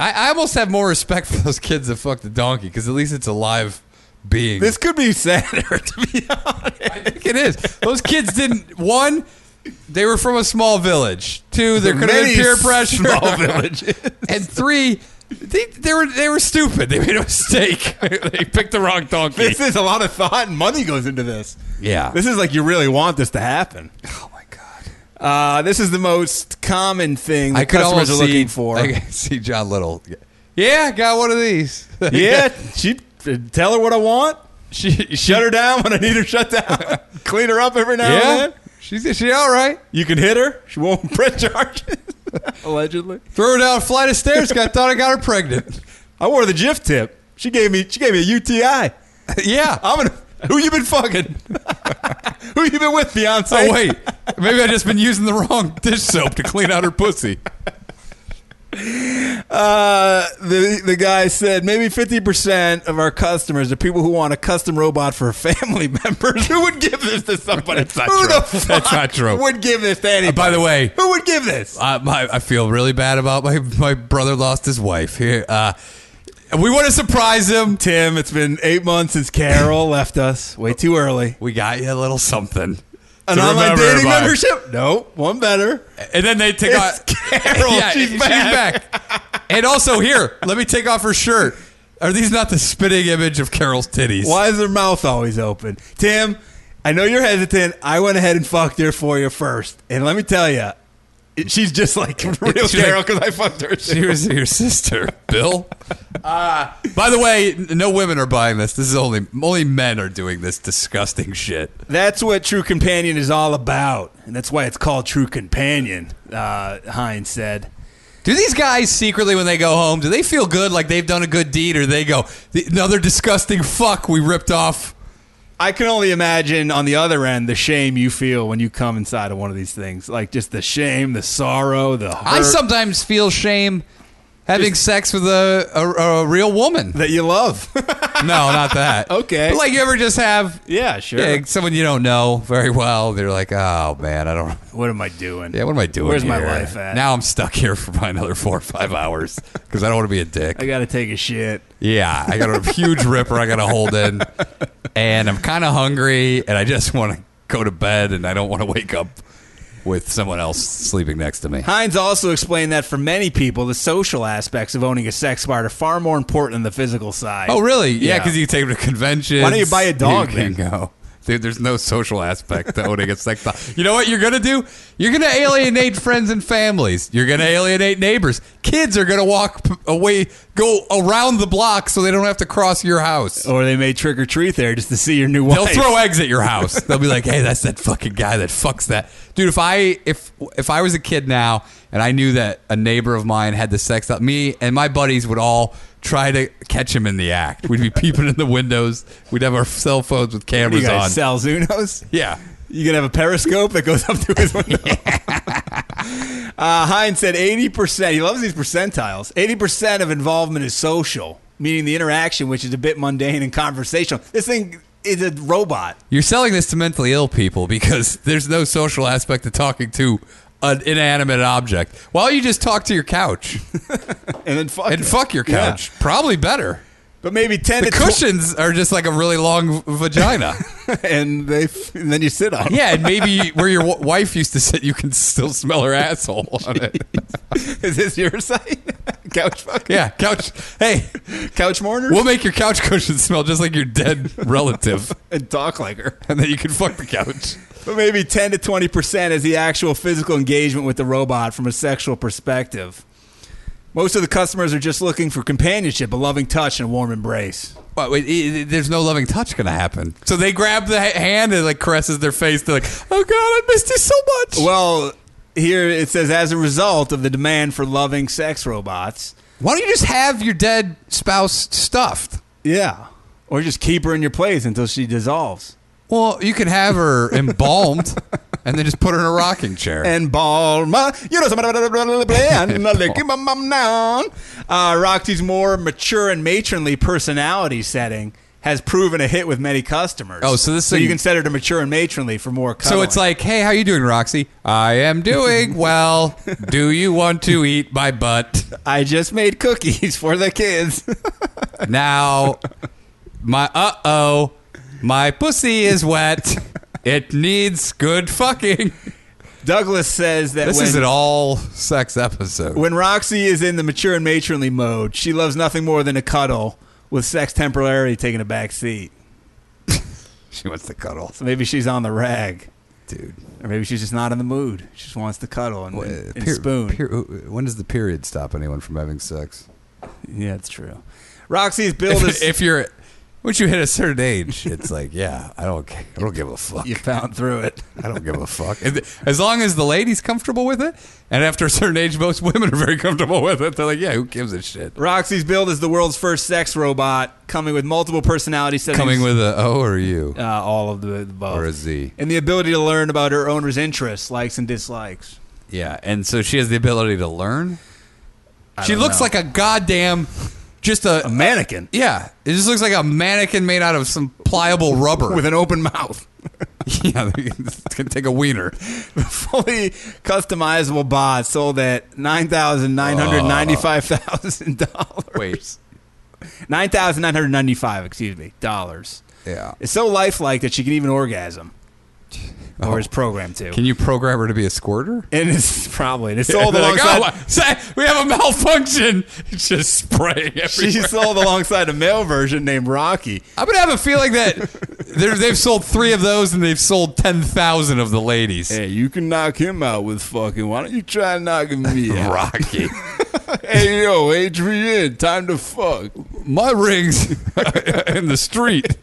Speaker 2: I, I almost have more respect for those kids that fuck the donkey because at least it's a live being.
Speaker 3: This could be sadder, to be
Speaker 2: I think it is. Those kids didn't. One, they were from a small village. Two, there could have been
Speaker 3: Many
Speaker 2: peer pressure.
Speaker 3: Small village.
Speaker 2: And three, they, they were they were stupid. They made a mistake. they picked the wrong donkey.
Speaker 3: this is a lot of thought and money goes into this.
Speaker 2: yeah.
Speaker 3: This is like you really want this to happen.
Speaker 2: oh my god.
Speaker 3: Uh, this is the most common thing that
Speaker 2: I could
Speaker 3: customers
Speaker 2: almost
Speaker 3: are
Speaker 2: see,
Speaker 3: looking for.
Speaker 2: I could see John Little. Yeah, got one of these.
Speaker 3: yeah, she uh, tell her what I want. She shut her down when I need her shut down. Clean her up every now
Speaker 2: yeah.
Speaker 3: and then.
Speaker 2: She's she all right.
Speaker 3: You can hit her. She won't press charges. Allegedly,
Speaker 2: Threw her down a flight of stairs. I thought I got her pregnant.
Speaker 3: I wore the GIF tip. She gave me. She gave me a UTI.
Speaker 2: yeah.
Speaker 3: I'm gonna. Who you been fucking? who you been with, Beyonce?
Speaker 2: Oh wait, maybe I just been using the wrong dish soap to clean out her pussy.
Speaker 3: Uh, the the guy said maybe fifty percent of our customers are people who want a custom robot for family members. who would give this to somebody? who the fuck
Speaker 2: That's not true.
Speaker 3: would give this to anybody?
Speaker 2: by the way,
Speaker 3: who would give this?
Speaker 2: I, my, I feel really bad about my my brother lost his wife here. Uh, we want to surprise him.
Speaker 3: Tim, it's been eight months since Carol left us. Way too early.
Speaker 2: We got you a little something.
Speaker 3: An
Speaker 2: to
Speaker 3: online
Speaker 2: remember
Speaker 3: dating
Speaker 2: by.
Speaker 3: membership? No, one better.
Speaker 2: And then they take
Speaker 3: It's
Speaker 2: off.
Speaker 3: Carol. She's
Speaker 2: back. And also here, let me take off her shirt. Are these not the spitting image of Carol's titties?
Speaker 3: Why is her mouth always open? Tim, I know you're hesitant. I went ahead and fucked her for you first. And let me tell you, she's just like real
Speaker 2: She's
Speaker 3: Carol
Speaker 2: like-
Speaker 3: because I fucked her.
Speaker 2: She was your sister, Bill. Uh, by the way, n- no women are buying this. This is only only men are doing this disgusting shit.
Speaker 3: That's what True Companion is all about. And that's why it's called True Companion, uh, Hines said.
Speaker 2: Do these guys secretly, when they go home, do they feel good like they've done a good deed, or they go "The- another disgusting fuck we ripped off?
Speaker 3: I can only imagine on the other end the shame you feel when you come inside of one of these things. Like just the shame, the sorrow, the hurt
Speaker 2: I sometimes feel shame having sex with a, a, a real woman.
Speaker 3: that you love.
Speaker 2: No, not that.
Speaker 3: Okay.
Speaker 2: but like you ever just have
Speaker 3: yeah, sure.
Speaker 2: yeah, someone you don't know very well. They're like, oh man, I don't.
Speaker 3: What am I doing?
Speaker 2: Yeah, what am I doing?
Speaker 3: Where's my
Speaker 2: here?
Speaker 3: life at?
Speaker 2: Now I'm stuck here for probably another four or five hours because I don't want to be a dick.
Speaker 3: I got to take a shit.
Speaker 2: Yeah, I got a huge ripper I got to hold in, and I'm kind of hungry, and I just want to go to bed, and I don't want to wake up with someone else sleeping next to me.
Speaker 3: Hines also explained that for many people, the social aspects of owning a sex part are far more important than the physical side.
Speaker 2: Oh, really? Yeah, because you take them to conventions.
Speaker 3: Why don't you buy a dog
Speaker 2: You can go. Dude, there's no social aspect to owning a sex dog. You know what you're gonna do? You're gonna alienate friends and families. You're gonna alienate neighbors. Kids are gonna walk p- away, go around the block, so they don't have to cross your house.
Speaker 3: Or they may trick or treat there just to see your new
Speaker 2: They'll
Speaker 3: wife.
Speaker 2: throw eggs at your house. They'll be like, "Hey, that's that fucking guy that fucks that dude." If I if if I was a kid now and I knew that a neighbor of mine had the sex up, me and my buddies would all try to catch him in the act. We'd be peeping in the windows. We'd have our cell phones with
Speaker 3: What do you
Speaker 2: cameras on.
Speaker 3: guys sell Zunos?
Speaker 2: yeah,
Speaker 3: You gonna have a periscope that goes up to his window. uh, Hines said eighty percent. He loves these percentiles. Eighty percent of involvement is social, meaning the interaction, which is a bit mundane and conversational. This thing is a robot.
Speaker 2: you're selling this to mentally ill people because there's no social aspect to talking to an inanimate object. Why don't you just talk to your couch
Speaker 3: And then fuck.
Speaker 2: and
Speaker 3: it.
Speaker 2: fuck your
Speaker 3: Yeah.
Speaker 2: couch? Probably better.
Speaker 3: But maybe ten
Speaker 2: The
Speaker 3: to tw-
Speaker 2: cushions are just like a really long v- vagina.
Speaker 3: and they and then you sit on. it.
Speaker 2: Yeah, and maybe where your w- wife used to sit, you can still smell her asshole on it.
Speaker 3: Is this your site? couch fucking.
Speaker 2: Yeah, couch. Hey,
Speaker 3: Couch mourners.
Speaker 2: we'll make your couch cushion smell just like your dead relative,
Speaker 3: and talk like her.
Speaker 2: and then you can fuck the couch.
Speaker 3: but maybe 10 to 20% is the actual physical engagement with the robot from a sexual perspective. Most of the customers are just looking for companionship, a loving touch, and a warm embrace.
Speaker 2: Well, wait, i- i- there's no loving touch going to happen. So they grab the ha- hand and like caresses their face. They're like, "Oh God, I missed you so much."
Speaker 3: Well, here it says as a result of the demand for loving sex robots.
Speaker 2: Why don't you just have your dead spouse stuffed?
Speaker 3: Yeah. Or just keep her in your place until she dissolves.
Speaker 2: Well, you can have her embalmed and then just put her in a rocking chair.
Speaker 3: and ball my you know somebody and I lick my mom down. Uh, Roxy's more mature and matronly personality setting has proven a hit with many customers.
Speaker 2: Oh, so this thing-
Speaker 3: you consider it a mature and matronly for more. Cuddling.
Speaker 2: so it's like, hey, how you doing, Roxy? I am doing well. Do you want to eat my butt
Speaker 3: I just made cookies for the kids.
Speaker 2: now? My uh oh, my pussy is wet. It needs good fucking.
Speaker 3: Douglas says that
Speaker 2: This
Speaker 3: when,
Speaker 2: is an all sex episode.
Speaker 3: when Roxy is in the mature and matronly mode, she loves nothing more than a cuddle, with sex temporarily taking a back seat.
Speaker 2: she wants to cuddle,
Speaker 3: So maybe she's on the rag.
Speaker 2: dude. Uh,
Speaker 3: Or maybe she's just not in the mood. She just wants to cuddle and, and, and
Speaker 2: Peri-
Speaker 3: spoon.
Speaker 2: per- when does the period stop anyone from having sex?
Speaker 3: Yeah, it's true. Roxy's build
Speaker 2: If,
Speaker 3: is.
Speaker 2: if you're once you hit a certain age, it's like, yeah, I don't, ca- I don't give a fuck.
Speaker 3: you found through it.
Speaker 2: I don't give a fuck. As- As long as the lady's comfortable with it, and after a certain age, most women are very comfortable with it. They're like, yeah, who gives a shit?
Speaker 3: Roxy's build is the world's first sex robot, coming with multiple personality settings.
Speaker 2: Coming with a O or you
Speaker 3: uh, all of the above.
Speaker 2: or a Z.
Speaker 3: and the ability to learn about her owner's interests, likes, and dislikes.
Speaker 2: Yeah, and so she has the ability to learn. She looks like a goddamn, just a,
Speaker 3: A mannequin
Speaker 2: yeah. It just looks like a mannequin made out of some pliable rubber.
Speaker 3: with an open mouth.
Speaker 2: yeah, it's gonna take a wiener.
Speaker 3: Fully customizable bot sold at $9,995,000.
Speaker 2: Wait,
Speaker 3: Uh. $9,995, excuse me, dollars.
Speaker 2: yeah.
Speaker 3: It's so lifelike that she can even orgasm. Or is programmed to.
Speaker 2: Can you program her to be a squirter?
Speaker 3: and it's probably and it's
Speaker 2: They're
Speaker 3: sold
Speaker 2: like,
Speaker 3: alongside.
Speaker 2: "Oh, sa- we have a malfunction. It's just spraying everywhere.
Speaker 3: she sold alongside a male version named Rocky.
Speaker 2: I'm gonna have a feeling that they're- they've sold three of those and they've sold ten thousand of the ladies.
Speaker 3: you can knock him out with fucking. Why don't you try knocking me
Speaker 2: Rocky,
Speaker 3: hey yo, Adrian, time to fuck.
Speaker 2: my rings in the street.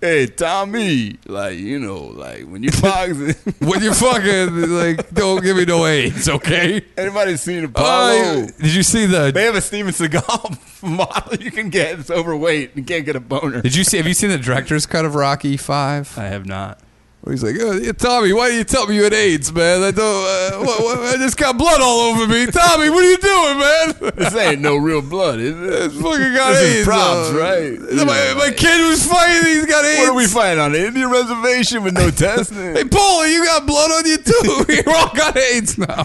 Speaker 3: Hey Tommy, like you know, like when you boxing,
Speaker 2: When you fucking like, don't give me no AIDS, okay?
Speaker 3: anybody seen
Speaker 2: Oh, did you see
Speaker 3: they
Speaker 2: the?
Speaker 3: have a Steven Seagal model you can get. It's overweight and can't get a boner.
Speaker 2: Did you see? Have you seen the director's cut of Rocky Five?
Speaker 3: I have not.
Speaker 2: Where he's like, oh, yeah, Tommy, why do you tell me you had AIDS, man? I don't. Uh, what, what, I just got blood all over me. Tommy, what are you doing, man?
Speaker 3: This ain't no real blood, is it?
Speaker 2: This fucking got
Speaker 3: This is
Speaker 2: AIDS.
Speaker 3: proms,
Speaker 2: uh,
Speaker 3: right?
Speaker 2: My, my kid was fighting. He's got AIDS.
Speaker 3: What are we fighting on? An Indian reservation with no testing?
Speaker 2: Hey, Paulie, you got blood on you too. we all got AIDS now.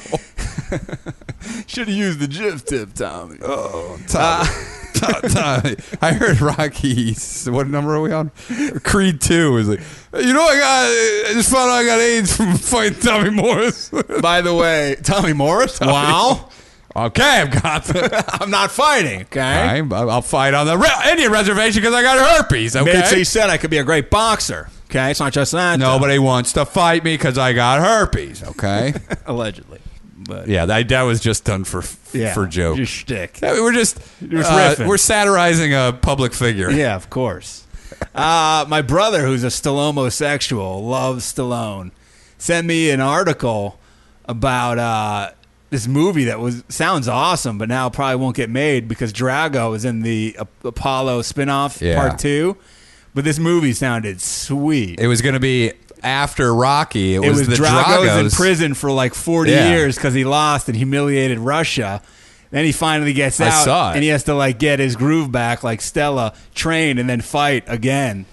Speaker 3: Should have used the GIF tip, Tommy.
Speaker 2: Oh, Tommy. Tom- Tommy. I heard Rocky. What number are we on? Creed Two is like, you know, I got. I just found out I got AIDS from fighting Tommy Morris.
Speaker 3: By the way, Tommy Morris. Wow,
Speaker 2: okay, I've got. The,
Speaker 3: I'm not fighting. Okay,
Speaker 2: I'm, I'll fight on the re- Indian reservation because I got herpes. Okay.
Speaker 3: Mitch, he said I could be a great boxer. Okay, it's not just that.
Speaker 2: Nobody wants to fight me because I got herpes. Okay.
Speaker 3: though. allegedly, but
Speaker 2: yeah, that, that was just done for
Speaker 3: yeah,
Speaker 2: for joke.
Speaker 3: just shtick.
Speaker 2: Yeah, we're just,
Speaker 3: just
Speaker 2: uh,
Speaker 3: riffing.
Speaker 2: we're satirizing a public figure.
Speaker 3: Yeah, of course. Uh, my brother, who's a Stallomosexual, loves Stallone, sent me an article about uh, this movie that was sounds awesome, but now probably won't get made because Drago was in the Ap- Apollo spinoff
Speaker 2: Yeah.
Speaker 3: part two. But this movie sounded sweet.
Speaker 2: It was going to be after Rocky. It,
Speaker 3: It
Speaker 2: was,
Speaker 3: was,
Speaker 2: the
Speaker 3: Drago's, in
Speaker 2: Dragos.
Speaker 3: prison for like 40
Speaker 2: Yeah.
Speaker 3: years because he lost and humiliated Russia. Then he finally gets
Speaker 2: I
Speaker 3: out,
Speaker 2: saw it.
Speaker 3: and he has to like get his groove back, like Stella, train, and then fight again.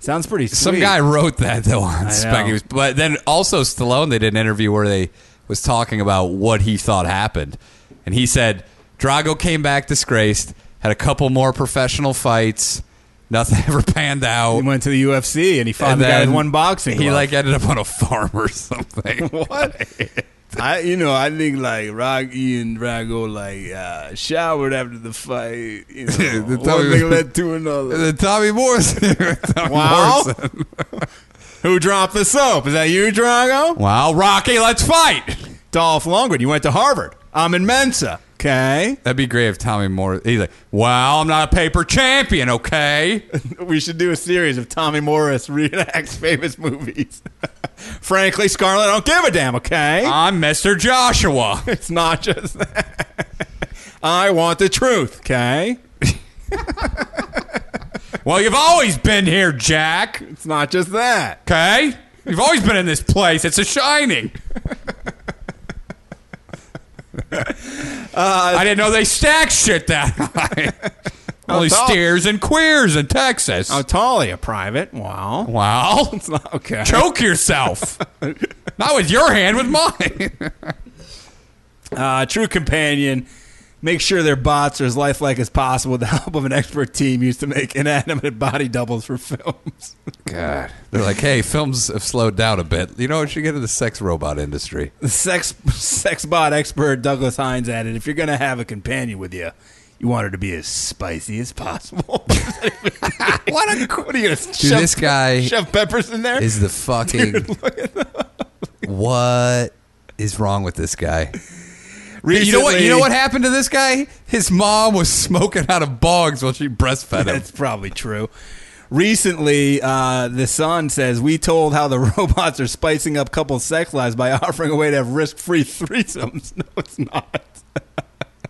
Speaker 3: Sounds pretty. Sweet.
Speaker 2: Some guy wrote that though on spec.
Speaker 3: know.
Speaker 2: He was- But then also Stallone, they did an interview where they was talking about what he thought happened, and he said Drago came back disgraced, had a couple more professional fights, nothing ever panned out.
Speaker 3: he went to the UFC and he fought
Speaker 2: and
Speaker 3: the guy with
Speaker 2: then
Speaker 3: one boxing.
Speaker 2: He
Speaker 3: glove.
Speaker 2: like ended up on a farm or something.
Speaker 3: what? I you know I think like Rocky and Drago like uh, showered after the fight. You
Speaker 2: The one Tommy- thing led
Speaker 3: to
Speaker 2: The
Speaker 3: another.
Speaker 2: Tommy Morrison. Tommy
Speaker 3: Wow.
Speaker 2: Morrison.
Speaker 3: Who dropped the soap? Is that you, Drago?
Speaker 2: Wow, Rocky, let's fight.
Speaker 3: Dolph Lundgren. You went to Harvard. I'm in Mensa. Okay.
Speaker 2: That'd be great if Tommy Moore. He's like, "Wow, I'm not a paper champion, okay?"
Speaker 3: We should do a series of Tommy Morris reenacts famous movies. Frankly, Scarlett, I don't give a damn, okay?
Speaker 2: I'm Mr. Joshua.
Speaker 3: it's not just that. I want the truth, okay?
Speaker 2: well, you've always been here, Jack.
Speaker 3: It's not just that.
Speaker 2: Okay? You've always been in this place. It's a shining.
Speaker 3: Uh,
Speaker 2: I didn't know they stacked shit that high. Only
Speaker 3: tall-
Speaker 2: steers and queers in Texas.
Speaker 3: How tall are you, Private? Wow.
Speaker 2: wow.
Speaker 3: It's not okay.
Speaker 2: Choke yourself. Not with your hand, with mine.
Speaker 3: Uh, true companion. Make sure their bots are as lifelike as possible with the help of an expert team used to make inanimate body doubles for films.
Speaker 2: God. They're like, hey, films have slowed down a bit. You know, we should get into the sex robot industry.
Speaker 3: The sex sex bot expert Douglas Hines added, "If you're gonna have a companion with you, you want her to be as spicy as possible." what, a, what are you gonna
Speaker 2: Dude,
Speaker 3: shove,
Speaker 2: this guy
Speaker 3: shove peppers in there?
Speaker 2: is the fucking. what is wrong with this guy? You know what? You know what happened to this guy? His mom was smoking out of bogs while she breastfed him.
Speaker 3: That's probably true. Recently, uh, the Sun says we told how the robots are spicing up couples' sex lives by offering a way to have risk-free threesomes. No, it's not.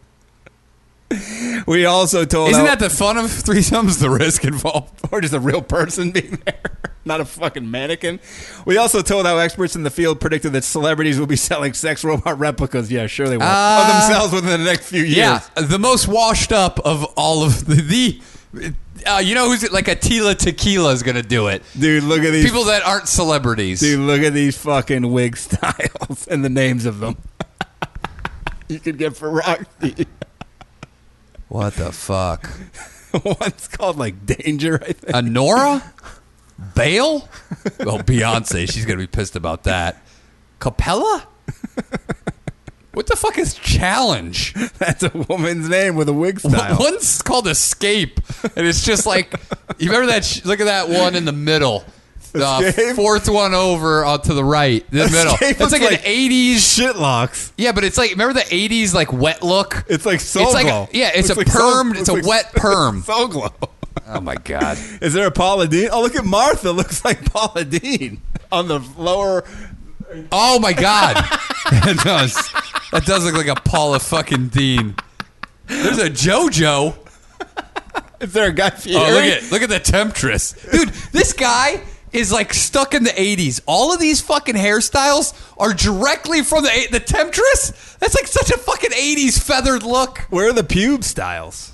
Speaker 3: we also told
Speaker 2: Isn't
Speaker 3: how-
Speaker 2: that the fun of threesomes? The risk involved.
Speaker 3: or just a real person being there, not a fucking mannequin. We also told how experts in the field predicted that celebrities will be selling sex robot replicas. Yeah, sure they will. of
Speaker 2: Uh,
Speaker 3: themselves within the next few years.
Speaker 2: Yeah, the most washed up of all of the. the uh, you know who's like Attila Tequila is gonna do it.
Speaker 3: Dude, look at these.
Speaker 2: People that aren't celebrities.
Speaker 3: dude, look at these fucking wig styles and the names of them. you could get for Roxy.
Speaker 2: What the fuck?
Speaker 3: One's called like Danger, I think.
Speaker 2: Anora? Bale? Well, Beyonce, she's going to be pissed about that. Capella? What the fuck is challenge?
Speaker 3: That's a woman's name with a wig style.
Speaker 2: One's called escape, and it's just like you remember that. Sh- look at that one in the middle, the
Speaker 3: Escape?
Speaker 2: fourth one over uh, to the right, the middle.
Speaker 3: Escape
Speaker 2: It's
Speaker 3: looks
Speaker 2: like, an
Speaker 3: like-
Speaker 2: '80s.
Speaker 3: Shitlocks.
Speaker 2: Yeah, but it's like remember the '80s like wet look.
Speaker 3: It's like Soul
Speaker 2: it's like
Speaker 3: Glow.
Speaker 2: a, yeah, it's
Speaker 3: Looks
Speaker 2: a
Speaker 3: like Soul-
Speaker 2: perm. It's a
Speaker 3: looks
Speaker 2: wet
Speaker 3: like
Speaker 2: perm.
Speaker 3: Soul glow.
Speaker 2: Oh my god.
Speaker 3: Is there a Paula Dean? Oh, look at Martha. Looks like Paula Dean on the lower.
Speaker 2: Oh my god, that does. That does look like a Paula fucking Dean. There's a JoJo.
Speaker 3: Is there a guy Fieri?
Speaker 2: Oh, look at look at the temptress, dude. This guy is like stuck in the '80s. All of these fucking hairstyles are directly from the eight- the temptress. That's like such a fucking '80s feathered look.
Speaker 3: Where are the pube styles?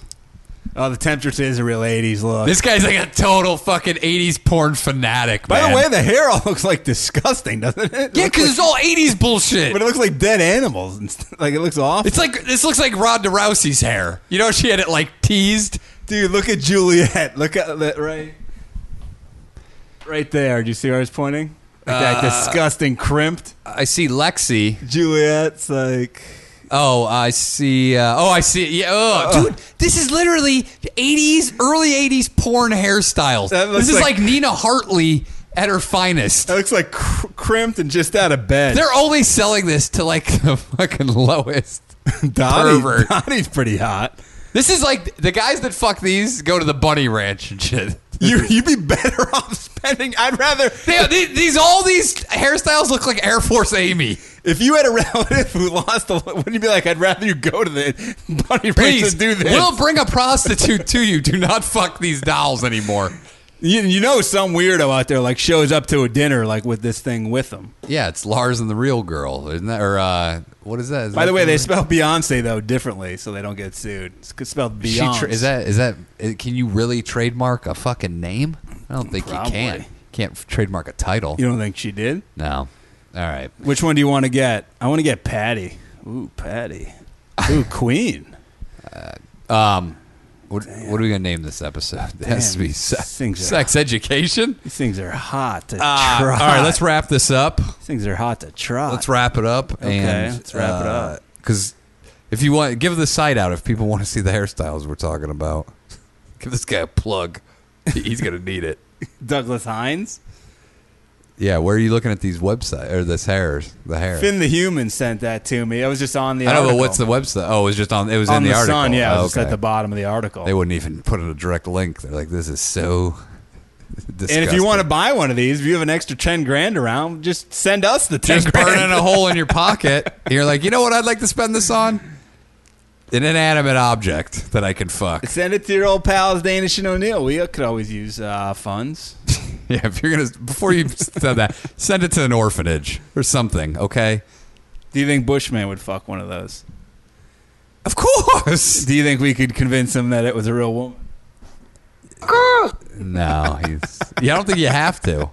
Speaker 3: Oh, the temptress is a real 80s look.
Speaker 2: This guy's like a total fucking '80s porn fanatic.
Speaker 3: By
Speaker 2: man.
Speaker 3: the way, the hair all looks like disgusting, doesn't it?
Speaker 2: yeah,
Speaker 3: It looks
Speaker 2: because it's
Speaker 3: like-
Speaker 2: all '80s bullshit.
Speaker 3: But it looks like dead animals. and st- Like, it looks awful.
Speaker 2: It's like this looks like Rod DeRousey's hair. You know, she had it like teased.
Speaker 3: Dude, look at Juliet. Look at that right. Right there. Do you see where I was pointing? Like
Speaker 2: Uh,
Speaker 3: that disgusting crimped.
Speaker 2: I see Lexi.
Speaker 3: Juliet's like.
Speaker 2: Oh, I see. Uh, oh, I see. Yeah,
Speaker 3: Uh.
Speaker 2: oh, dude, this is literally '80s, early '80s porn hairstyles.
Speaker 3: That looks
Speaker 2: This is
Speaker 3: like- Uh.
Speaker 2: like, Nina Hartley at her finest.
Speaker 3: That looks like cr- crimped and just out of bed.
Speaker 2: They're only selling this to like the fucking lowest.
Speaker 3: Dottie,
Speaker 2: pervert.
Speaker 3: Dottie's pretty hot.
Speaker 2: This is like the guys that fuck these go to the bunny ranch and shit.
Speaker 3: You you'd be better off spending. I'd rather
Speaker 2: They, they- these all these hairstyles look like Air Force Amy.
Speaker 3: if you had a relative who lost a, wouldn't you be like, I'd rather you go to the bunny ranch
Speaker 2: Please
Speaker 3: than do this.
Speaker 2: We'll bring a prostitute to you. Do not fuck these dolls anymore.
Speaker 3: you, you know, some weirdo out there like shows up to a dinner like with this thing with them.
Speaker 2: Yeah, it's Lars and the real girl, isn't that? Or uh, what is that? Is
Speaker 3: By
Speaker 2: that
Speaker 3: the way, they
Speaker 2: name?
Speaker 3: spell Beyonce though differently, so they don't get sued. It's c- spelled
Speaker 2: She
Speaker 3: Beyonce.
Speaker 2: tra- is that is that uh, can you really trademark a fucking name? I don't think you can.
Speaker 3: Probably.
Speaker 2: Can't f- trademark a title.
Speaker 3: you don't think she did?
Speaker 2: No. All right.
Speaker 3: Which one do you want to get? I want to get Patty. Ooh, Patty. Ooh, Queen.
Speaker 2: Um, what, what are we gonna name this episode? It has to be sex,
Speaker 3: things are-
Speaker 2: sex education.
Speaker 3: These things are hot to
Speaker 2: Uh, all
Speaker 3: try.
Speaker 2: right, let's wrap this up.
Speaker 3: These things are hot to try.
Speaker 2: Let's wrap it up.
Speaker 3: Okay,
Speaker 2: and,
Speaker 3: let's wrap it up.
Speaker 2: Because if you want, give the site out if people want to see the hairstyles we're talking about. Give this guy a plug. He's gonna need it.
Speaker 3: Douglas Hines.
Speaker 2: Yeah, where are you looking at these website or this hairs? The hair.
Speaker 3: Finn the Human sent that to me. I was just on the.
Speaker 2: I know, but
Speaker 3: article.
Speaker 2: what's the website? Oh, it was just on. It was
Speaker 3: on
Speaker 2: in the,
Speaker 3: the,
Speaker 2: article.
Speaker 3: Sun? Yeah,
Speaker 2: Oh,
Speaker 3: it was just
Speaker 2: okay.
Speaker 3: at the bottom of the article.
Speaker 2: They wouldn't even put in a direct link. They're like, this is so.
Speaker 3: and if you want to buy one of these, if you have an extra ten grand around, just send us the ten
Speaker 2: just
Speaker 3: grand.
Speaker 2: burning a hole in your pocket, and you're like, you know what? I'd like to spend this on an inanimate object that I can fuck.
Speaker 3: Send it to your old pals Danish and O'Neill. We could always use uh, funds.
Speaker 2: Yeah, if you're gonna before you said that, send it to an orphanage or something. Okay.
Speaker 3: Do you think Bushman would fuck one of those?
Speaker 2: Of course.
Speaker 3: Do you think we could convince him that it was a real woman?
Speaker 2: No, he's. Yeah, I don't think you have to.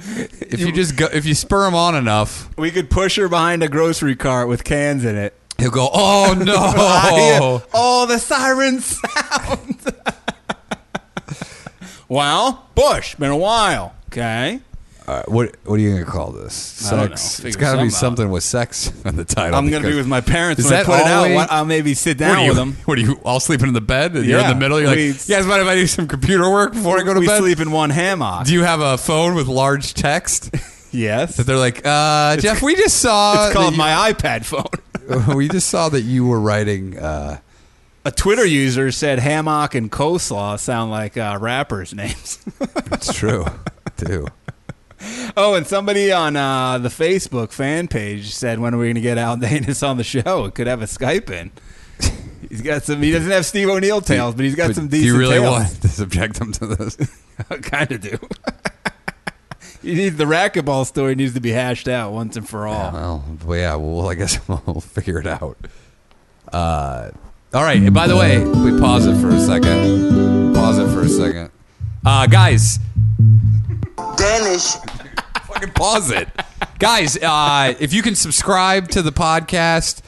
Speaker 2: If you just go, if you spur him on enough,
Speaker 3: We could push her behind a grocery cart with cans in it.
Speaker 2: he'll go. Oh
Speaker 3: Oh,
Speaker 2: no!
Speaker 3: the siren sound. wow. Bush, been a while. Okay.
Speaker 2: All right, what what are you gonna call this? Sex.
Speaker 3: I don't know. Figure
Speaker 2: It's gotta be
Speaker 3: something out.
Speaker 2: something with sex on the title.
Speaker 3: I'm going to
Speaker 2: because-
Speaker 3: be with my parents
Speaker 2: Is
Speaker 3: when I
Speaker 2: that
Speaker 3: put it out.
Speaker 2: always-
Speaker 3: Why- I'll maybe
Speaker 2: What
Speaker 3: sit down
Speaker 2: are, you,
Speaker 3: with them.
Speaker 2: what are you all sleeping in the bed? And You're in
Speaker 3: Yeah,
Speaker 2: the middle. You're like,
Speaker 3: we-
Speaker 2: you guys mind if I do some computer work before I go to
Speaker 3: we
Speaker 2: bed?
Speaker 3: sleep in one hammock.
Speaker 2: Do you have a phone with large text?
Speaker 3: yes.
Speaker 2: That they're like, uh, Jeff, we just saw.
Speaker 3: It's called my iPad phone.
Speaker 2: my. we just saw that you were writing. Uh,
Speaker 3: A Twitter user said hammock and coleslaw sound like uh, rappers' names.
Speaker 2: it's true, too.
Speaker 3: oh, and somebody on uh, the Facebook fan page said, "When are we going to get Al Danis on the show? It could have a Skype in." He's got some. He doesn't have Steve O'Neill tails, but he's got
Speaker 2: But
Speaker 3: some
Speaker 2: do
Speaker 3: decent.
Speaker 2: you really
Speaker 3: tails.
Speaker 2: want to subject them to this?
Speaker 3: want? kind of do. you need the racquetball story needs to be hashed out once and for all.
Speaker 2: Well, well, yeah. Well, I guess we'll figure it out. Uh, all right. And by the way, we pause it for a second. Pause it for a second. Uh, guys,
Speaker 9: Danish.
Speaker 2: fucking pause it. Guys, uh, if you can subscribe to the podcast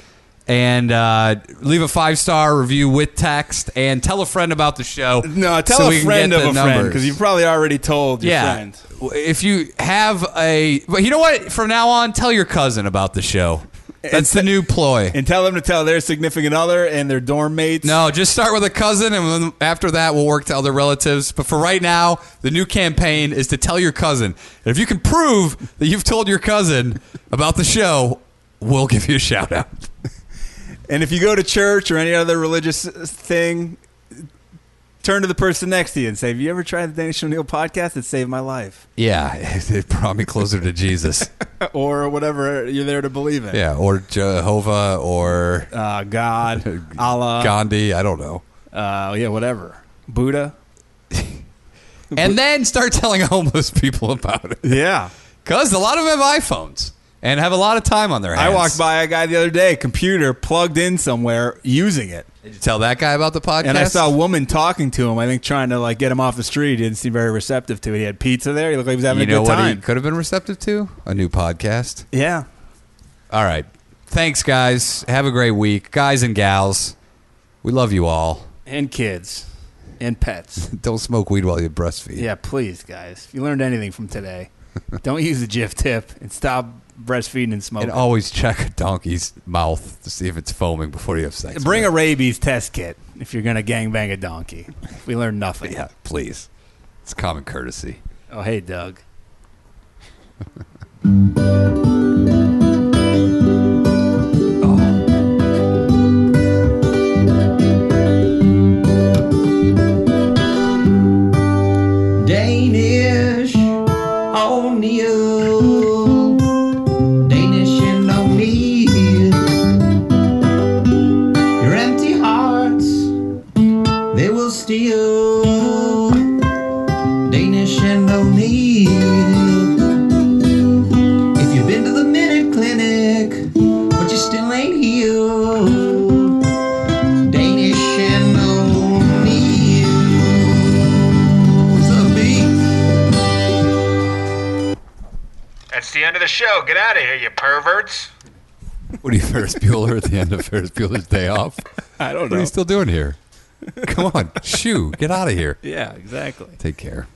Speaker 2: and uh, leave a five star review with text and tell a friend about the show.
Speaker 3: No, tell
Speaker 2: so we
Speaker 3: a
Speaker 2: can
Speaker 3: friend
Speaker 2: get
Speaker 3: of
Speaker 2: the
Speaker 3: a friend
Speaker 2: numbers.
Speaker 3: because you've probably already told your
Speaker 2: yeah.
Speaker 3: friend.
Speaker 2: If you have a. But you know what? From now on, tell your cousin about the show. That's the new ploy.
Speaker 3: And tell them to tell their significant other and their dorm mates.
Speaker 2: No, just start with a cousin, and then after that, we'll work to other relatives. But for right now, the new campaign is to tell your cousin. And if you can prove that you've told your cousin about the show, we'll give you a shout out.
Speaker 3: And if you go to church or any other religious thing, turn to the person next to you and say, "Have you ever tried the Danish O'Neill podcast? It saved my life,"
Speaker 2: Yeah, it, it brought me closer to Jesus.
Speaker 3: or whatever you're there to believe in.
Speaker 2: Yeah, or Jehovah, or
Speaker 3: Uh, God, Allah,
Speaker 2: Gandhi. I don't know.
Speaker 3: Uh, yeah, whatever, Buddha.
Speaker 2: And then start telling homeless people about it,
Speaker 3: Yeah,
Speaker 2: because a lot of them have iPhones and have a lot of time on their
Speaker 3: I
Speaker 2: hands.
Speaker 3: walked by a guy the other day, computer plugged in somewhere, using it,
Speaker 2: Did you tell that guy about the podcast?
Speaker 3: and I saw a woman talking to him. I think trying to like get him off the street. He didn't seem very receptive to it. He had pizza there. He looked like he was having
Speaker 2: You
Speaker 3: a
Speaker 2: know
Speaker 3: good
Speaker 2: what he
Speaker 3: time.
Speaker 2: could have been receptive to? A new podcast.
Speaker 3: yeah,
Speaker 2: All right. Thanks, guys. Have a great week. Guys and gals, we love you all.
Speaker 3: and kids, and pets.
Speaker 2: Don't smoke weed while you breastfeed.
Speaker 3: Yeah, please, guys. If you learned anything from today, don't use the GIF tip and stop breastfeeding and smoking.
Speaker 2: And always check a donkey's mouth to see if it's foaming before you have sex.
Speaker 3: Bring a
Speaker 2: with
Speaker 3: rabies test kit if you're going to gangbang a donkey. We learned nothing.
Speaker 2: it. Yeah, please. It's common courtesy.
Speaker 3: Oh, hey, Doug.
Speaker 10: Danish O'Neill. Danish and O'Neill. Your empty hearts, they will steal. Danish and O'Neill. If you've been to the Minute Clinic, but you still ain't healed. Danish and O'Neill. What's up, B?
Speaker 11: That's the end of the show. Get out of here, you perverts.
Speaker 2: What are you, Ferris Bueller, at the end of Ferris Bueller's day off?
Speaker 3: I don't
Speaker 2: What are you still doing here? Come on, shoo, get out of here.
Speaker 3: Yeah, exactly.
Speaker 2: Take care.